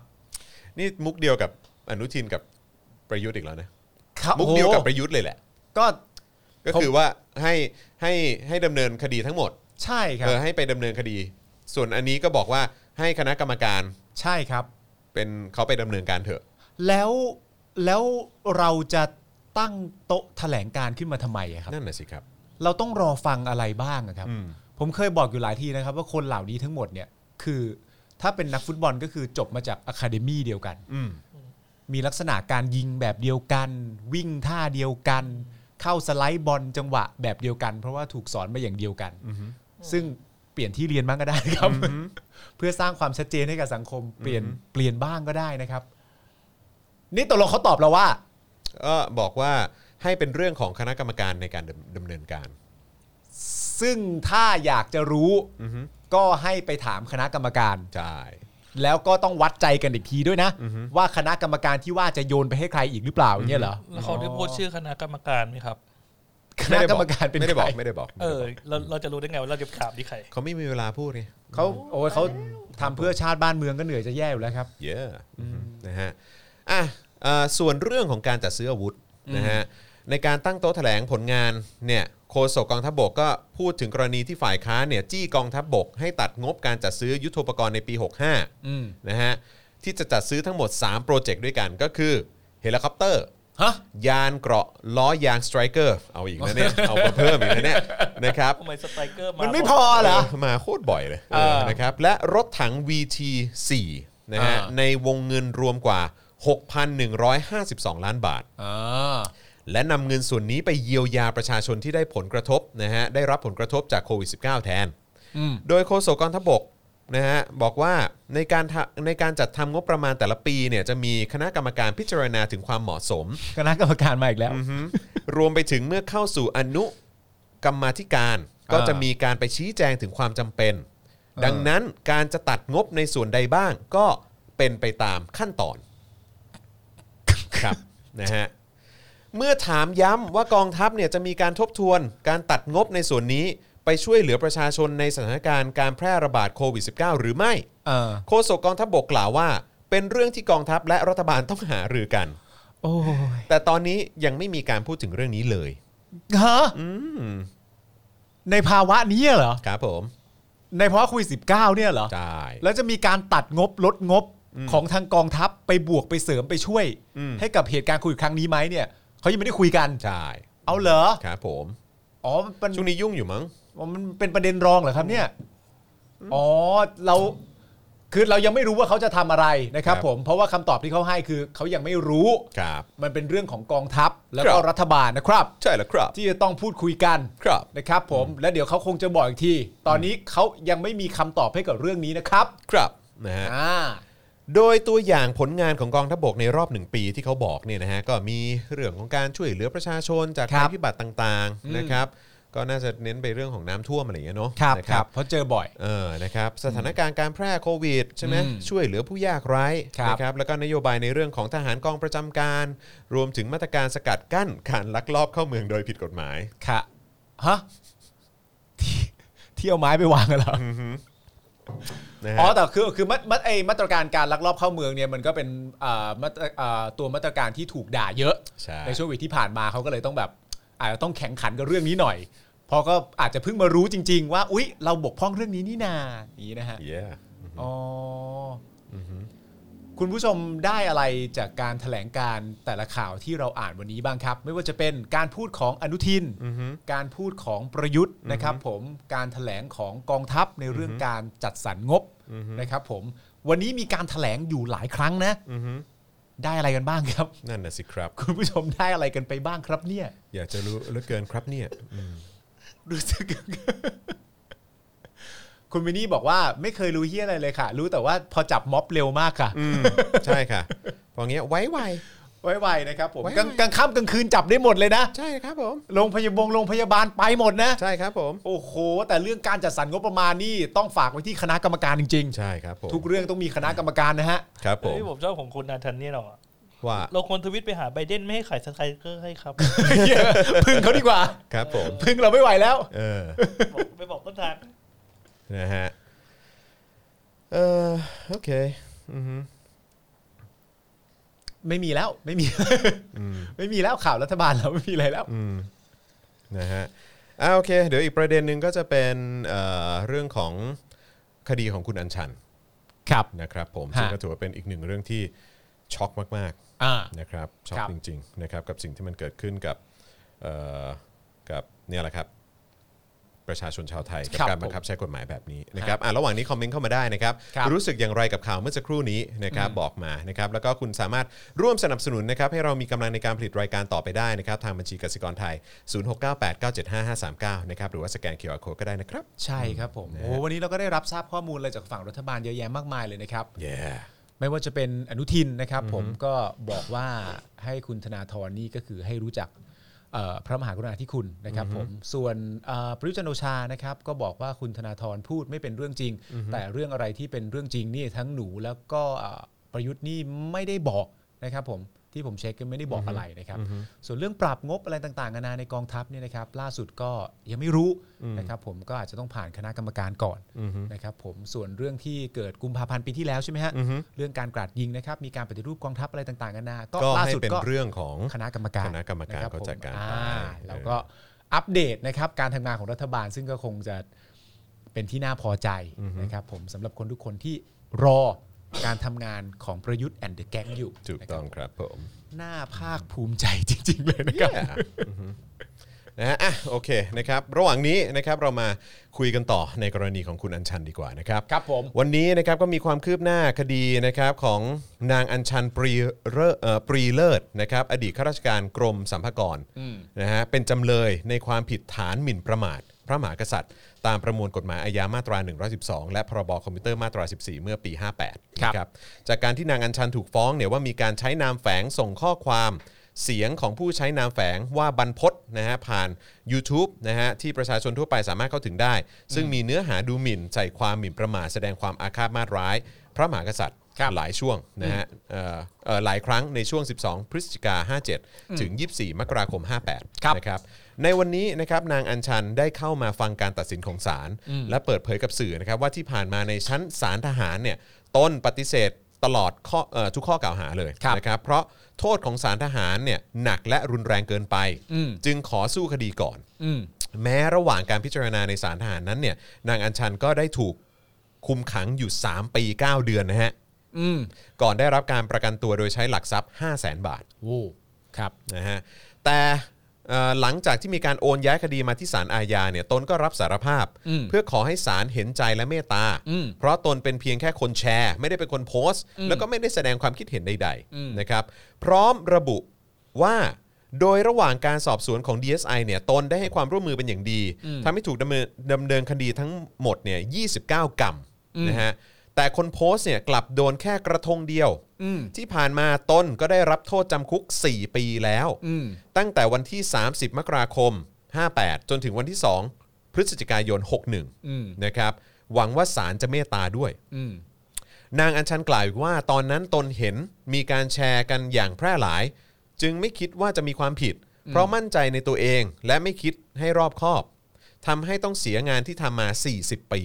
นี่มุกเดียวกับ อนุทินกับประยุทธ์อีกแล้วนะครับ มุกเดียวกับ
โอ้โห
ประยุทธ์เลยแหละ
ก็
ก็คือว่าให้ให้ให้ดำเนินคดีทั้งหมด
ใช่ครับ
เออให้ไปดำเนินคดี ส่วนอันนี้ก็บอกว่าให้คณะกรรมการ
ใช่ครับ
เป็นเขาไปดำเนินการเถอะ
แล้วแล้วเราจะตั้งโต๊ะแถลงการณ์ขึ้นมาทำไมอะครับ
นั่นน่ะสิครับ
เราต้องรอฟังอะไรบ้างอะครับ
อืม
ผมเคยบอกอยู่หลายทีนะครับ ว่าคนเหล่านี้ทั้งหมดเนี่ยคือถ้าเป็นนักฟุตบอลก็คือจบมาจากอะคาเดมีเดียวกัน
อืม
มีลักษณะการยิงแบบเดียวกัน วิ่งท่าเดียวกัน เข้าสไลด์บอลจังหวะแบบเดียวกัน เพราะว่าถูกสอนมาอย่างเดียวกัน ซึ่งเปลี่ยนที่เรียนบ้างก็ได้ครับ เพื่อสร้างความชัดเจนให้กับสังคม เปลี่ยนเปลี่ยนบ้างก็ได้นะครับ นี่ตกลงเขาตอบเราว่า
ก็บอกว่าให้เป็นเรื่องของคณะกรรมการในการดำดำเนินการ
ซึ่งถ้าอยากจะรู้
อือฮึ
ก็ให้ไปถามคณะกรรมการ
ใช่
แล้วก็ต้องวัดใจกันอีกทีด้วยนะ ว่าคณะกรรมการที่ว่าจะโยนไปให้ใครอีกหรือเปล่าเนี่ยเหรอ
แล้วเขาได้พูดชื่อคณะกรรมการไหมครับ
คณะกรรมการเป็น
ไม่ได้บอก
ใคร
ไม่ได้บอกไม่
เอ
ได้
อ
บอก
เราเราจะรู้ได้ไงว่าเราจะถามที่ใคร
เขาไม่มีเวลาพูดไง
เขาโอ้ยเขาทำเพื่อชาติบ้านเมืองก็เหนื่อยจะแย่อยู่แล้วครับ
เยอะนะฮะอ่ะเอ่อส่วนเรื่องของการจัดซื้ออาวุธนะฮะในการตั้งโต๊ะแถลงผลงานเนี่ยโฆษกกองทัพบกก็พูดถึงกรณีที่ฝ่ายค้านเนี่ยจี้กองทัพบก ให้ตัดงบการจัดซื้อยุทโธปกรณ์ในปี
อืม
65นะฮะที่จะจัดซื้อทั้งหมด 3 โปรเจกต์ด้วยกันก็คือเฮลิคอปเตอร์
ฮะ
ยานเกราะล้อยางสไตรเกอร์เอาอีกนะเนี่ย เอามาเพิ่มอีกนะ เนี่ยนะครับ
ทำไมสไตรเกอร์มา
มั
มัน
ไม่พอเหรอ
เออมาโคตรบ่อยเลย
เออ
เออนะครับและรถถัง VT4 นะฮะ
อ่า
ในวงเงินรวมกว่า 6,152 ล้านบาท
อ่า
และนำเงินส่วนนี้ไปเยียวยาประชาชนที่ได้ผลกระทบนะฮะได้รับผลกระทบจากโควิด -19 แทน
อืม
โดยโฆษกกองทัพบกนะฮะบอกว่าในการทำในการจัดทำงบประมาณแต่ละปีเนี่ยจะมีคณะกรรมการพิจารณาถึงความเหมาะสม
คณะกรรมการมาอีกแล้ว
อือฮึรวมไปถึงเมื่อเข้าสู่อนุกรรมาธิการ ก็จะมีการไปชี้แจงถึงความจำเป็น ดังนั้นการจะตัดงบในส่วนใดบ้าง ก็เป็นไปตามขั้นตอน ครับนะฮะเมื่อถามย้ำว่ากองทัพเนี่ยจะมีการทบทวน การตัดงบในส่วนนี้ไปช่วยเหลือประชาชนในสถานการณ์การแพร่ระบาดโควิด -19 หรือไม่
เออ
โฆษกกองทัพบกกล่าวว่า เป็นเรื่องที่กองทัพและรัฐบาลต้องหารือกัน
โอ้ย
แต่ตอนนี้ยังไม่มีการพูดถึงเรื่องนี้เลย
ฮะ
อืม
ในภาวะนี้เหรอ
ครับผม
ในภาวะโคุย19เนี่ยเหรอ
ใช่
แล้วจะมีการตัดงบลดงบของทางกองทัพไปบวกไปเสริมไปช่วย
อืม
ให้กับเหตุการณ์โคุยครั้งนี้ไหมเนี่ยเขายังไม่ได้คุยกัน
ใช่
เอาเหรอ
ครับผม
อ๋อมัน
ช่วงนี้ยุ่งอยู่มั้ง
มันเป็นประเด็นรองเหรอครับเนี่ย อ๋อเราคือเรายังไม่รู้ว่าเขาจะทำอะไรนะครับ
ครับ
ผมเพราะว่าคำตอบที่เขาให้คือเขายังไม่รู้
ครับ
มันเป็นเรื่องของกองทัพแล้วก็
ครับ
รัฐบาลนะครับ
ใช่แล้วครับ
ที่จะต้องพูดคุยกัน
ครับ
นะครับผมแล้วเดี๋ยวเขาคงจะบอกอีกที ตอนนี้เขายังไม่มีคำตอบให้กับเรื่องนี้นะครับ
ครับนะฮะ
อ่า
โดยตัวอย่างผลงานของกองทัพบกในรอบหนึ่งปีที่เขาบอกเนี่ยนะฮะก็มีเรื่องของการช่วยเหลือประชาชนจาก
ครั
ภั
บ
ยพิบัติต่างๆนะครับ ก็น่าจะเน้นไปเรื่องของน้ำท่วมอะไรอย่างเงี้ยเนาะ
ครับ
นะ
ครับเพราะเจอบ่อย
เออ นะครับ สถานการณ์การแพร่โควิดใช่ไหม
อืม
ช่วยเหลือผู้ยากไร้
ครับ
นะครับ แล้วก็นโยบายในเรื่องของทหารกองประจำการ รวมถึงมาตรการสกัดกั้นการลักลอบเข้าเมืองโดยผิดกฎหมาย
ค่ะฮะที่ ที่เอาไม้ไปวางกันเหรอ
นะ
อ๋อ
ฮะ
แต่คือคือมัดมัดไอมาตรการการลักลอบเข้าเมืองเนี่ยมันก็เป็นอ่ามาตรอ่าตัวมาตรการที่ถูกด่าเยอะ
ใช่
ช่วงวีคที่ผ่านมาเขาก็เลยต้องแบบอาจจะต้องแข่งขันกับเรื่องนี้หน่อยเพอก็อาจจะเพิ่งมารู้จริง ๆ ว่า อุ๊ย เราบกพร่องเรื่องนี้นี่นาอย่างนี้นะฮะ
Yeah
อ๋ออคุณผู้ชมได้อะไรจากการแถลงการแต่ละข่าวที่เราอ่านวันนี้บ้างครับ ไม่ว่าจะเป็นการพูดของอนุทิน การพูดของประยุทธ์นะครับ ผมการแถลงของกองทัพในเรื่องการจัดสรรงบนะครับ ผมวันนี้มีการแถลงอยู่หลายครั้งนะได้อะไรกันบ้างครับ
นั่นน่ะสิครับ
คุณผู้ชมได้อะไรกันไปบ้างครับเนี่ย
อยากจะรู้เหลือเกินครับเนี่ย
รู้สึก คุณมินนี่บอกว่าไม่เคยรู้เฮียอะไรเลยค่ะ รู้แต่ว่าพอจับม็อบเร็วมากค่ะ
อืม ใช่ค่ะเพอเงี้ยไว้ไว
ไวๆนะครับผม
ไว้ๆ
กลางกลางค่ำกลางคืนจับได้หมดเลยนะ
ใช่ครับผม
โรงพยาบาลโรงพยาบาลไปหมดนะ
ใช่ครับผม
โอ้โห แต่เรื่องการจัดสรรงบประมาณนี่ต้องฝากไว้ที่คณะกรรมการจริง
ใช่ครับผม
ๆ ทุกเรื่องต้องมีคณะกรรมการนะฮะ
ครับผม
เฮ้ยผมชอบของคุณนาธันเนี่ยหรอะ
ว่า
เราควรทวิตไปหาไบเดนไม่ให้ขายสไตรเกอร์ให้ครับ
พึ่งเขาดีกว่า
ครับผม
พึ่งเราไม่ไหวแล้ว
เออ
บอกไปบอกต้นทาง
นะฮะ เออโอเค อือฮึ
ไม่มีแล้วไม่มี ไม่มีแล้วข่าวรัฐบาลแล้วไม่มีอะไรแล้ว
นะฮะอ่าโอเค เดี๋ยวอีกประเด็นหนึ่งก็จะเป็นเอ่อเรื่องของคดีของคุณอัญชัน
ครับ
นะครับผม
ฮะ
ซึ่งก็ถือว่าเป็นอีกหนึ่งเรื่องที่ช็อกมาก
อ่า
ๆนะครับช็อ
ค
ก
รับ
จริงๆนะครับกับสิ่งที่มันเกิดขึ้นกับเอ่อกับเนี่ยแหละครับ ประชาชนชาวไทย กับ
ครับ
การบังคับใช้กฎหมายแบบนี้นะครับอ่ะระหว่างนี้คอมเมนต์เข้ามาได้นะครับ
ครับ
รู้สึกอย่างไรกับข่าวเมื่อสักครู่นี้นะครับบอกมานะครับแล้วก็คุณสามารถร่วมสนับสนุนนะครับให้เรามีกำลังในการผลิตรายการต่อไปได้นะครับทางบัญชีกสิกรไทย 0698975539นะครับหรือว่าสแกน QR Code ก็ได้นะครับ
ใช่ครับผมโอ้วันนี้เราก็ได้รับทราบข้อมูลอะไรจากฝั่งรัฐบาลเยอะแยะมากมายเลยนะครับ
yeah
ไม่ว่าจะเป็นอนุทินนะครับ ผมก็บอกว่าให้คุณธนาธรนี่ก็คือให้รู้จักเอ่อพระมหากรุณาธิคุณนะครับผมส่วนเอ่อประยุทธ์จันทร์โอชานะครับ ก็บอกว่าคุณธนาธรพูดไม่เป็นเรื่องจริง แต่เรื่องอะไรที่เป็นเรื่องจริงนี่ทั้งหนูแล้วก็เอ่อประยุทธ์นี่ไม่ได้บอกนะครับ ผมที่ผมเช็คก็ไม่ได้บอกอะไรนะครับ ส่วนเรื่องปรับงบอะไรต่างๆนานาในกองทัพเนี่ยนะครับ ล่าสุดก็ยังไม่รู้นะครับผมก็อาจจะต้องผ่านคณะกรรมการก่อนนะครับผมส่วนเรื่องที่เกิดกุมภาพันธ์ปีที่แล้วใช่ไหมฮะเรื่องการกราดยิงนะครับมีการปฏิรูปกองทัพอะไรต่างๆนานาก็
ก็
ล่า
ให้
สุด
เป็น
ก็
เรื่องของ
คณะกรรมการ
คณะกรรมการ
นะบ
เขาจัดการ
ผมอ่
ไป
เราก็อัปเดตนะครับการทำงานของรัฐบาล ซึ่งก็คงจะเป็นที่น่าพอใจนะครับผมสำหรับคนทุกคนที่รอการทำงานของประยุทธ์แอนด์เดอะแก๊งอยู่
ถูก
นะค
ต้
รั
อบ งครับผม
น่าภาคภูมิใจจริง ๆ เลยนะครับ
Yeah อือฮึนะฮะอ่ะโอเคนะครับระหว่างนี้นะครับเรามาคุยกันต่อในกรณีของคุณอัญชันดีกว่านะครับ
ครับผม
วันนี้นะครับก็มีความคืบหน้าคดีนะครับของนางอัญชันปรีเลิศเอ่อปรีเลิศนะครับอดีตข้าราชการกรมสัมภากรนะฮะเป็นจำเลยในความผิดฐานหมิ่นประมาท พระมหากษัตริย์ ตามประมวลกฎหมายอาญามาตรา 112 และพรบคอมพิวเตอร์มาตรา 14 เมื่อปี 58
ครับ
นะจากการที่นางอัญชันถูกฟ้องเนี่ยว่ามีการใช้นามแฝงส่งข้อความ เสียงของผู้ใช้นามแฝงว่าบรรพศนะฮะผ่าน u t u b e นะฮะที่ประชาชนทั่วไปสามารถเข้าถึงได้ ซึ่งมีเนื้อหาดูหมิ่นใส่ความหมิ่นประมาทแสดงความอาฆาตมาตร้าย พระมหากษัตริย์
ครับ
หลายช่วงนะฮะเอ่อเอ่อหลายครั้งในช่วง 12 พฤศจิกา57 ถึง 24 มกราคม 58
ครับ
นะครับในวันนี้นะครับนางอัญชันได้เข้ามาฟังการตัดสินของศาลและเปิดเผยกับสื่อนะครับว่าที่ผ่านมาในชั้นศาลทหารเนี่ยต้นปฏิเสธตลอดข้อเออทุกข้อกล่าวหาเลย
ครับ
นะครับเพราะโทษของศาลทหารเนี่ยหนักและรุนแรงเกินไป
อืม
จึงขอสู้คดีก่อน
อืม
แม้ระหว่างการพิจารณาในศาลทหารนั้นเนี่ยนางอัญชันก็ได้ถูกคุมขังอยู่ 3 ปี 9 เดือนนะฮะ
อืม
ก่อนได้รับการประกันตัวโดยใช้หลักทรัพย์ 5 0 0แสนบาท
โว้ครับ
นะฮะแต่เอ่อหลังจากที่มีการโอนย้ายคดีมาที่ศาลอาญาเนี่ยตนก็รับสารภาพ
อืม
เพื่อขอให้ศาลเห็นใจและเมตตา
อืม
เพราะตนเป็นเพียงแค่คนแชร์ ไม่ได้เป็นคนโพสต์ แล้วก็ไม่ได้แสดงความคิดเห็นใด
อืม
ๆนะครับพร้อมระบุว่าโดยระหว่างการสอบสวนของ DSI เนี่ยตนได้ให้ความร่วมมือเป็นอย่างดีทำให้ถูกดำเนินดำเนินคดีทั้งหมดเนี่ย29 กรรมนะฮะแต่คนโพสต์เนี่ยกลับโดนแค่กระทงเดียว
อืม
ที่ผ่านมาตนก็ได้รับโทษจำคุก 4 ปีแล้ว
อืม
ตั้งแต่วันที่ 30 มกราคม 58 จนถึงวันที่ 2 พฤศจิกายน
อืม
61 นะครับ หวังว่าศาลจะเมตตาด้วย
อืม
นางอัญชันกล่าวอีกว่าตอนนั้นตนเห็นมีการแชร์กันอย่างแพร่หลาย จึงไม่คิดว่าจะมีความผิด เพราะมั่นใจในตัวเองและไม่คิดให้รอบคอบทำให้ต้องเสียงานที่ทำมา 40 ปี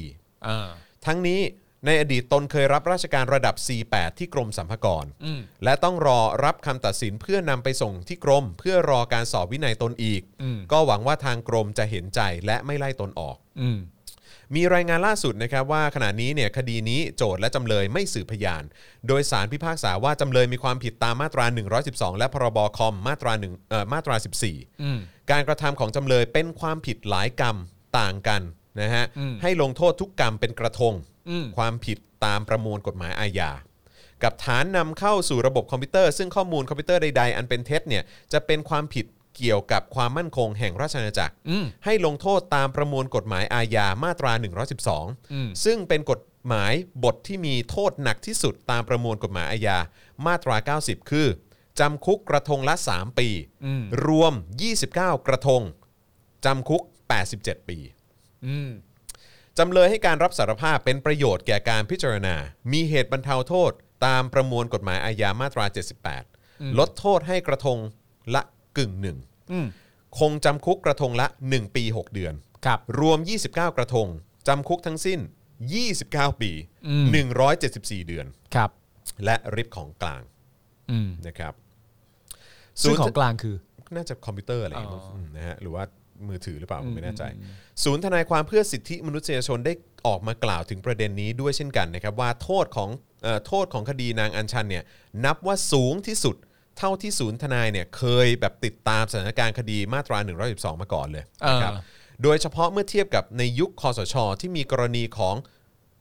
อ่า
ทั้งนี้ในอดีตตนเคยรับราชการระดับ 48 ที่กรมสรรพากร
อืม
และต้องรอรับคำตัดสินเพื่อนำไปส่งที่กรม เพื่อรอการสอบวินัยตนอีก
อืม
ก็หวังว่าทางกรมจะเห็นใจและไม่ไล่ตนออก
อืม
มีรายงานล่าสุดนะครับว่าขณะนี้เนี่ยคดีนี้โจทย์และจำเลยไม่สืบพยาน โดยสารพิพากษาว่าจำเลยมีความผิดตามมาตรา 112 และพรบคอมมาตรา1เอ่อมาตรา
อืม
14 การกระทำของจำเลยเป็นความผิดหลายกรรมต่างกันนะฮะ
อืม
ให้ลงโทษทุกกรรมเป็นกระทง
อืม
ความผิดตามประมวลกฎหมายอาญา กับฐานนำเข้าสู่ระบบคอมพิวเตอร์ซึ่งข้อมูลคอมพิวเตอร์ใดๆ อันเป็นเท็จเนี่ยจะเป็นความผิดเกี่ยวกับความมั่นคงแห่งราชอาณาจักร
อืม
ให้ลงโทษตามประมวลกฎหมายอาญามาตรา
อืม
112 ซึ่งเป็นกฎหมายบทที่มีโทษหนักที่สุดตามประมวลกฎหมายอาญามาตรา 90 คือ จำคุกกระทงละ 3 ปี
อืม
รวม 29 กระทง จำคุก 87 ปี
อืม
จำเลยให้การรับสารภาพเป็นประโยชน์แก่การพิจารณา มีเหตุบรรเทาโทษ ตามประมวลกฎหมายอาญามาตรา 78 ลดโทษให้กระทงละกึ่งหนึ่ง
อืม
คงจำคุกกระทงละ 1 ปี 6 เดือน
ครับ
รวม 29 กระทง จำคุกทั้งสิ้น 29 ปี
อืม
174 เดือน
ครับ
และริบของกลาง
อืม
นะครับศู
ซึ่ง
นย์
ของกลางคือ
น่าจะคอมพิวเตอร์อะไรอย่างเงี้ย
อ๋ออื
มนะฮะหรือว่ามือถือหรือเปล่าผมไม่แน่ใจ ศูนย์ทนายความเพื่อสิทธิมนุษยชนได้ออกมากล่าวถึงประเด็นนี้ด้วยเช่นกันนะครับว่าโทษของเอ่อโทษของคดีนางอัญชันเนี่ยนับว่าสูงที่สุด เท่าที่ศูนย์ทนายเนี่ยเคยแบบติดตามสถานการณ์คดีมาตรา 112 มาก่อนเลยนะครับ
เออ
โดยเฉพาะเมื่อเทียบกับในยุคคอสช ที่มีกรณีของ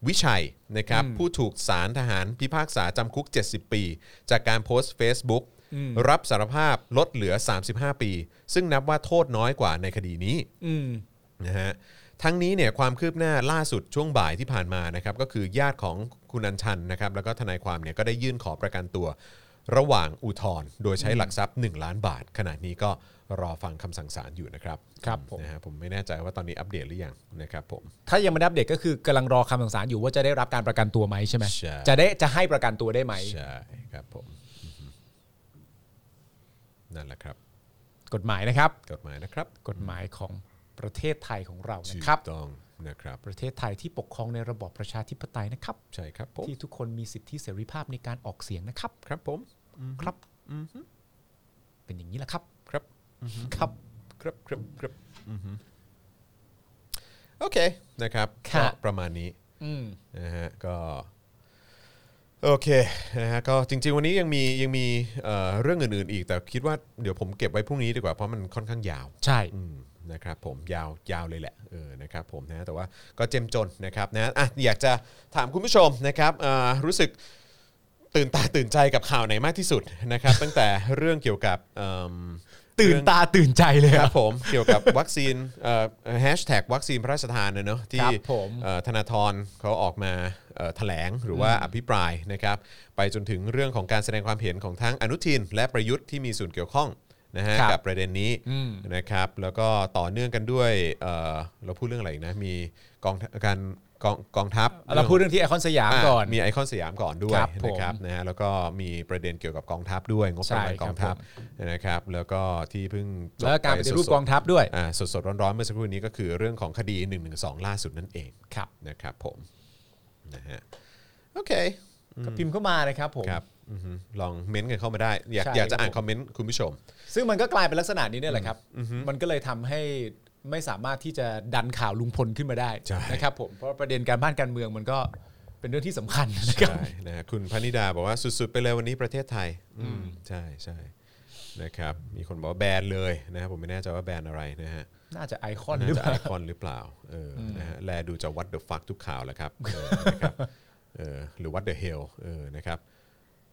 วิชัยนะครับผู้ถูกสารทหารพิพากษาจำคุก 70 ปี จากการโพสต์ Facebook รับสารภาพลดเหลือ 35 ปี ซึ่งนับว่าโทษน้อยกว่าในคดีนี้
อืม
นะฮะทั้งนี้เนี่ยความคืบหน้าล่าสุดช่วงบ่ายที่ผ่านมานะครับก็คือญาติของคุณอัญชันนะครับแล้วก็ทนายความเนี่ยก็ได้ยื่นขอประกันตัว ระหว่างอุทธรณ์โดยใช้หลักทรัพย์ 1 ล้านบาท ขณะนี้ก็รอฟังคำสั่งศาลอยู่นะครับ
ครับผม
นะฮะผมไม่แน่ใจว่าตอนนี้อัปเดตหรือยังนะครับผม
ถ้ายังไม่ได้อัปเดตก็คือกำลังรอคำสั่งศาลอยู่ว่าจะได้รับการประกันตัวไหมใช่ไหม
ใช่
จะได้จะให้ประกันตัวได้ไหม
ใช่ครับผมอือฮึนั่นแหละครับ
กฎหมายนะครับ
กฎหมายนะครับ
กฎหมายของประเทศไทยของเรานะครับ
ถูกต้องนะครับ
ประเทศไทยที่ปกครองในระบอบประชาธิปไตยนะครับ
ใช่ครับผม
ที่ทุกคนมีสิทธิเสรีภาพในการออกเสียงนะครับ
ครับผม
ครับเป็นอย่างนี้แหละครับ
ครับ
ครับ
ครับครับครับอือฮึโอเคนะครับ
ค่ะ
ก็ประมาณนี้
อืม
นะฮะก็โอเคนะฮะก็จริงๆวันนี้ยังมียังมีเอ่อเรื่องอื่นๆอีก แต่คิดว่าเดี๋ยวผมเก็บไว้พรุ่งนี้ดีกว่าเพราะมันค่อนข้างยาว
ใช่
อืมนะครับผมยาวยาวเลยแหละเออนะครับผมนะแต่ว่าก็เจ้มจนนะครับนะอ่ะอยากจะถามคุณผู้ชมนะครับเอ่อรู้สึกตื่นตาตื่นใจกับข่าวไหนมากที่สุดนะครับ ตั้งแต่เรื่องเกี่ยวกับเอิ่ม
ตื่นตาตื่นใจเลย
ค
ค
รั
รั
บบ ผมเกี่ยวกับวัคซีนแฮชแท็กวัคซีนพระราชทานเนี่ยเนอะที่
ครับผม
เอ่อธนาธรเขาออกมาเอ่อแถลงหรือว่าอภิปรายนะครับไปจนถึงเรื่องของการแสดงความเห็นของทั้งอนุทิน และประยุทธ์ที่มีส่วนเกี่ยวข้องนะฮะ
ครับ
กับประเด็นนี้
อืม
นะครับแล้วก็ต่อเนื่องกันด้วยเอ่อเราพูดเรื่องอะไรอีกนะมีกองทัพการกองกองทัพ
เราพูดเรื่องที่ไอคอนสยามก่อน
มีไอคอนสยามก่อนด้วย
ครับผม
นะครับนะฮะแล้วก็มีประเด็นเกี่ยวกับกองทัพด้วยงบประมาณ
ใช่ครับ
กองทัพนะครับ แล้วก็ที่เพิ่งจบ
แล้วก็การปฏิรูป
สดๆ
กองทัพด้วย
อ่าสดๆร้อนๆเมื่อสักครู่นี้ก็คือเรื่องของคดี1นึล่าสุดนั่นเอง
ครับ
นะครับผมนะฮะโอเค
ก็พิมพ์เข้ามานะครับผม
ครับอือฮึลองเม้นต์กันเข้ามาได้ อยาก
ใช่
อยากจะ
ครับ
อ่าน
ผม
คอมเมนต์คุณผู้ชม
ซึ่งมันก็กลายเป็นลักษณะนี้เนี่ยแหละครับ มันก็เลยทำให้ไม่สามารถที่จะดันข่าวลุงพลขึ้นมาได้
ใช่
นะครับผม เพราะประเด็นการบ้านการเมืองมันก็เป็นเรื่องที่สำคัญนะครับ
ใช่นะฮะคุณพนิดาบอกว่าสุดๆไปเลยวันนี้ประเทศไทยอืมใช่ใช่นะครับมีคนบอกว่าแบนเลยนะครับผมไม่แน่ใจว่าแบนอะไรนะฮะ
น่าจะไอคอนห
น่า
รือ
จะ
เป
ไอ
ล่า
คอนหรือเปล่า เออ นะฮะ แลดูจะวัดเดอะฟักทุกข่าวแห ล้วครับ เออนะครับเออ หรือวัดเดอะเฮล เออ นะครับ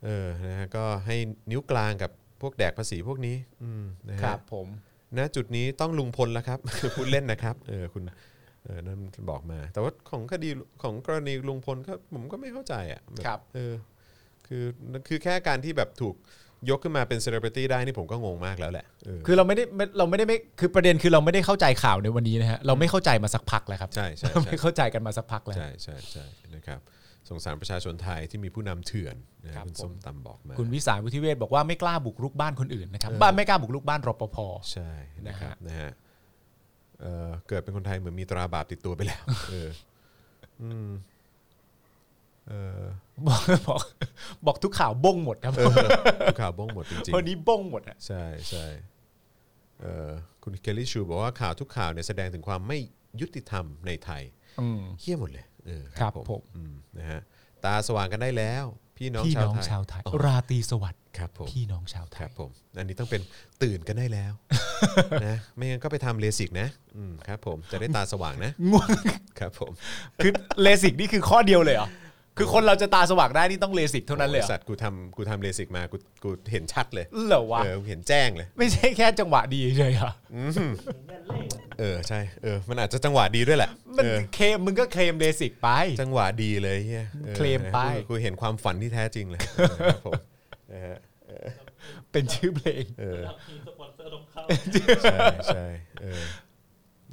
เออ นะฮะ ก็ให้นิ้วกลางกับพวกแดกภาษีพวกนี้ อืม นะ
ครั
ฮะ
บผม
ณจุดนี้ต้องลุงพลแล้วครับ พูดเล่นนะครับ เออ คุณ เออ นั่นบอกมา แต่ว่าของคดีของกรณีลุงพลก็ผมก็ไม่เข้าใจอ่ะแ
ครับ
เออ คือ คือแค่การที่แบบถูกยกขึ้นมาเป็นเซเลบริตี้ได้นี่ผมก็งงมากแล้วแหละ เออ
คือเราไม่ได้ไม่เราไม่ได้ไม่คือประเด็นคือเราไม่ได้เข้าใจข่าวในวันนี้นะฮะเราไม่เข้าใจมาสักพักแล้วครับ
ใช่ใช่ใช่
เราไม่เข้าใจกันมาสักพักแล้ว
ใช่ใช่ใช่นะครับสงสารประชาชนไทยที่มีผู้นำเถื่อนนะครับ คุณ
ผม
ส้มตำบอกมา
คุณวิสารวุฒิเวศบอกว่าไม่กล้าบุกรุกบ้านคนอื่นนะครับบ้านไม่กล้าบุกรุกบ้านรปภ
ใช่นะครับ
นะฮะ
นะฮะเอ่อเกิดเป็นคนไทยเหมือนมีตราบาปติดตัวไป แล้ว เอออืมเออ
บอกบอกบอกทุกข่าวบ้งหมดครับ
เออข่าวบ้งหมดจริง
วันนี้บ้งหมดอะ
ๆใช่ใช่เอ่อคุณเคลลี่ชูบอกว่าข่าวทุกข่าวเนี่ยแสดงถึงความไม่ยุติธรรมในไทย
อืม
เฮี้ยหมดเลยเออ
ครับผม
อืมนะฮะตาสว่างกันได้แล้ว พี่น้อง
พี่
ชาว
น้อง
ไทย
ชาวไทย
อ๋อ
ราตรีสวัสดิ์
ครับผม
พี่น้องชาวไท
ครั
ย
บผม อันนี้ต้องเป็นตื่นกันได้แล้ว นะไม่งั้นก็ไปทำเลสิกนะอืมครับผมจะได้ตาสว่างนะ
ง่วง
ครับผม
คือเลสิกนี่คือข้อเดียวเลยเหรอคือคนเราจะตาสว่างได้นี่ต้องเลสิกเท่านั้นเล
บ
ยเหร
ริษั
อ
ทกูทำกูทำเลสิกมากูกูเห็นชัดเลย
เหรอวะ
เออเห็นแจ้งเลย
ไม่ใช่แค่จังหวะดีเฉยๆเหรอ
เออใช่เออมันอาจจะจังหวะดีด้วยแหละ
มัน
เออ
เคลมมึงก็เคลมเลสิกไป
จังหวะดีเลยเฮียออ
เคลมไป
นะกูเห็นความฝันที่แท้จริง เลยเออครับผมนะฮะ
เป็นชื่อเพลง
เออ
มีสปอนเซอร์ต้องเข้า
ใช่ใช่เออ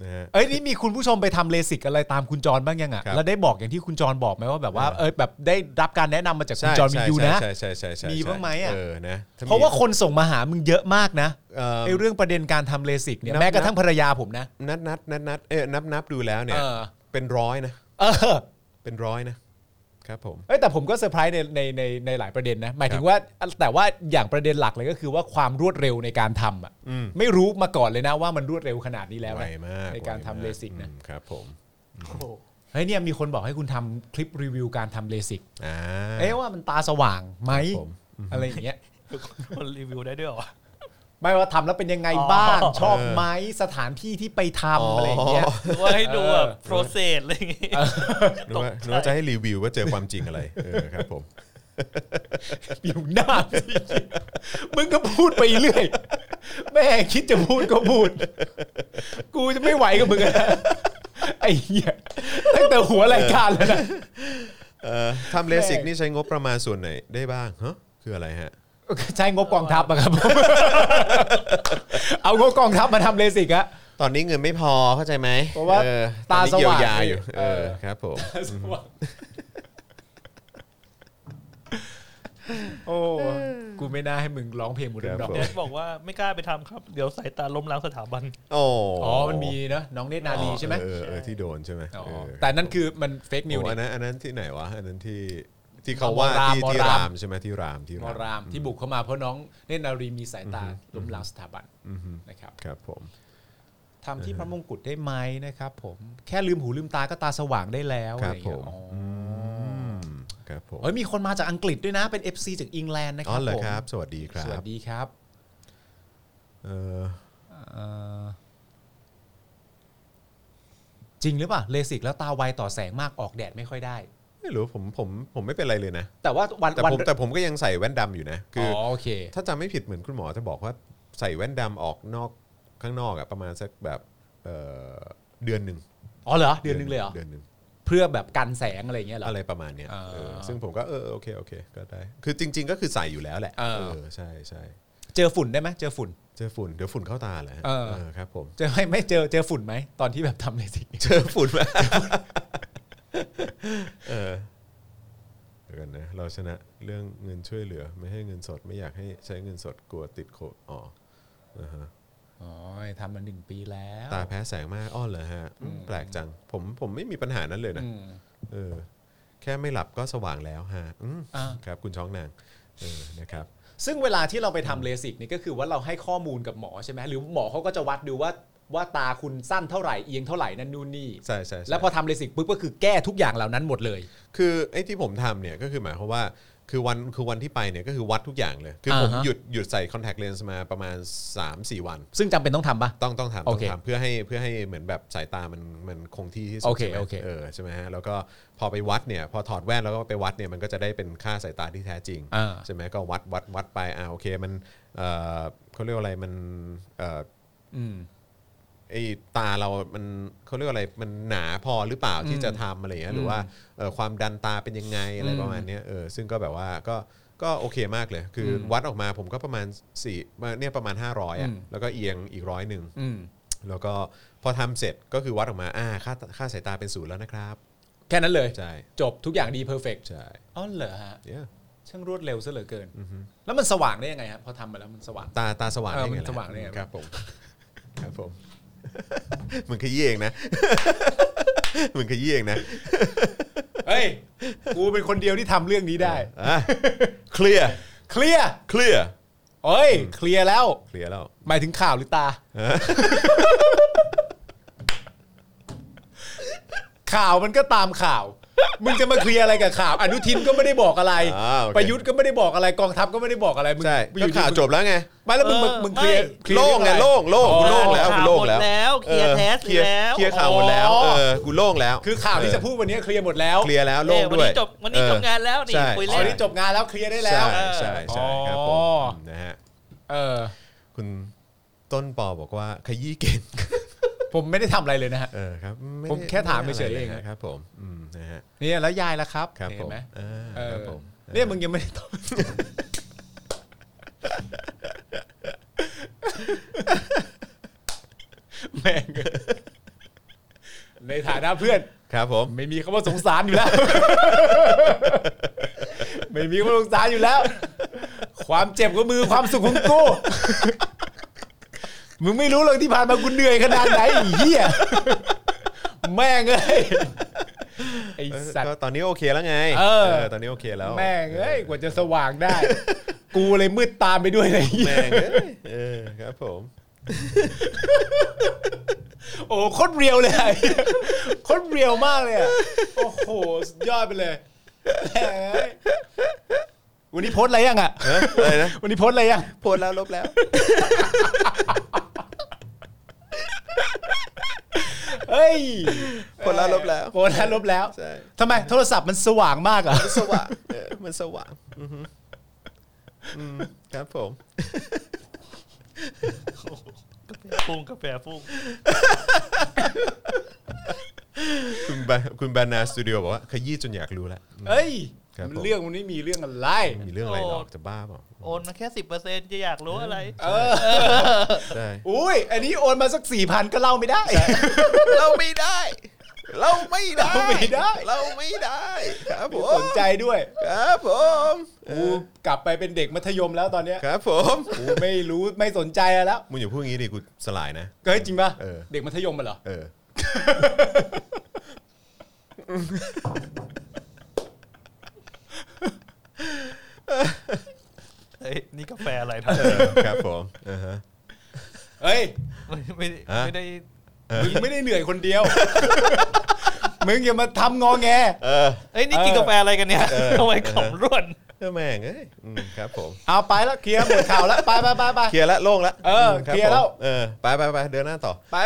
นะฮะ
เอ้ยนี่มีคุณผู้ชมไปทำเลสิกอะไรตามคุณจรบ้างยังอ่ะ
ครับ
แล้วได้บอกอย่างที่คุณจรบอกไหมว่าแบบว่าเอ้ยแบบได้รับการแนะนำมาจากคุณ
ใช่
จรวินยูนะ
ใช่ใช่ใช่ใช่ใช่
มีบ้างไหมอะ
เออนะถ้มี
เพราะว่าคนส่งมาหามึงเยอะมากนะ
เออ
ไอ้เรื่องประเด็นการทำเลสิกเนี่ย
นับ
แม้กระทั่งภรรยาผมนะ
นัดนัดนัดนัดเออนับนับดูแล้วเนี่ย
เออ
เป็นร้อยนะ
เออ
เป็นร้อยนะ ครับผม
เอ้ยแต่ผมก็เซอร์ไพรส์ในในในในหลายประเด็นนะ หมายถึงว่าแต่ว่าอย่างประเด็นหลักเลยก็คือว่าความรวดเร็วในการทำอ่ะ
อืม
ไม่รู้มาก่อนเลยนะว่ามันรวดเร็วขนาดนี้แล้ว
ไว
นะ
มาก
ในการทำ
ไวม
เลสิกนะ
อืมครับผม
โอ้โห
เฮ้ยเนี่ยมีคนบอกให้คุณทำคลิปรีวิวการทำเลสิก
อ่า
เอ๊ะว่ามันตาสว่างไหม
ครับผม
อะไรอย่างเงี้ย
มันรีวิวได้ด้วยเหรอ
ไม่ว่าทำแล้วเป็นยังไงบ้าง
อ๋อ
ชอบไหมสถานที่ที่ไปทำอะไรอย่างเงี้ย
หรือว่าให้ดูแบบโปรเซสอะไรอย่างงี้
นึกว่านึกว่าจะให้รีวิวว่าเจอความจริง อะไรเออครับผม
อยู่หน้าพี่มึงก็พูดไปเรื่อย แม่คิดจะพูดก็พูด กูจะไม่ไหวกับมึงแล้วนะไอ้เหี้ยตั้งแต่หัวรายการแล้วนะ
เออทำเลสิก
แม่ง
นี่ใช้งบประมาณส่วนไหนได้บ้างฮะคืออะไรฮะ
ใช้งบกองทัพอะครับ เอางบกองทัพมาทำเลสิกอะ
ตอนนี้เงินไม่พอเข้าใจไหม
เพราะว่า
ออ
ตา
อนนี้เยีย
สว่าง
ยาอยู่
เอ
เอ
อ
อครับผม
โอ้ กูไม่น่าให้มึงร้องเพลงหมดเลยดอก
เดชบอกว่าไม่กล้าไปทำครับ เดี๋ยวสายตาล้มล้างสถาบัน
โอ้
อ๋อ มันมีเนอะน้องเนตรนาลีใช่ไหม
เออเออที่โดนใช่ไหม
อ๋อ
เออ
แต่นั่นคือมันเฟกนิว
โอ้
เนี่
อั
ย
นนั้นอันนั้นที่ไหนวะอันนั้นที่ที่เขาว่า
หมอราม
ที่
หมอ
ที่
ราม
รามใช่ไหมที่รามที่
มอรามที่บุกเข้ามาเพราะน้องเนตรนาลีมีสายตาล้มล้างสถาบันนะครับ
ครับผม
ทำที่พระมงกุฎได้ไหมนะครับผมแค่ลืมหูลืมตาก็ตาสว่างได้แล้ว
ครับ
อะ
ผ
ไอย่า
ม
งเงี้ยอ๋อ
อืมครับผม
เฮ้ยมีคนมาจากอังกฤษด้วยนะเป็น FC จากอิงแลนด์นะค
อ๋อเห
รับ
รอ
ผม
ครับ สวัสดีครั
สวั
บ
สดีครับ
เออ
เอ่อจริงหรือเปล่าเลสิกแล้วตาไวต่อแสงมากออกแดดไม่ค่อยได้
ไม่รู้ผมผมผมไม่เป็นไรเลยนะ
แต่ว่าวัน
แต่
วัน
ผมแต่ผมก็ยังใส่แว่นดำอยู่นะ คือออ
โอเค
ถ้าจำไม่ผิดเหมือนคุณหมอจะบอกว่าใส่แว่นดำออกนอกข้างนอกอะประมาณสักแบบเอ่อเดือนหนึ่ง
อ๋อเหรอ เดือนหนึงเลยเหรอ
เดือนหนึ่ง
เพื่อแบบกันแสงอะไรอย่างเงี้ยเหรอ
อะไรประมาณเนี้ย
อ่า
เออซึ่งผมก็เออโอเคโอเคก็ได้ คือจริง ๆ ก็คือใส่อยู่แล้วแหละ
เออ
เออใช่ใช่
เจอฝุ่นได้ไหมเจอฝุ่น
เจอฝุ่นเดี๋ยวฝุ่นเข้าตาเหรอฮะ
เออ
เออครับผม
เจอไม่ไม่เจอเจอฝุ่นไหมตอนที่แบบทำเลสิก
เจอฝุ่นมาเออเดี๋ยวกันนะเราชนะเรื่องเงินช่วยเหลือ ไม่ให้เงินสดไม่อยากให้ใช้เงินสดกลัวติดโควิดอ๋ออ่าฮะ
อ๋อทำมาหนึ่งปีแล้ว
ตาแพ้แสงมากอ้อเหรอฮะอืมแปลกจัง ผมผมไม่มีปัญหานั้นเลยนะ เออ แค่ไม่หลับก็สว่างแล้วฮะอืม
อ่า
ครับ คุณช้องนาง เออ นะครับ
ซึ่งเวลาที่เราไปทำเลสิกนี่ก็คือว่าเราให้ข้อมูลกับหมอใช่ไหมหรือหมอเขาก็จะวัดดูว่าว่าตาคุณสั้นเท่าไหร่เอียงเท่าไหร่นั่นนู่นนี่
ใช่ใช่ใช่
แล้วพอทำเลสิกปุ๊บก็คือแก้ทุกอย่างเหล่านั้นหมดเลย
คือไอ้ที่ผมทำเนี่ยก็คือหมายความว่า คือวันคือวันที่ไปเนี่ยก็คือวัดทุกอย่างเลย คือผม
อ่าฮะ
หยุดหยุดใส่คอนแทคเลนส์มาประมาณ 3-4 วัน
ซึ่งจำเป็นต้องทำปะ
ต้องต้องทำ
โอ
ต้อ
เค
งทำเพื่อให้เพื่อให้เหมือนแบบสายตามันมันคงที่ที่สุด
โอเค
ใช่ไหม
โอเค
เออใช่ไหมฮะแล้วก็พอไปวัดเนี่ยพอถอดแว่นแล้วก็ไปวัดเนี่ยมันก็จะได้เป็นค่าสายตาที่แท้จริง
อ่า
ใช่ไหมก็วัดวัดวัดไปอ่าโอเคมันเอ่อเขาเรียกว่าอะไรมันเอ่ออ
ม
ไอ้ตาเรามันเขาเรียกว่าอะไรมันหนาพอหรือเปล่าที่จะทำอะไรอย่างเงี้ยหรือว่าเอ่อความดันตาเป็นยังไงอะไร
อืม
ประมาณเนี้ยเออซึ่งก็แบบว่าก็ก็โอเคมากเลย คืออวัดออกมาผมก็ประมาณ4เนี่ยประมาณ 500อ่ะแล้วก็เอียงอีกร้อยหนึ่ง
อืม
แล้วก็พอทำเสร็จก็คือวัดออกมาอ่าค่าค่าสายตาเป็นศูนย์แล้วนะครับ
แค่นั้นเลย
ใช่
จบทุกอย่างดีเพอร์เฟก
ใช่
อ๋อเหรอฮะ
เนี่ย
ช่างรวดเร็วซะเหลือเกินแล้วมันสว่างได้ยังไงฮะพอทำมาแล้วมันสว่าง
ตาตาสว่าง
เออ
ได้ไง
มัน
ล่ะ
สว่างได้ไง
ครับผม ครับผม มึงขยี้เองนะ มึงขยี้เองนะ
เฮ้ยกูเป็นคนเดียวที่ทำเรื่องนี้ได้
อ่ะเคลียร์
เคลียร์
เคลียร์
เอ้ยเคลียร์แล้ว
เคลียร์แล้ว
หมายถึงข่าวหรือตา ข่าวมันก็ตามข่าว มึงจะมาเคลียร์อะไรกับข่าว อนุทินก็ไม่ได้บอกอะไร
อ่าโอเค
ประยุทธ์ก็ไม่ได้บอกอะไร กองทัพก็ไม่ได้บอกอะไร มึง
ใช่
มึง
ก็ข่าวจบแล้วไง
ไม่แล้วมึง
เออ
มึงมึงเคลียร์
ไม่
เคยร์
โล่งไง
เรื่องอะไร
โล่งโล่งกูโล่งแล้วกูโล่งแล้ว
ข่าวหมดแล้วเคลียร์แคส
ออเคลียร์
แล้ว
เคลียร์ข่าวหมดแล้ว
อ๋อ
เออกูโล่งแล้ว
คือข่าวที่จะพูดวันนี้เคลียร์หมดแล้ว
เออเคลียร์แล้วโล่งด้
เอ้ยวัน
ว
นี้
ย
จบวันนี้จบ
เออ
งานแล้วนี่
ใช่
คุย
อ๋
เล่
อน นี่จบงานแล้วเคลียร์ได้แล้ว
ใช่ใช่ใช่ครับผ
อ๋อ
มนะฮะ
เออ
คุณต้นปอบอกว่าขยี้เก่ง
ผมไม่ได้ทำอะไรเลยนะฮะ
เออครับไได้
ผมแค่ถามเฉยๆเองอะ
นะครับผมอืมนะฮะ
เนี่ยแล้วยายล่ะครับ
ครับผ
เห็
ม
นไหม
อ่า
เออ
ครับผม
เนี่ยมึงยังไม่ได้ตอบ แม่งเอ้ยในฐานะเพื่อน
ครับผม
ไม่มีคำว่าสงสารอยู่แล้ว ไม่มีคำว่าสงสารอยู่แล้ว ความเจ็บก็มือความสุขของกู มึงไม่รู้หรอกที่ผ่านมากูเหนื่อยขนาดไหนไอ้เหี้ย แม่งเอ้ยไอ้ สัต
ก็
ว์
ตอนนี้โอเคแล้วไง
เออ
ตอนนี้โอเคแล้ว
แม่งเอ้ยกว่าจะสว่างได้ กูเลยมืดตามไปด้วยเลย
แม่ง เอ้ยเออครับผม
โอ้โหโคตรเรียวเลยอะโคตรเรียวมากเลยอะโอ้โหสุดยอดไปเลยแม่งเอ้ยวันนี้โพสต์อะไรยังอ่ะ
อะไรนะ
วันนี้โพสต์อะไรยัง
โพสแล้วลบแล้ว
เฮ้ย
คนละลบแล้ว
โคนละลบแล้ว
ใช่
ทำไมโทรศัพท์มันสว่างมากเหรอ่ะ
สว่างเออมันสว่างอือฮึอืมครับผม
ปรุงกาแฟปรุง
คุณบาคุณบานาสตูดิโอบอกว่าขยี้จนอยากรู้แล้ว
เฮ้ย
ครับผม
เรื่องมันไม่มีเรื่องอะไร
มีเรื่องอะไรหรอก
โอ้
จะบ้าเปล่า
โอนมาแค่สิบเปอร์เซ็นต์จะอยากรู้อะไร
ใช่
อุ้ย อันนี้โอนมาสักสี่พันก็เล่าไม่ได้
เราไม่ได้ เราไม่ได้
เราไม่ได้
เราไม่ได้ครับผ
ไม่
ม
สนใจด้วย
ครับผม
กูกลับไปเป็นเด็กมัธยมแล้วตอนเนี้ย
ครับผม
กูไม่รู้ไม่สนใจแล้ว
มึงอย่าพูดอย่างนี้ดิกูสลายนะ
เฮ้ยจริงป่ะ
เออ
เด็กมัธยมมาเหรอ
เออ
เฮ้ย นี่กาแฟอะไรท
เออครับผมอ่าฮะ
เฮ้ย
ำไม่ไม่ได้
ฮะ
ไม่ได้
มึงไม่ได้เหนื่อยคนเดียว มึงอย่ามาทำงอแง
เออ
เอ้ย นี่กินกาแฟอะไรกันเนี่ย
เออ
ทำไมขำร่วน
เออแม่งเอ้ยอืมครับผม
เอาไปแล้วเคลียร์หมดข่าวแล้วไปไปไปไป
เคลียร์ละโล่งละ
เออ
มบ
เคลียร์แล้ว
ผมเออไปไปไปเดินหน้าต่อ
ไป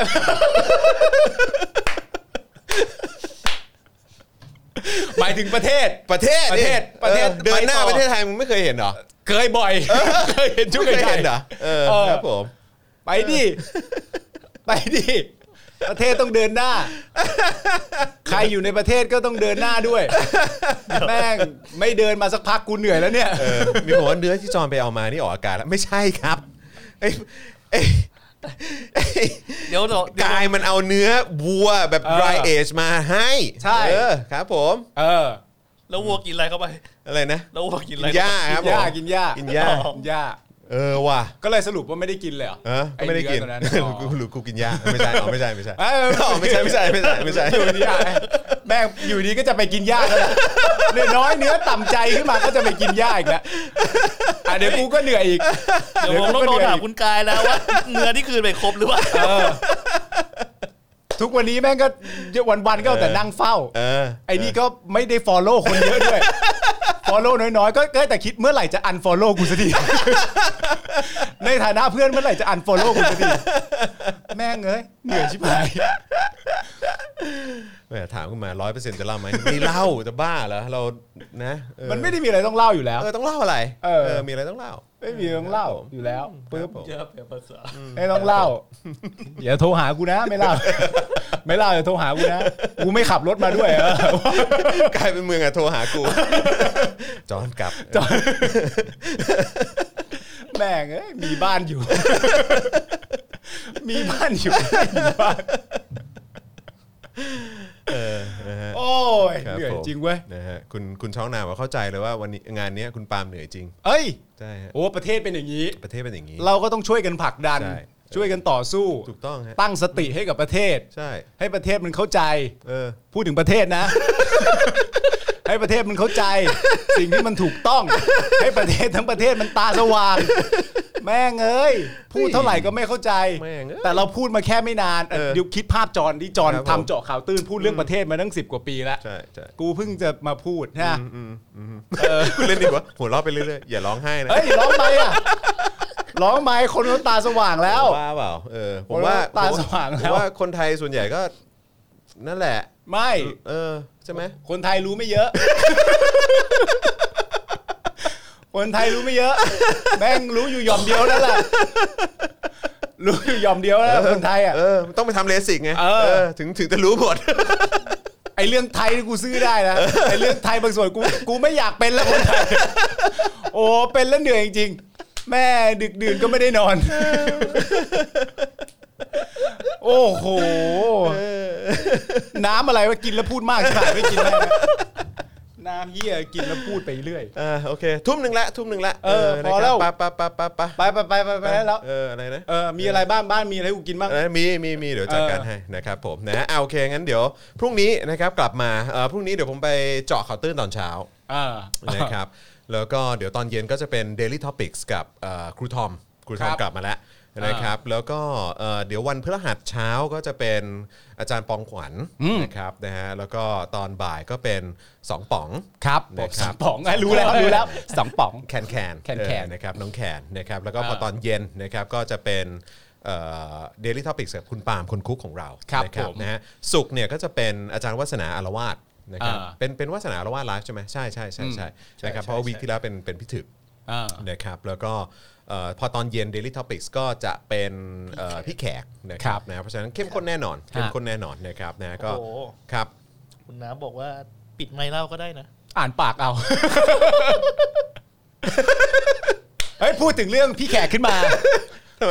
หมายถึงประเทศ
ประเทศ
ประเทศ
นี่
ประเทศ
ออเดินหน้า
ไปต่อ
ประเทศไทยมึงไม่เคยเห็นเหรอ
เคยบ่อย เคยเห็นชุก
ไม่เคย
ใหญ่
เห็นเหรอเออครับผม
ไปดิ ไปดิ ประเทศต้องเดินหน้า ใครอยู่ในประเทศก็ต้องเดินหน้าด้วย แม่งไม่เดินมาสักพักกูเหนื่อยแล้วเนี่ย
เออมีผมว่าเนื้อที่จอนไปเอามานี่ออกอากาศแล้วไม่ใช่ครับไอ้ไอ้ไอ้
เดี๋ยวเดี๋ยวเดี๋ยว
กายมันเอาเนื้อวัวแบบ dry
เออ
age มาให้
ใช่
เออครับผม
เออ
แล้ววัวกินอะไรเข้าไป
อะไรนะ
แล้ววัวกิน
กิ
อะไร
นหญ้าครับ
กิน
ผม
หญ้ากินหญ้า
กินหญ้า
กินหญ้า
เออว่ะ
ก็เลยสรุปว่าไม่ได้กินเลยเหรอ
เออไม่ได้กิน
อ้เอตัวนั้นอ๋อ
กูหรือกูกินหญ้าไม่ใช่อ๋อไม่ใช่ไม่ใช่
เออ
อ๋อไม่ใช่ไม่ใช่ไม่ใช่ไม่ใช่
อยู่ดีอ่ะแม่งอยู่ดีก็จะไปกินหญ้าแล้วนะเนื้อน้อยเนื้อต่ำใจขึ้นมาก็จะไปกินหญ้าอีกแล้วอ่ะเดี๋ยวกูก็เหนื่อยอีก
เดี๋ยวผมต้องโทรถามคุณกายแล้วว่า เนื้อที่คืนไปครบหรือเปล่า
เออทุกวันนี้แม่งก็วันๆก็เอาแต่นั่งเฝ้า
เออ
ไอ้นี่ก็ไม่ได้ฟอลโล่คนเยอะด้วยฟอลโล่น้อยๆ ก็ได้แต่คิดเมื่อไหร่จะอันฟอลโล่กูสักที ในฐานะเพื่อนเมื่อไหร่จะอันฟอลโล่กูสักทีแม่งเอ้ยเหนื่อยชิบหาย
แหมถามขึ้นมาร้อยเปอร์เซ็นต์จะเล่าไหมไม่เล่าจะบ้าเหรอเรานะเออ
มันไม่ได้มีอะไรต้องเล่าอยู่แล้ว
เออต้องเล่าอะไร
เออ
มีอะไรต้องเล่า
ไม่มีเรื่องเล่าอยู่แล้วปึ๊บ
ผม
เยอะเป็นภาษา
ไม่ต้องเล่า อย่าโทรหากูนะ ไม่เล่า ไม่เล่าอย่าโทรหากูนะ กูไม่ขับรถมาด้วยเออก
ลายเป็นเมืองอะโทรหากู จอนกลับ
แม่งเอ้ยมีบ้านอยู่ มีบ้านอยู่มีบ้าน
เออนะฮะ
โอ้ย
คบ
เหนื่อย
ผม
จริงเว้ย
นะฮะคุณคุณช้องนาบอกเข้าใจเลยว่าวันนี้งานเนี้ยคุณปาล์มเหนื่อยจริง
เอ้ย
ใช่ฮะ
โอ้ประเทศเป็นอย่างนี้
ประเทศเป็นอย่างนี้
เราก็ต้องช่วยกันผลักดัน
ใช่
ช่วยกันต่อสู้
ถูกต้องฮะ
ตั้งสติให้กับประเทศ
ใช่
ให้ประเทศมันเข้าใจ
เออ
พูดถึงประเทศนะ ให้ประเทศมันเข้าใจ สิ่งที่มันถูกต้อง ให้ประเทศทั้งประเทศมันตาสว่าง แม่งเอ้ยพูดเท่าไหร่ก็ไม่เข้าใจ
แม่งเอ้ย
แต่เราพูดมาแค่ไม่นาน
เออ
เดี๋ยวคิดภาพจอนที่จอน
ครับผม
ทำเจาะข่าวตื้นพูดเรื่องประเทศมาตั้งสิบกว่าปีแล้ว
ใช่ใช่
กูเพิ่งจะมาพูดนะ
คุณเล่นดีกว่าหัวเราะไปเรื่อยๆอย่าร้องไห้นะ
เฮ้ยร้องไหมอ่ะร้องไหมคนเขาตาสว่างแล้ว
ว่าเปล่าเออผม
ผม
ว่า
ว่าตา
ผม
สว่างแล้ว
ผมว่าคนไทยส่วนใหญ่ก็ นั่นแหละ
ไม่
เออ ใช่ไหม
คนไทยรู้ไม่เยอะ คนไทยรู้ไม่เยอะ แม่งรู้อยู่หย่อมเดียวนั่นแหละรู้อยู่หย่อมเดียวนั่นแหละคนไทยอ่ะ
เออมันต้องไปทำเลสิกไง
เออ
ถึงถึงจะรู้หมด
ไอเรื่องไทยนี่กูซื้อได้นะไอเรื่องไทยบางส่วนกูกูไม่อยากเป็นแล้วคนไทยโอ้เป็นแล้วเหนื่อยจริงๆแม่ดึกดื่นก็ไม่ได้นอน โอ้โหน้ำอะไรวะกินแล้วพูดมากใช่ไหมไม่กินแม่ง น้ำเหี้ยกินแล้วพูดไปเรื่อย
อ่าโอเค ทุ่มหนึ่งละทุ่มหนึ่งละ
เออพอแล้ว
ปะปะปะปะปะ
ไปไปไปไปไปแล้ว
เอออะไรนะ
เออมีอะไรบ้างบ้านมีอะไรให้กูกินบ้าง
เอ้ยมีมีมีเดี๋ยวจัดการ
เออ
ให้นะครับผมนะเอาโอเคงั้นเดี๋ยวพรุ่งนี้นะครับกลับมาเอ่อพรุ่งนี้เดี๋ยวผมไปเจาะข่าวตื้นตอนเช้านะครับแล้วก็เดี๋ยวตอนเย็นก็จะเป็น Daily Topics กับเอ่อครูทอมครูทอม
ครับ
กลับมาแล้วนะครับแล้วก็เอ่อเดี๋ยววันพฤหัสเช้าก็จะเป็นอาจารย์ปองขวัญ
อืม
นะครับนะฮะแล้วก็ตอนบ่ายก็เป็นสองป๋อง
ครับ
นะค
ส
รั
อบ งป๋องอ่ะรู้แล้วรู้แล้วสองป๋อง
แคนแคน
แคนแคน
เออนะครับน้องแคนนะครับแล้วก็พอ
เออ
ตอนเย็นนะครับก็จะเป็นเดลิทอพิกกับคุณปาล์มคุณคุกของเรา
ครับ
นะ
ผม
นะฮะสุกร์เนี่ยก็จะเป็นอาจารย์วัฒนาอารวาสนะครับ
อ่า
เป็นเป็นวัฒนาอารวาสไลฟ์ใช่ไหมใช่ใช่ใช่ใช่
ใช่
นะครับ
ใช่
เพราะว่า
ใช่
วีคที่แล้วเป็นเป็นพิถึก
อ่า
นะครับแล้วก็เอ่อพอตอนเย็น Daily Topics ก็จะเป็นเอ่อพี่แขกนะค
ครั
รับบ นะเพราะฉะนั้นเข้มข้นแน่นอน
ฮะ
เข้มข้นแน่นอนนะครับนะก็
โอ้โห
ครับ
คุณน้ำบอกว่าปิดไม้เล่าก็ได้นะ
อ่านปากเอา เฮ้ยพูดถึงเรื่องพี่แขกขึ้นมา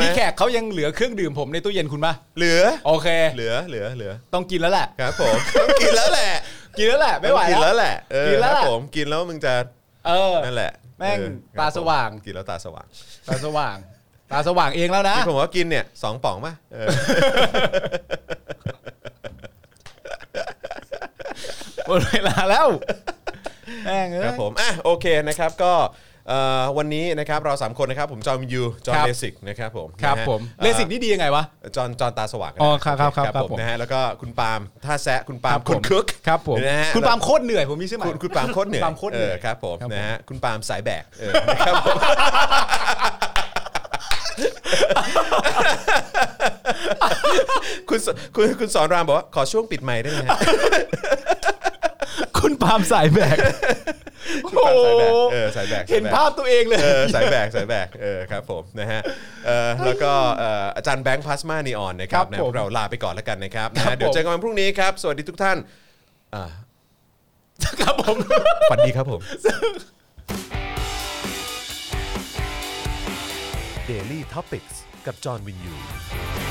พี่แขกเขายังเหลือเครื่องดื่มผมในตู้เย็นคุณปะ
เหลือ
โอเค
เหลือเหลือเหลือ
ต้องกินแล้วแหละ
ครับผมต้องกินแล้วแหละ
กินแล้วแหละ ไม่ไหว
กิน
แล้
แล้ว วแหละเออ
กินแล้ว
ค
ล่ะ
รับผมกินแล้วมึงจะ
เออ
นั่นแหละ
แม่ง
เออ
ตาสว่าง
ครับผมกินแล้วตาสว่าง
ตาสว่าง ตาสว่างเองแล้วนะ
ที่ผมว่ากินเนี่ยสองป๋องป่ะเออ
หมดเวลาแล้วแม่งเอ้ย
ครับผมอ่ะโอเคนะครับก็เอ่อวันนี้นะครับเราสามคนนะครับผมจอห์นวินยูจอห์น
ครับ
เลสิกนะครับผม
ครับ
นะฮะ
ผม
อ่อ
เลสิกนี่ดียังไงวะ
จอห์นจอห์นตาสว่าง
อ๋อครับครับครับครับผม
นะฮะแล้วก็คุณปาล์มท่าแซะคุณปาล์ม
ผ
คุณคึก
ครับผม
นะฮะ
คุณปาล์มโคตรเหนื่อยผมมีชื่อใหม่
คุณคุณปาล์มโคตรเหนื่อย
ปาล์มโคตรเหนื่อย
อครับผม
ครับผม
นะฮะคุณปาล์มสายแบกเออนะครับผม คุณสคุณคุณสอนรามบอกว่าขอช่วงปิดไมค์ได้ไหมฮะ
คุณปาล์มสายแบก
คุณปาล์มสายแบกเออสายแบกสายแบก
เห็นภาพตัวเองเลย
เออสายแบกสายแบกเออครับผมนะฮะเออแล้วก็เอ่ออาจารย์แบงค์พลาสมานีออนนะครั
ครับ บ
นะ
ผม
พวกเราลาไปก่อนแล้วกันนะครับนะ
ครั
ฮะ
บผม
เดี๋ยวเจอกันวันพรุ่งนี้ครับ สวัสดีทุกท่านอ่า
ครับผม
ฝันดีครับผม
Daily t o p i c กกับจอห์นวินยู